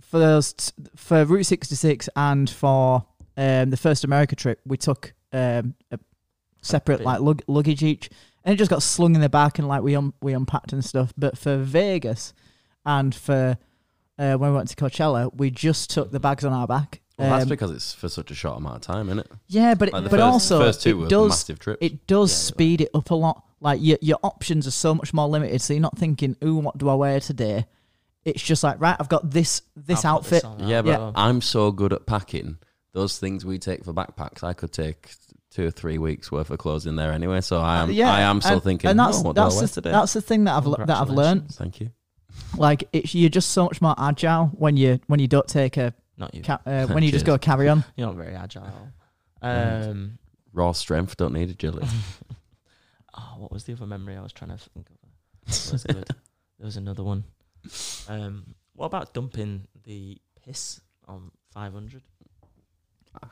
Speaker 3: for those t- for Route sixty six and for um, the first America trip, we took um, a separate
Speaker 4: Big.
Speaker 3: like lug- luggage each, and it just got slung in the back and like we un- we unpacked and stuff. But for Vegas and for uh, when we went to Coachella, we just took the bags on our back.
Speaker 2: Well, that's
Speaker 3: Um,
Speaker 2: because it's for such a short amount of time, isn't it?
Speaker 3: yeah, but it,
Speaker 2: Like the
Speaker 3: but
Speaker 2: first,
Speaker 3: also
Speaker 2: first two
Speaker 3: it
Speaker 2: were
Speaker 3: does
Speaker 2: massive trips.
Speaker 3: it does
Speaker 4: Yeah, yeah.
Speaker 3: speed it up a lot. Like your your options are so much more limited, so you're not thinking, "Ooh, what do I wear today?" It's just like, right, I've got this this
Speaker 4: I'll
Speaker 3: outfit.
Speaker 4: put on,
Speaker 2: yeah,
Speaker 4: I'll
Speaker 2: but
Speaker 4: put on.
Speaker 2: I'm so good at packing. Those things we take for backpacks, I could take two or three weeks worth of clothes in there anyway. So I am, I am still
Speaker 3: and-
Speaker 2: thinking.
Speaker 3: and that's
Speaker 2: "Oh, what do I
Speaker 3: that's
Speaker 2: wear
Speaker 3: the,
Speaker 2: today?"
Speaker 3: that's the thing that I've le- that I've learned.
Speaker 4: Congratulations.
Speaker 2: Thank you.
Speaker 3: Like, it's, you're just so much more agile when you when you don't take a
Speaker 4: Not you.
Speaker 3: ca- uh, when you just
Speaker 2: Cheers.
Speaker 3: go carry on.
Speaker 4: You're not very agile.
Speaker 2: Right.
Speaker 4: Um,
Speaker 2: Raw strength, don't need agility.
Speaker 4: oh, what was the other memory I was trying to think of? That was good. there was another one. Um, what about dumping the piss on 500?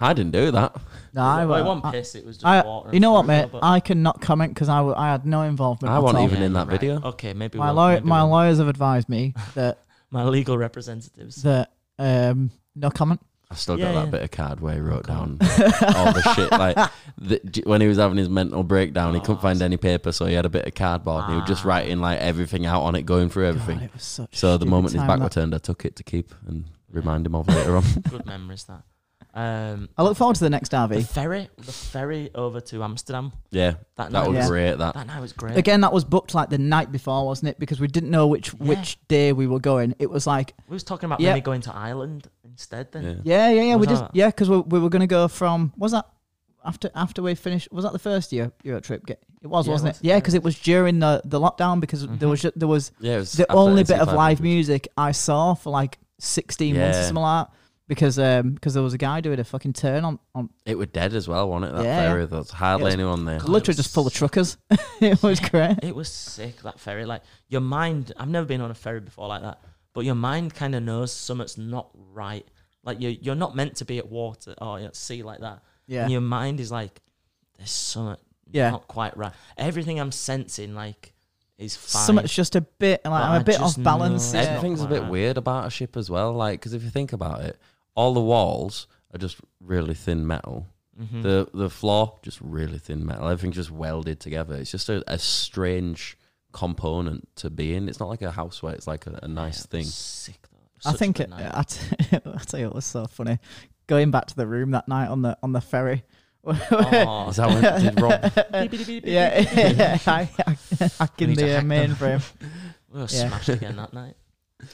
Speaker 2: I didn't do that.
Speaker 3: No,
Speaker 4: I
Speaker 3: I,
Speaker 4: well, it
Speaker 3: won't.
Speaker 4: wasn't piss. It was just
Speaker 3: I-
Speaker 4: water.
Speaker 3: you know what, mate?
Speaker 4: I
Speaker 3: I cannot comment because I, w- I had no involvement.
Speaker 2: I
Speaker 3: at
Speaker 2: wasn't
Speaker 3: all.
Speaker 2: even in that video.
Speaker 4: Okay, maybe
Speaker 3: My
Speaker 4: we'll-
Speaker 3: law-
Speaker 4: maybe
Speaker 3: my
Speaker 4: we'll-
Speaker 3: lawyers have advised me that
Speaker 4: my legal representatives.
Speaker 3: that um no comment.
Speaker 2: I've still
Speaker 4: Yeah,
Speaker 2: got that
Speaker 4: yeah.
Speaker 2: bit of card where he
Speaker 3: Oh,
Speaker 2: wrote down
Speaker 4: God.
Speaker 2: all the shit. Like the, j- when he was having his mental breakdown, he
Speaker 4: Oh,
Speaker 2: couldn't find any paper, so he had a bit of cardboard. and he was just
Speaker 4: Ah.
Speaker 2: writing like everything out on it, going through everything.
Speaker 3: God, it was such
Speaker 2: so the
Speaker 3: stupid
Speaker 2: moment his
Speaker 3: time
Speaker 2: back
Speaker 3: that-
Speaker 2: returned, I took it to keep and remind him of later on.
Speaker 4: Good memories that. Um,
Speaker 3: I look forward to the next
Speaker 4: the
Speaker 3: RV.
Speaker 4: ferry, the ferry over to Amsterdam.
Speaker 2: Yeah,
Speaker 4: That night,
Speaker 2: that was
Speaker 3: Yeah.
Speaker 2: great. That
Speaker 4: that night was great.
Speaker 3: Again, that was booked like the night before, wasn't it? Because we didn't know which
Speaker 4: Yeah.
Speaker 3: which day we were going. It was like
Speaker 4: We was talking about
Speaker 3: Yeah.
Speaker 4: maybe going to Ireland instead. Then
Speaker 2: yeah.
Speaker 3: yeah, yeah, yeah.
Speaker 4: Was
Speaker 3: we just
Speaker 4: that-
Speaker 3: yeah, because we, we were gonna go from was that after after we finished was that the first year Euro trip? Ge- It was,
Speaker 4: Yeah,
Speaker 3: wasn't it?
Speaker 4: it was, Mm-hmm.
Speaker 3: Yeah,
Speaker 4: yeah.
Speaker 3: because it was during the the lockdown because there was ju- there was
Speaker 2: Yeah, it was
Speaker 3: the
Speaker 2: after
Speaker 3: only bit of
Speaker 2: NC500.
Speaker 3: live music I saw for like sixteen months or
Speaker 2: Yeah.
Speaker 3: something like that. Because um, cause there was a guy doing a fucking turn on, on
Speaker 2: It were dead as well, wasn't it? That
Speaker 3: Yeah, yeah.
Speaker 2: ferry, there's hardly
Speaker 3: It was-
Speaker 2: anyone there.
Speaker 4: God.
Speaker 3: literally
Speaker 4: was-
Speaker 3: just full of truckers. it was great.
Speaker 4: it was sick that ferry. Like your mind, I've never been on a ferry before like that, but your mind kind of knows something's not right. Like you, you're not meant to be at water or at sea like that.
Speaker 3: Yeah,
Speaker 4: And your mind is like, there's something
Speaker 3: Yeah.
Speaker 4: not quite right. Everything I'm sensing like is fine.
Speaker 3: something's just a bit like
Speaker 4: But
Speaker 3: I'm
Speaker 4: I
Speaker 3: a bit off
Speaker 4: just
Speaker 3: balance.
Speaker 4: know-
Speaker 3: Yeah.
Speaker 2: Everything's a
Speaker 4: not
Speaker 2: bit
Speaker 4: quite.
Speaker 2: weird about a ship as well. Like, because if you think about it, all the walls are just really thin metal.
Speaker 3: Mm.
Speaker 4: Mhm.
Speaker 2: The the floor just really thin metal. Everything's just welded together. It's just a, a strange component to be in. It's not like a house where it's like a, a nice
Speaker 4: Yeah,
Speaker 2: thing.
Speaker 4: Sick though.
Speaker 3: I
Speaker 4: Such
Speaker 3: think
Speaker 4: good
Speaker 3: it,
Speaker 4: night.
Speaker 3: I, t- I tell you, it was so funny. Going back to the room that night on the on the ferry.
Speaker 4: Aw.
Speaker 2: Oh, Is that what did Rob?
Speaker 4: Beep, beep, beep, beep,
Speaker 3: yeah,
Speaker 4: beep, beep, beep.
Speaker 3: I, I, hacking
Speaker 4: need to
Speaker 3: the uh,
Speaker 4: hack them.
Speaker 3: mainframe.
Speaker 4: We were
Speaker 3: Yeah.
Speaker 4: smashed again that night.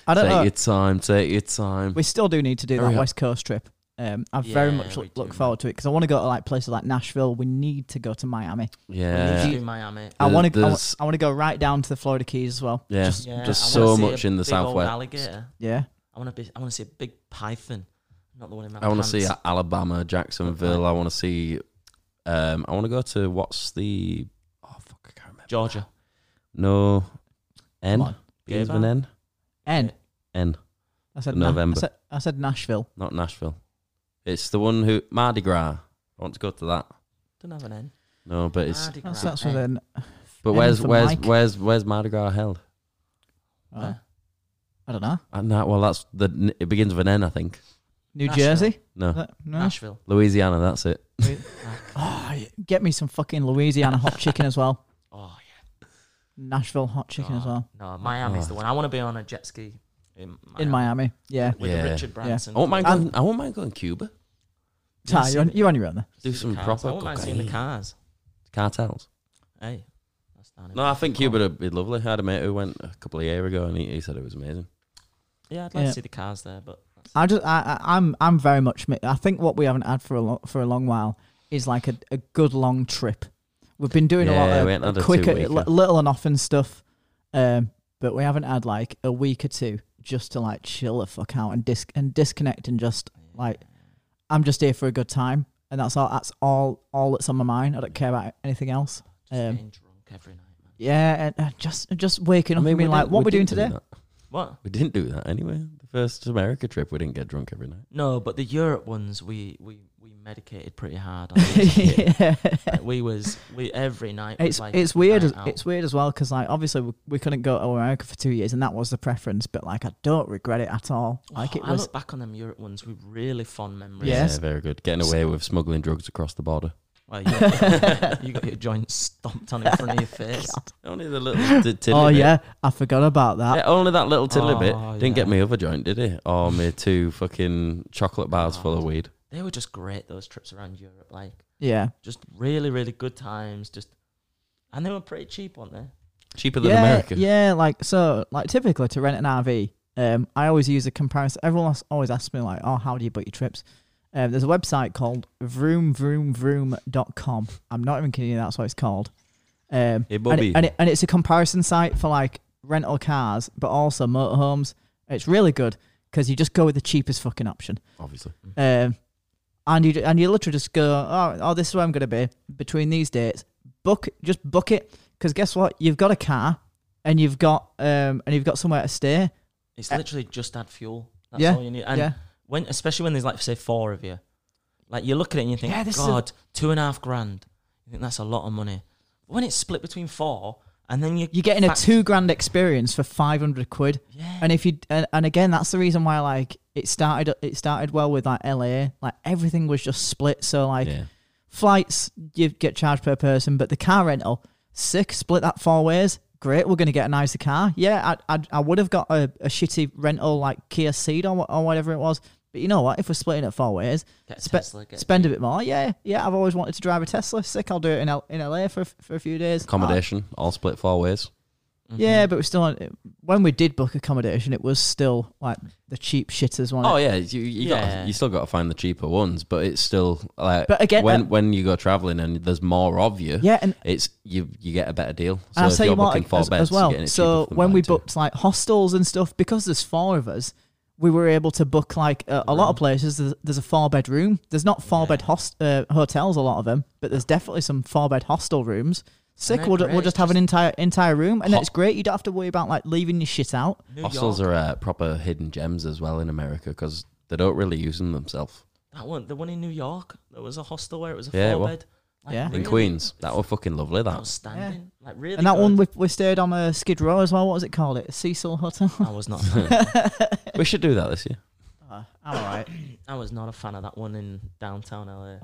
Speaker 3: I don't
Speaker 2: take
Speaker 3: know.
Speaker 2: your time. Take your time.
Speaker 3: We still do need to do
Speaker 2: Hurry
Speaker 3: that
Speaker 2: up.
Speaker 3: West Coast trip. Um, I very
Speaker 4: Yeah,
Speaker 3: much
Speaker 4: we
Speaker 3: look,
Speaker 4: do,
Speaker 3: look
Speaker 4: man.
Speaker 3: forward to it because I want to go to like places like Nashville. We need to go to Miami.
Speaker 4: we need
Speaker 2: yeah.
Speaker 4: to do Miami.
Speaker 3: I
Speaker 2: There-
Speaker 3: want to. I,
Speaker 2: there's-
Speaker 3: want to go right down to the Florida Keys as well.
Speaker 2: Yeah.
Speaker 3: Just,
Speaker 4: Yeah,
Speaker 2: just
Speaker 4: I wanna
Speaker 2: so
Speaker 4: see a
Speaker 2: much in the
Speaker 4: big old
Speaker 2: southwest.
Speaker 4: Alligator.
Speaker 3: yeah.
Speaker 4: I want to be. I want to see a big python, not the one in my.
Speaker 2: I want to
Speaker 4: pants.
Speaker 2: see Alabama, Jacksonville. I want to see. Um, I want to go to what's the? Oh fuck, I can't remember.
Speaker 4: Georgia.
Speaker 2: No,
Speaker 3: Come
Speaker 2: N
Speaker 3: on.
Speaker 2: begins
Speaker 4: Beaver?
Speaker 2: with an N.
Speaker 3: And
Speaker 2: N,
Speaker 3: I said
Speaker 2: In
Speaker 3: Na-
Speaker 2: November.
Speaker 3: I said, I said Nashville.
Speaker 2: not Nashville. It's the one who Mardi Gras. I want to go to that.
Speaker 4: Don't have an N.
Speaker 2: No, but it's
Speaker 4: Mardi
Speaker 3: That's
Speaker 4: Gras,
Speaker 3: that's what
Speaker 4: eh?
Speaker 3: then.
Speaker 2: but
Speaker 3: N
Speaker 2: where's
Speaker 3: for
Speaker 2: where's
Speaker 3: Mike.
Speaker 2: where's where's Mardi Gras held?
Speaker 3: Uh,
Speaker 4: Where?
Speaker 3: I don't know.
Speaker 2: And that, Uh, well, that's the it begins with an N, I think.
Speaker 3: New
Speaker 4: Nashville.
Speaker 3: Jersey. Is
Speaker 2: No,
Speaker 3: that- no?
Speaker 4: Nashville.
Speaker 2: Louisiana. That's it.
Speaker 3: Oh, yeah. get me some fucking Louisiana hot chicken as well.
Speaker 4: Oh yeah.
Speaker 3: Nashville hot chicken as
Speaker 4: God.
Speaker 3: well
Speaker 4: No, Miami's
Speaker 2: Oh.
Speaker 4: the one. I want to be on a jet ski in Miami.
Speaker 3: in Miami. Yeah.
Speaker 4: with
Speaker 2: Yeah.
Speaker 4: Richard
Speaker 3: Yeah.
Speaker 4: Branson.
Speaker 2: I won't mind
Speaker 3: And-
Speaker 2: going. I won't mind going Cuba.
Speaker 3: Ty, you're on, you're on your own. There.
Speaker 2: Do some
Speaker 4: Cars.
Speaker 2: proper
Speaker 4: I won't mind seeing the
Speaker 2: cocaine.
Speaker 4: cars.
Speaker 2: cartels.
Speaker 4: Hey, that's down in-
Speaker 2: No, I think Cuba would be lovely. I had a mate who went a couple of years ago, and he, he said it was amazing.
Speaker 4: Yeah, I'd like
Speaker 3: Yeah.
Speaker 4: to see the cars there, but
Speaker 3: I just, I, I, I'm, I'm very much. mi- I think what we haven't had for a lo- for a long while is like a, a good long trip. We've been doing
Speaker 2: Yeah, we
Speaker 3: a
Speaker 2: ain't
Speaker 3: lot
Speaker 2: had a
Speaker 3: of quicker,
Speaker 2: two-weeker.
Speaker 3: li- little and often stuff, um, but we haven't had like a week or two just to like chill the fuck out and dis and disconnect and just like I'm just here for a good time and that's all. That's all. All that's on my mind. I don't care about anything else.
Speaker 4: just
Speaker 3: Um,
Speaker 4: getting drunk every night, man.
Speaker 3: Yeah, and, and just just waking up and being
Speaker 2: we
Speaker 3: like,
Speaker 2: didn't-
Speaker 3: what we, doing
Speaker 2: didn't do
Speaker 3: today?
Speaker 2: that.
Speaker 4: What?
Speaker 2: We didn't do that anyway. The first America trip, we didn't get drunk every night.
Speaker 4: No, but the Europe ones, we we we medicated pretty hard. on those.
Speaker 3: yeah.
Speaker 4: Like, we was we every night. was
Speaker 3: It's
Speaker 4: like
Speaker 3: it's weird.
Speaker 4: night
Speaker 3: As,
Speaker 4: out.
Speaker 3: it's weird as well because like obviously we, we couldn't go to America for two years and that was the preference. But like I don't regret it at all. Like
Speaker 4: Oh,
Speaker 3: it
Speaker 4: I
Speaker 3: was.
Speaker 4: look back on them Europe ones with really fond memories.
Speaker 3: Yes.
Speaker 2: Yeah, very good. Getting away with smuggling drugs across the border.
Speaker 4: Well, you got, you got your joints stomped on in front of your face.
Speaker 2: Only the little t- tiddly
Speaker 3: Oh
Speaker 2: bit.
Speaker 3: yeah, I forgot about that.
Speaker 2: Yeah, only that little tiddly bit
Speaker 4: Oh,
Speaker 2: didn't get
Speaker 4: yeah.
Speaker 2: me other joint, did it? Or me two fucking chocolate
Speaker 3: Oh,
Speaker 2: bars full of weed.
Speaker 4: They were just great. Those trips around Europe, like
Speaker 3: Yeah,
Speaker 4: just really, really good times. Just and they were pretty cheap, weren't they?
Speaker 2: Cheaper than
Speaker 3: yeah,
Speaker 2: America.
Speaker 3: yeah. Like so, like typically to rent an RV, um, I always use a comparison. Everyone else always asks me like, "Oh, how do you book your trips?" Um, there's a website called vroomvroomvroom.com. I'm not even kidding you. That's what it's called. Um,
Speaker 2: Hey,
Speaker 3: and,
Speaker 2: Bobby.
Speaker 3: it, and, it, and it's a comparison site for like rental cars, but also motorhomes. It's really good because you just go with the cheapest fucking option.
Speaker 2: Obviously.
Speaker 3: Um, and you and you literally just go, oh, oh this is where I'm going to be between these dates. Book, just book it, because guess what? You've got a car, and you've got um, and you've got somewhere to stay.
Speaker 4: It's
Speaker 3: Uh,
Speaker 4: literally just add fuel. That's
Speaker 3: yeah,
Speaker 4: all you need. And
Speaker 3: yeah.
Speaker 4: when, especially when there's like say four of you, like you look at it and you think,
Speaker 3: Yeah, this is a-
Speaker 4: God, two and a half grand. You think that's a lot of money. But when it's split between four, and then you
Speaker 3: You're getting a
Speaker 4: fact-
Speaker 3: two grand experience for five hundred quid.
Speaker 4: Yeah.
Speaker 3: And if you and, and again, that's the reason why like it started it started well with like LA, like everything was just split. So like
Speaker 2: yeah.
Speaker 3: flights you get charged per person, but the car rental, sick, split that four ways. Great, we're going to get a nicer car. Yeah, I I, I would have got a, a shitty rental like Kia Ceed or, wha- or whatever it was. But you know what? If we're splitting it four ways,
Speaker 4: Get a
Speaker 3: spe-
Speaker 4: Tesla, get a
Speaker 3: spend a bit more. Yeah, yeah. I've always wanted to drive a Tesla. Sick, I'll do it in L- in LA for a f- for a few days.
Speaker 4: Uh,
Speaker 2: Accommodation, all split four ways.
Speaker 3: Oh, yeah,
Speaker 4: mm-hmm.
Speaker 3: but we're still on. When we did book accommodation, it was still like the cheap shitters one.
Speaker 2: Oh yeah, you you,
Speaker 4: Yeah.
Speaker 2: Got, you still got to find the cheaper ones, but it's still like.
Speaker 3: But again,
Speaker 2: when
Speaker 3: uh,
Speaker 2: when you go traveling and there's more of you,
Speaker 3: yeah, and
Speaker 2: it's you you get a better deal. So
Speaker 3: And I'll
Speaker 2: if
Speaker 3: tell
Speaker 2: you're
Speaker 3: you what,
Speaker 2: booking four
Speaker 3: as,
Speaker 2: beds,
Speaker 3: as
Speaker 2: you're
Speaker 3: well.
Speaker 2: getting it cheaper
Speaker 3: so
Speaker 2: than
Speaker 3: when
Speaker 2: mine
Speaker 3: we
Speaker 2: too.
Speaker 3: booked like hostels and stuff, because there's four of us, we were able to book like a, a lot of places. There's, there's a four bed room. There's not four bed host, uh, hotels, a lot of them, but there's definitely some four bed hostel rooms. Sick.
Speaker 4: they're
Speaker 3: We'll, ju- we'll
Speaker 4: great,
Speaker 3: just have an entire entire room, and
Speaker 2: Hot-
Speaker 3: it's great. You don't have to worry about like leaving your shit out.
Speaker 4: New
Speaker 2: hostels
Speaker 4: York,
Speaker 2: are uh, proper hidden gems as well in America because they don't really use them themselves.
Speaker 4: that one, the one in New York. There was a hostel where it was a
Speaker 2: Yeah, it
Speaker 4: four
Speaker 2: was.
Speaker 4: bed. Like,
Speaker 3: Yeah. In
Speaker 2: In Queens, that were fucking lovely. That
Speaker 4: outstanding. Like really,
Speaker 3: and that
Speaker 4: good.
Speaker 3: one we, we stayed on a Skid Row as well. What was it called? It Cecil Hotel.
Speaker 4: I was not. a fan of that.
Speaker 2: we should do that this year.
Speaker 3: All right.
Speaker 4: I was not a fan of that one in downtown LA.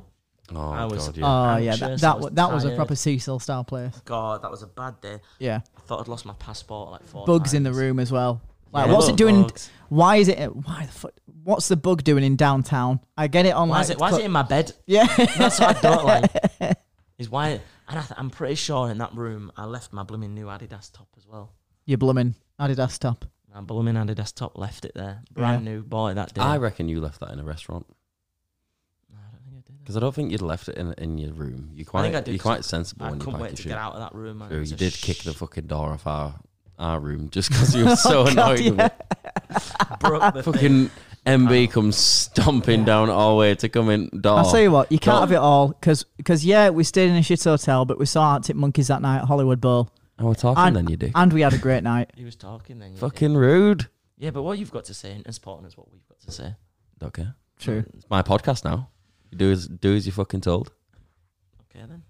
Speaker 2: Oh
Speaker 4: I was-
Speaker 2: god, yeah.
Speaker 3: Oh yeah,
Speaker 4: Anxious,
Speaker 3: that that
Speaker 4: I was
Speaker 3: was, that was a
Speaker 4: tired.
Speaker 3: proper Cecil style place.
Speaker 4: God, that was a bad day.
Speaker 3: Yeah.
Speaker 4: I thought I'd lost my passport like four
Speaker 3: bugs in the
Speaker 4: times.
Speaker 3: room as well. Like,
Speaker 4: Yeah,
Speaker 3: what's
Speaker 4: look,
Speaker 3: it doing?
Speaker 4: bugs.
Speaker 3: Why is it? Why the fuck? What's the bug doing in downtown? I get it on
Speaker 4: Why
Speaker 3: like.
Speaker 4: is it? Why is it in my bed?
Speaker 3: Yeah,
Speaker 4: That's what I don't like. Is why, and I th- I'm pretty sure in that room I left my blooming new Adidas top as well.
Speaker 3: you're blooming Adidas top.
Speaker 4: My blooming Adidas top left it there, brand new, bought it that day.
Speaker 2: I reckon you left that in a restaurant
Speaker 4: No, I don't think I did.
Speaker 2: because I don't think you'd left it in in your room. You
Speaker 4: I
Speaker 2: quite
Speaker 4: think I did
Speaker 2: you're
Speaker 4: 'cause
Speaker 2: quite sensible
Speaker 4: I
Speaker 2: when you
Speaker 4: couldn't
Speaker 2: pack
Speaker 4: wait
Speaker 2: your
Speaker 4: to
Speaker 2: shit.
Speaker 4: get out of that room. man. It
Speaker 2: True,
Speaker 4: was
Speaker 2: you
Speaker 4: a
Speaker 2: did kick the
Speaker 4: sh-
Speaker 2: fucking door off our our room just because you were so
Speaker 3: Oh
Speaker 2: annoyed.
Speaker 3: God,
Speaker 2: with
Speaker 3: yeah.
Speaker 2: it.
Speaker 4: broke the thing.
Speaker 2: Fucking MB comes stomping down our way to come in door.
Speaker 3: I'll tell you what, you can't
Speaker 2: No.
Speaker 3: have it all because yeah, we stayed in a shit hotel, but we saw Arctic Monkeys that night at Hollywood Bowl,
Speaker 2: Oh, we're talking
Speaker 3: and
Speaker 2: then, you dick.
Speaker 3: and we had a great night.
Speaker 4: He was talking then. you did.
Speaker 2: Fucking rude.
Speaker 4: Yeah, but what you've got to say in important is what we've got to say.
Speaker 2: Don't care.
Speaker 3: True.
Speaker 2: It's my podcast now. You do as do as you fucking told.
Speaker 4: Okay then.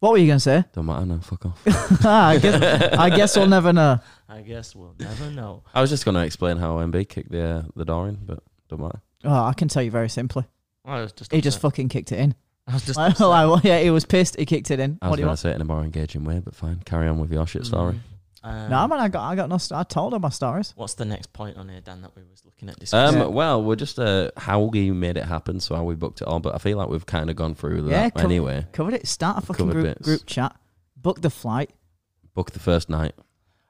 Speaker 3: What were you gonna say?
Speaker 2: Don't matter now. Fuck off.
Speaker 3: I guess I guess we'll never know.
Speaker 4: I guess we'll never know.
Speaker 2: I was just going to explain how MB kicked the uh, the door in, but don't matter.
Speaker 3: Oh, I can tell you very simply.
Speaker 4: I was just.
Speaker 3: He just
Speaker 4: upset.
Speaker 3: fucking kicked it in.
Speaker 4: I was just.
Speaker 3: Like,
Speaker 4: upset.
Speaker 3: well, yeah, he was pissed. He kicked it in.
Speaker 2: I
Speaker 3: what
Speaker 2: was
Speaker 3: do
Speaker 2: going
Speaker 3: you
Speaker 2: to
Speaker 3: want?
Speaker 2: say it in a more engaging way, but fine. Carry on with your shit story.
Speaker 4: Mm. Um,
Speaker 3: No, man, I got I got no. St- I told him my stories.
Speaker 4: What's the next point on here, Dan? That we was looking at discussing.
Speaker 2: Um, well, we're just uh, how we made it happen, so how we booked it all. But I feel like we've kind of gone through that
Speaker 3: Yeah, come-
Speaker 2: anyway.
Speaker 3: Covered it. Start a fucking
Speaker 2: Covered
Speaker 3: group,
Speaker 2: bits.
Speaker 3: group chat. Book the flight.
Speaker 2: Book the first night.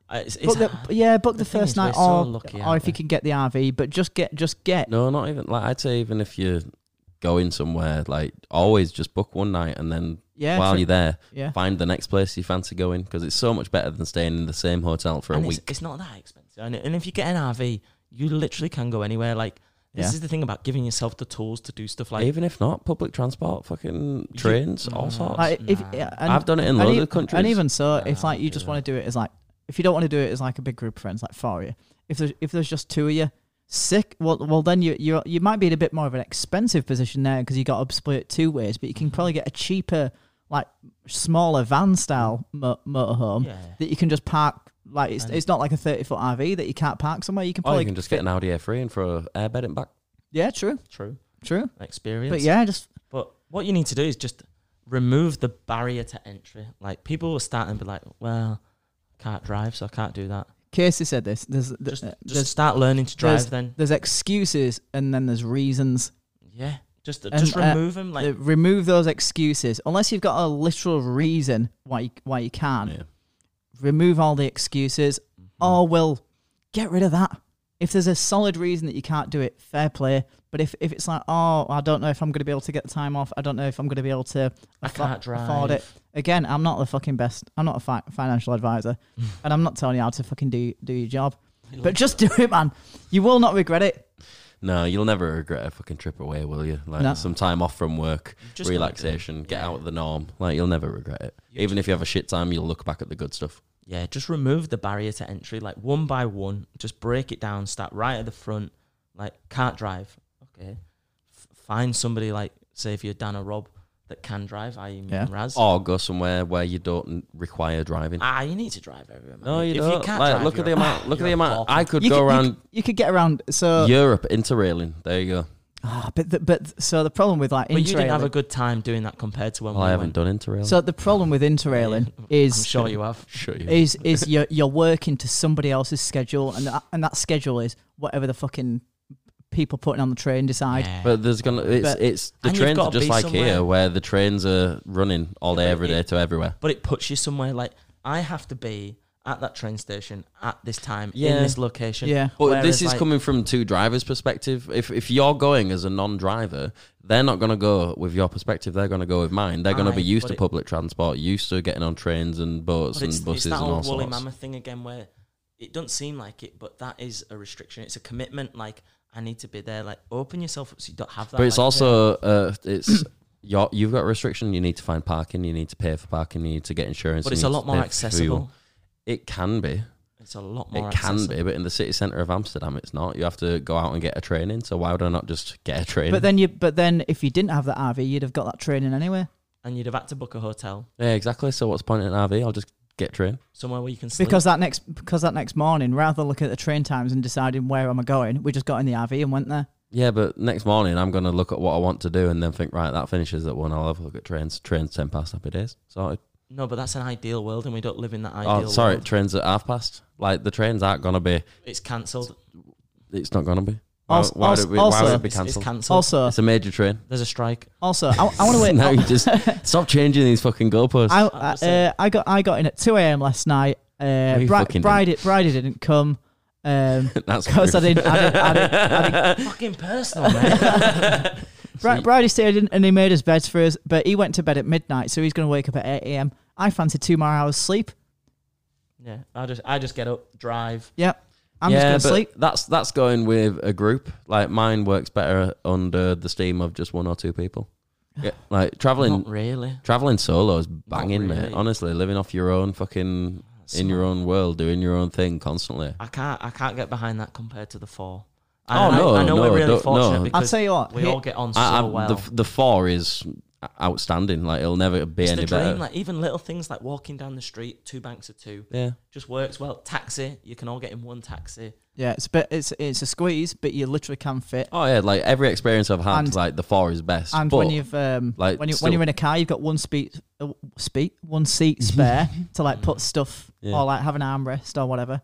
Speaker 4: Uh, it's, it's
Speaker 3: Book the, yeah, book the,
Speaker 4: the thing
Speaker 3: first
Speaker 4: is, we're
Speaker 3: night,
Speaker 4: so
Speaker 3: or,
Speaker 4: lucky,
Speaker 3: or
Speaker 4: aren't
Speaker 3: if you
Speaker 4: we?
Speaker 3: can get the RV, but just get just get.
Speaker 2: No, not even like I'd say even if you're going somewhere, like always just book one night and then
Speaker 3: Yeah,
Speaker 2: while
Speaker 3: for-
Speaker 2: you're there,
Speaker 3: yeah.
Speaker 2: find the next place you fancy going because it's so much better than staying in the same hotel for
Speaker 4: and
Speaker 2: a
Speaker 4: it's,
Speaker 2: week.
Speaker 4: it's not that expensive. And, and if you get an RV, you literally can go anywhere. Like this
Speaker 3: Yeah.
Speaker 4: is the thing about giving yourself the tools to do stuff like
Speaker 2: even if not public transport, fucking trains, all
Speaker 4: Mm.
Speaker 2: sorts.
Speaker 3: Like, if,
Speaker 4: Nah.
Speaker 3: yeah, and,
Speaker 2: I've done it in
Speaker 3: and
Speaker 2: loads
Speaker 3: e-
Speaker 2: of countries.
Speaker 3: And even so,
Speaker 4: Nah,
Speaker 3: if like
Speaker 4: I'll
Speaker 3: you
Speaker 4: do
Speaker 3: just
Speaker 4: that.
Speaker 3: want to do it as like, if you don't want to do it as like a big group of friends, like four of you, if there's if there's just two of you, sick. Well, well then you you you might be in a bit more of an expensive position there because you got to split it two ways, but you can probably get a cheaper like smaller van style mo- motorhome
Speaker 4: yeah.
Speaker 3: that you can just park. Like it's
Speaker 4: And-
Speaker 3: it's not like a thirty foot RV that you can't park somewhere. You can
Speaker 2: or
Speaker 3: probably
Speaker 2: Oh, you can just get an Audi A3 and throw a airbed in back.
Speaker 3: yeah, true,
Speaker 4: True
Speaker 3: true.
Speaker 4: experience.
Speaker 3: But yeah, just
Speaker 4: But what you need to do is just remove the barrier to entry. Like people will start and be like, "Well, I can't drive, so I can't do that."
Speaker 3: Casey said this. There's th-
Speaker 4: Just,
Speaker 3: uh,
Speaker 4: just
Speaker 3: there's,
Speaker 4: start learning to drive. Then,
Speaker 3: there's excuses and then there's reasons.
Speaker 4: yeah, just
Speaker 3: And,
Speaker 4: just
Speaker 3: uh,
Speaker 4: remove them. Like,
Speaker 3: Uh, remove those excuses unless you've got a literal reason why you, why you can't.
Speaker 2: Yeah.
Speaker 3: Remove all the excuses.
Speaker 4: Mm-hmm.
Speaker 3: Oh well, get rid of that. If there's a solid reason that you can't do it, fair play. But if, if it's like, oh, I don't know if I'm going to be able to get the time off. I don't know if I'm going to be able to
Speaker 4: I
Speaker 3: affo-
Speaker 4: can't drive.
Speaker 3: afford it. Again, I'm not the fucking best. I'm not a fi- financial advisor, and I'm not telling you how to fucking do do your job. But just do it, man. You will not regret it.
Speaker 2: No, you'll never regret a fucking trip away, will you? Like
Speaker 3: No.
Speaker 2: some time off from work,
Speaker 4: just gotta do it.
Speaker 2: relaxation, get
Speaker 4: Yeah.
Speaker 2: out of the norm. Like you'll never regret it. Even if you have a shit time, you'll look back at the good stuff.
Speaker 4: yeah, just remove the barrier to entry. Like one by one, just break it down. Start right at the front. Like can't drive. Okay, F- find somebody like say if you're Dan or Rob that can drive. I mean,
Speaker 3: Yeah.
Speaker 4: Raz.
Speaker 2: Or go somewhere where you don't n- require driving.
Speaker 4: Ah, you need to drive everywhere. Man.
Speaker 2: No, you
Speaker 4: if
Speaker 2: don't.
Speaker 4: You can't
Speaker 2: like,
Speaker 4: drive,
Speaker 2: look at the
Speaker 4: you're a-
Speaker 2: amount. Look at
Speaker 4: you're
Speaker 2: the
Speaker 4: a
Speaker 2: amount.
Speaker 4: pauper.
Speaker 2: I could
Speaker 3: You
Speaker 2: go
Speaker 3: could- you
Speaker 2: around
Speaker 3: could- You, could uh, get around. So
Speaker 2: Europe interrailing. There you go.
Speaker 3: Ah, but the, but so the problem with like
Speaker 4: But you didn't have a
Speaker 3: interrailing.
Speaker 4: good time doing that compared to when
Speaker 2: Well,
Speaker 4: we
Speaker 2: I haven't
Speaker 4: went.
Speaker 2: done interrailing.
Speaker 3: So the problem with interrailing is
Speaker 4: I'm sure you have.
Speaker 2: Shut you.
Speaker 3: is is you're you're working to somebody else's schedule, and that, and that schedule is whatever the fucking people putting on the train decide.
Speaker 4: Yeah.
Speaker 2: But there's gonna it's
Speaker 3: But-
Speaker 2: it's the
Speaker 4: And you've
Speaker 2: trains are
Speaker 4: gotta
Speaker 2: just
Speaker 4: be
Speaker 2: like here
Speaker 4: somewhere.
Speaker 2: where the trains are running all
Speaker 4: Yeah,
Speaker 2: day
Speaker 4: but
Speaker 2: every
Speaker 4: it-
Speaker 2: day to everywhere.
Speaker 4: but it puts you somewhere. Like I have to be at that train station at this time
Speaker 2: Yeah.
Speaker 4: in this location.
Speaker 3: Yeah.
Speaker 2: But this
Speaker 4: Whereas,
Speaker 2: is
Speaker 4: like-
Speaker 2: coming from two drivers' perspective. If if you're going as a non-driver, they're not going to go with your perspective. They're going to go with mine. They're going to
Speaker 4: Aye,
Speaker 2: be used
Speaker 4: but
Speaker 2: to
Speaker 4: it-
Speaker 2: public transport, used to getting on trains and boats
Speaker 4: But
Speaker 2: and
Speaker 4: it's, it's
Speaker 2: buses
Speaker 4: that
Speaker 2: and all
Speaker 4: old woolly
Speaker 2: sorts.
Speaker 4: mammoth thing again, where it doesn't seem like it, but that is a restriction. It's a commitment. Like I need to be there. Like open yourself up so you don't have that.
Speaker 2: But it's
Speaker 4: like,
Speaker 2: also uh, it's your, you've got a restriction. You need to find parking. You need to pay for parking. You need to get insurance.
Speaker 4: But
Speaker 2: you
Speaker 4: it's a
Speaker 2: need
Speaker 4: lot
Speaker 2: to
Speaker 4: more
Speaker 2: pay for fuel.
Speaker 4: accessible.
Speaker 2: It can be.
Speaker 4: It's a lot
Speaker 2: It
Speaker 4: more.
Speaker 2: can
Speaker 4: accessible.
Speaker 2: be, but in the city centre of Amsterdam, it's not. You have to go out and get a train in. So why would I not just get a train?
Speaker 3: But then you but then if you didn't have that RV, you'd have got that training anyway
Speaker 4: And you'd have had to book a hotel
Speaker 2: yeah, exactly. So what's the point in an RV? I'll just get a train.
Speaker 4: somewhere where you can sleep.
Speaker 3: because that next because that next morning, rather than looking at the train times and deciding where am I going, we just got in the RV and went there.
Speaker 2: Yeah, but next morning I'm gonna look at what I want to do and then think, right, that finishes at one. I'll have a look at trains. Trains ten past. Happy days. Sorted.
Speaker 4: no, but that's an ideal world, and we don't live in that
Speaker 2: Oh,
Speaker 4: ideal.
Speaker 2: sorry,
Speaker 4: world.
Speaker 2: trains at half past. Like the trains aren't gonna be.
Speaker 4: it's cancelled.
Speaker 2: It's not gonna be. Why,
Speaker 3: Also-
Speaker 2: why, would it be, why would
Speaker 3: also-
Speaker 2: it be
Speaker 4: It's- It's
Speaker 2: cancelled? It's,
Speaker 4: cancelled.
Speaker 3: Also,
Speaker 2: a major train.
Speaker 4: There's a strike.
Speaker 3: also, I, I want to wait. oh.
Speaker 2: now you just stop changing these fucking goalposts.
Speaker 3: I,
Speaker 4: I was
Speaker 3: I, uh,
Speaker 4: saying-
Speaker 3: I got I got in at two a.m. last night. Uh,
Speaker 2: No, you
Speaker 3: Bri-
Speaker 2: fucking
Speaker 3: Bridie, Bridie didn't come um,
Speaker 2: That's
Speaker 3: because I
Speaker 2: rude.
Speaker 3: didn't. I didn't, I didn't, I didn't
Speaker 4: Fucking personal, man.
Speaker 3: Bri- Bridie stayed in and he made his beds for us, but he went to bed at midnight, so he's going to wake up at eight a.m. I fancy two more hours sleep.
Speaker 4: yeah, I just I just get up, drive.
Speaker 3: Yep, I'm just
Speaker 2: but
Speaker 3: going to sleep.
Speaker 2: That's that's going with a group. Like mine works better under the steam of just one or two people. Yeah, like traveling
Speaker 4: Not really.
Speaker 2: traveling solo is banging, mate.
Speaker 4: really.
Speaker 2: Honestly, living off your own fucking in your own world, doing your own thing constantly.
Speaker 4: I can't I can't get behind that compared to the four.
Speaker 2: Oh,
Speaker 4: I,
Speaker 2: no,
Speaker 4: I, I know
Speaker 2: no,
Speaker 4: we're really
Speaker 2: don't-
Speaker 4: fortunate
Speaker 2: no.
Speaker 4: because
Speaker 3: I'll tell you what.
Speaker 4: we
Speaker 3: here-
Speaker 4: all get on so
Speaker 2: I, I,
Speaker 4: well.
Speaker 2: the f- the four is outstanding. Like it'll never be
Speaker 4: it's
Speaker 2: any
Speaker 4: the dream,
Speaker 2: better.
Speaker 4: like even little things like walking down the street, two banks of two,
Speaker 2: yeah,
Speaker 4: just works well. Taxi, you can all get in one taxi.
Speaker 3: Yeah, it's but it's it's a squeeze, but you literally can fit.
Speaker 2: oh yeah. Like every experience I've had,
Speaker 3: And-
Speaker 2: like the four is best.
Speaker 3: And
Speaker 2: but
Speaker 3: when you've um,
Speaker 2: like,
Speaker 3: when you
Speaker 2: still-
Speaker 3: when you're in a car, you've got one speed, uh, speed one seat spare to like put stuff
Speaker 2: Yeah.
Speaker 3: or like have an armrest or whatever.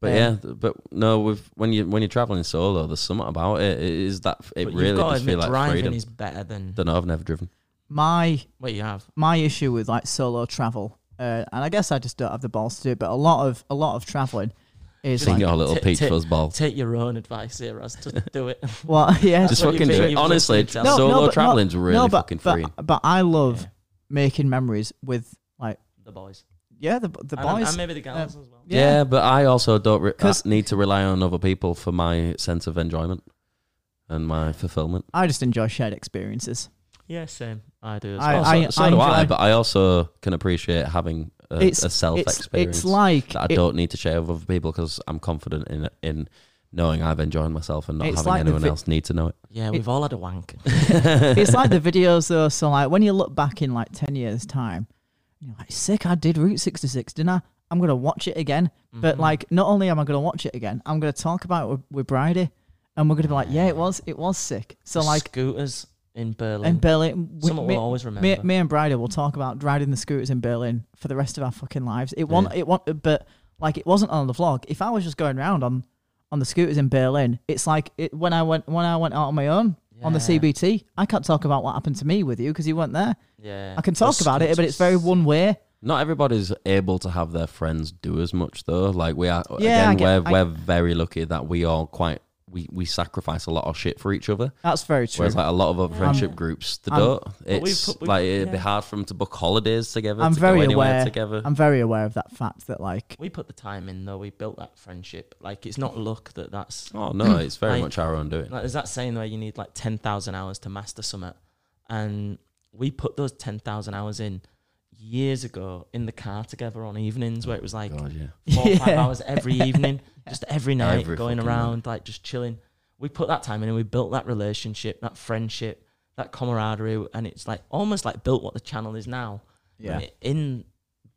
Speaker 2: but
Speaker 3: um,
Speaker 2: yeah, th- but no, with when you when you're traveling solo, there's something about it. It is that f- it
Speaker 4: but
Speaker 2: really
Speaker 4: you've got to
Speaker 2: does feel
Speaker 4: admit,
Speaker 2: like
Speaker 4: driving
Speaker 2: freedom.
Speaker 4: is better than
Speaker 2: Don't know. I've never driven.
Speaker 3: My
Speaker 4: what you have.
Speaker 3: my issue with like solo travel, uh, and I guess I just don't have the balls to do it. But a lot of a lot of traveling is
Speaker 4: Just
Speaker 2: Sing
Speaker 3: like,
Speaker 4: think
Speaker 2: your little
Speaker 4: Tit-
Speaker 2: peach
Speaker 4: tit-
Speaker 2: fuzz ball.
Speaker 4: Take your own advice here, Raz. Just do it.
Speaker 3: well, yeah,
Speaker 2: Just
Speaker 4: what you
Speaker 2: fucking do
Speaker 4: think
Speaker 2: it.
Speaker 4: you've
Speaker 2: Honestly,
Speaker 4: listened to yourself.
Speaker 2: solo traveling's really
Speaker 3: but,
Speaker 2: fucking
Speaker 3: but,
Speaker 2: free.
Speaker 3: But I love
Speaker 4: Yeah.
Speaker 3: making memories with like
Speaker 4: the boys.
Speaker 3: yeah the the
Speaker 4: And-
Speaker 3: boys. Uh,
Speaker 4: And maybe the gals as well.
Speaker 2: Yeah. but I also don't re-
Speaker 3: 'Cause-
Speaker 2: need to rely on other people for my sense of enjoyment and my fulfillment.
Speaker 3: I just enjoy shared experiences.
Speaker 4: Yeah, same. I do as
Speaker 3: I-
Speaker 4: well.
Speaker 2: so
Speaker 3: I-
Speaker 2: so
Speaker 3: I
Speaker 2: do I,
Speaker 3: enjoy-
Speaker 2: but I also can appreciate having a,
Speaker 3: It's-
Speaker 2: a self
Speaker 3: It's,
Speaker 2: experience
Speaker 3: it's like
Speaker 2: that I
Speaker 3: it-
Speaker 2: don't need to share with other people because I'm confident in in knowing I've enjoyed myself and not
Speaker 3: It's
Speaker 2: having
Speaker 3: like the
Speaker 2: anyone
Speaker 3: vi-
Speaker 2: else need to know it.
Speaker 4: yeah, we've all had a wank.
Speaker 3: it's like the videos though. So like when you look back in like ten years time, you're like, sick. I did Route 66, didn't I? I'm gonna watch it again. But
Speaker 4: Mhm.
Speaker 3: like, not only am I gonna watch it again, I'm gonna talk about it with, with Bridie, and we're gonna be like, yeah, it was, it was sick. So like,
Speaker 4: scooters, in Berlin.
Speaker 3: in Berlin. We,
Speaker 4: Someone
Speaker 3: me,
Speaker 4: will always Mm. remember.
Speaker 3: me, me and Bryder will talk about riding the scooters in Berlin for the rest of our fucking lives. It won't. It won't. But like, it wasn't on the vlog. If I was just going around on on the scooters in Berlin, it's like it, when I went when I went out on my own on the
Speaker 4: Yeah.
Speaker 3: CBT. I can't talk about what happened to me with you because you weren't there.
Speaker 4: yeah,
Speaker 3: I can talk
Speaker 4: Those
Speaker 3: about it, but it's very
Speaker 4: scooters.
Speaker 3: one way.
Speaker 2: Not everybody's able to have their friends do as much though. Like we are
Speaker 3: Yeah, I
Speaker 2: again,
Speaker 3: get-
Speaker 2: we're
Speaker 3: I-
Speaker 2: we're very lucky that we are quite we we sacrifice a lot of shit for each other.
Speaker 3: That's very true.
Speaker 2: Whereas like a lot of other friendship groups, they
Speaker 3: I'm-
Speaker 2: don't.
Speaker 4: Um, we've
Speaker 2: It's
Speaker 4: put- we've-
Speaker 2: like it'd be
Speaker 4: yeah.
Speaker 2: hard for them to book holidays together.
Speaker 3: I'm
Speaker 2: to go
Speaker 3: very
Speaker 2: anywhere
Speaker 3: aware.
Speaker 2: together.
Speaker 3: I'm very aware of that fact that like
Speaker 4: We put the time in though. We built that friendship. Like it's not luck that that's
Speaker 2: oh no, it's very
Speaker 4: Like-
Speaker 2: much our own doing.
Speaker 4: Like, there's that saying where you need like 10,000 hours to master summit. And we put those 10,000 hours in years ago in the car together on evenings where it was like
Speaker 2: Oh, God, yeah.
Speaker 4: four or five
Speaker 3: Yeah.
Speaker 4: hours every evening, just every night
Speaker 2: Every
Speaker 4: going
Speaker 2: fucking
Speaker 4: around, like just chilling. We put that time in and we built that relationship, that friendship, that camaraderie. And it's like almost like built what the channel is now.
Speaker 3: Yeah.
Speaker 4: I- In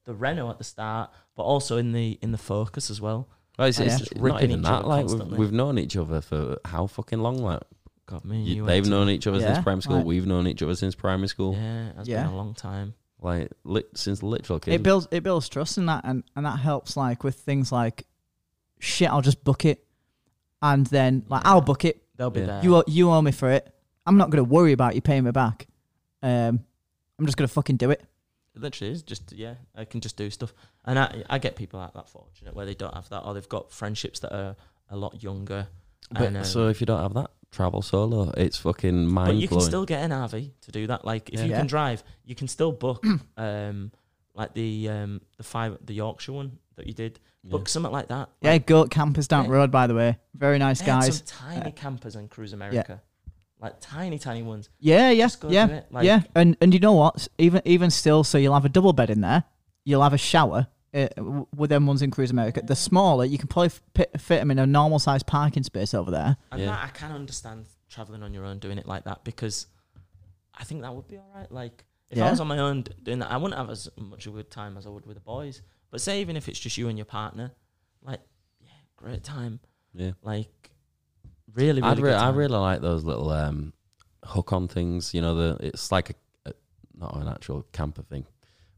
Speaker 4: the Renault at the start, but also in the in the Focus as well.
Speaker 2: Well, it's,
Speaker 3: Yeah.
Speaker 2: it's
Speaker 3: Just
Speaker 2: not
Speaker 4: ripping
Speaker 2: even
Speaker 4: each
Speaker 2: that.
Speaker 4: other
Speaker 2: Like we've,
Speaker 4: constantly.
Speaker 2: we've known each other for how fucking long? Like
Speaker 4: God, me and
Speaker 2: you,
Speaker 4: you.
Speaker 2: they've
Speaker 4: went
Speaker 2: known each other
Speaker 3: Yeah,
Speaker 2: since primary school.
Speaker 3: like-
Speaker 2: we've known each other since primary
Speaker 4: to-
Speaker 2: school.
Speaker 4: Yeah, it's
Speaker 3: Yeah.
Speaker 4: been a long time.
Speaker 2: Like lit, since literal kids.
Speaker 3: it builds it builds trust in that and, and that helps like with things like shit i'll just book it and then like
Speaker 4: Yeah.
Speaker 3: i'll book it
Speaker 4: They'll be
Speaker 2: Yeah.
Speaker 4: there.
Speaker 3: you owe, you owe me for it i'm not going to worry about you paying me back um i'm just going to fucking do it
Speaker 4: It literally is just yeah i can just do stuff and i i get people like that fortunate where they don't have that or they've got friendships that are a lot younger
Speaker 2: But,
Speaker 4: and, um,
Speaker 2: so if you don't have that, travel solo. It's fucking mind
Speaker 4: but you can
Speaker 2: blowing.
Speaker 4: still get an rv to do that like if
Speaker 3: Yeah.
Speaker 4: you
Speaker 3: Yeah.
Speaker 4: can drive you can still book um like the um the five the yorkshire one that you did
Speaker 2: Yeah.
Speaker 4: book something like that
Speaker 3: yeah goat campers down
Speaker 4: Yeah.
Speaker 3: road by the way very nice
Speaker 4: They had
Speaker 3: guys
Speaker 4: some tiny campers on cruise america like tiny tiny ones
Speaker 3: yeah yeah
Speaker 4: Just go do
Speaker 3: yeah
Speaker 4: it, like-
Speaker 3: yeah and and you know what even even still so you'll have a double bed in there you'll have a shower uh, w- with them ones in Cruise America, the smaller you can probably fit, fit them in a normal sized parking space over there.
Speaker 4: and
Speaker 2: Yeah.
Speaker 4: that i can understand traveling on your own doing it like that because i think that would be all right like if
Speaker 3: Yeah.
Speaker 4: i was on my own d- doing that i wouldn't have as much of a good time as i would with the boys but say even if it's just you and your partner like yeah great time
Speaker 2: yeah.
Speaker 4: like really really
Speaker 2: I'd re-
Speaker 4: good
Speaker 2: I
Speaker 4: time.
Speaker 2: really like those little um, hook on things. You know, the it's like a, a not an actual camper thing,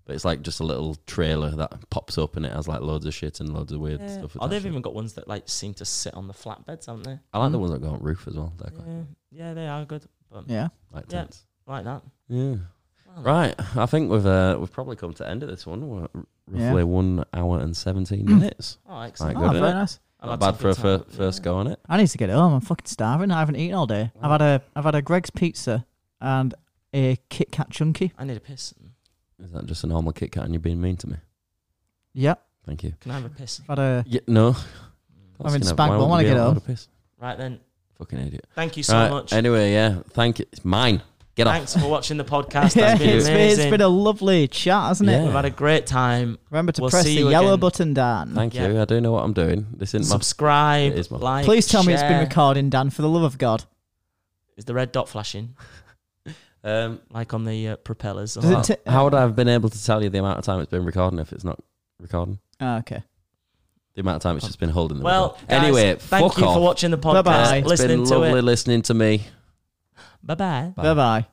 Speaker 2: but it's like just a little trailer that pops up and it has like loads of shit and loads of weird
Speaker 4: yeah.
Speaker 2: stuff.
Speaker 4: oh they've
Speaker 2: attached to it.
Speaker 4: even got ones that like seem to sit on the flatbeds haven't they
Speaker 2: I like the ones that go on roof as well. They're quite
Speaker 4: yeah, yeah they are good but
Speaker 3: Yeah.
Speaker 2: like
Speaker 4: Yeah.
Speaker 2: tents.
Speaker 4: like that
Speaker 2: Yeah.
Speaker 4: Well,
Speaker 2: Right. I think we've uh, we've probably come to the end of this one. We're at r-
Speaker 3: Yeah.
Speaker 2: roughly one hour and seventeen minutes.
Speaker 4: oh excellent
Speaker 2: Good,
Speaker 3: Oh,
Speaker 2: innit?
Speaker 3: very nice.
Speaker 4: I've
Speaker 2: Not
Speaker 4: had
Speaker 2: bad
Speaker 4: some
Speaker 2: for a
Speaker 4: good
Speaker 2: fir-
Speaker 4: time.
Speaker 2: first
Speaker 4: Yeah.
Speaker 2: go on it.
Speaker 3: I need to get home. I'm fucking starving. I haven't eaten all day. I've had a I've had a Greg's pizza and a Kit Kat chunky.
Speaker 4: i need a piss
Speaker 2: Is that just a normal Kit Kat and you're being mean to me?
Speaker 3: Yep.
Speaker 2: Thank you.
Speaker 4: can i have a piss
Speaker 3: I've had a
Speaker 2: Yeah, no.
Speaker 3: I'm in
Speaker 2: Fucking hell,
Speaker 3: Spagnol,
Speaker 2: why would
Speaker 3: I wanna
Speaker 2: you be
Speaker 3: get
Speaker 2: out loud
Speaker 3: home.
Speaker 2: of piss?
Speaker 4: right then
Speaker 2: Fucking idiot.
Speaker 4: thank you so
Speaker 2: Right,
Speaker 4: much
Speaker 2: Anyway, yeah. Thank you. It's mine. Get off.
Speaker 4: Thanks for watching the podcast.
Speaker 3: Yeah,
Speaker 4: That's been
Speaker 3: it's
Speaker 4: amazing.
Speaker 3: been, it's been a lovely chat, hasn't
Speaker 2: Yeah.
Speaker 3: it?
Speaker 4: We've had a great time.
Speaker 3: Remember to
Speaker 4: We'll
Speaker 3: press the
Speaker 4: see you
Speaker 3: yellow
Speaker 4: again.
Speaker 3: button, Dan.
Speaker 2: Thank
Speaker 4: Yeah.
Speaker 2: you. I do know what I'm doing. This isn't my.
Speaker 4: Subscribe,
Speaker 2: It is my-
Speaker 4: like,
Speaker 3: Please tell me it's been
Speaker 4: share.
Speaker 3: recording, Dan, for the love of God.
Speaker 4: Is the red dot flashing
Speaker 2: Um,
Speaker 4: like on the uh, propellers?
Speaker 3: Does it
Speaker 4: Oh,
Speaker 3: t-
Speaker 2: how would I have been able to tell you the amount of time it's been recording if it's not recording?
Speaker 3: Oh, okay.
Speaker 2: The amount of time it's just been holding the
Speaker 4: well,
Speaker 2: record.
Speaker 4: guys,
Speaker 2: anyway,
Speaker 4: thank
Speaker 2: fuck
Speaker 4: you
Speaker 2: off. Uh,
Speaker 4: for watching the podcast,
Speaker 3: Bye-bye. It's
Speaker 2: It's
Speaker 4: listening
Speaker 2: been
Speaker 4: to
Speaker 2: lovely
Speaker 4: it.
Speaker 2: listening to me.
Speaker 4: Bye bye.
Speaker 2: Bye.
Speaker 3: Bye bye.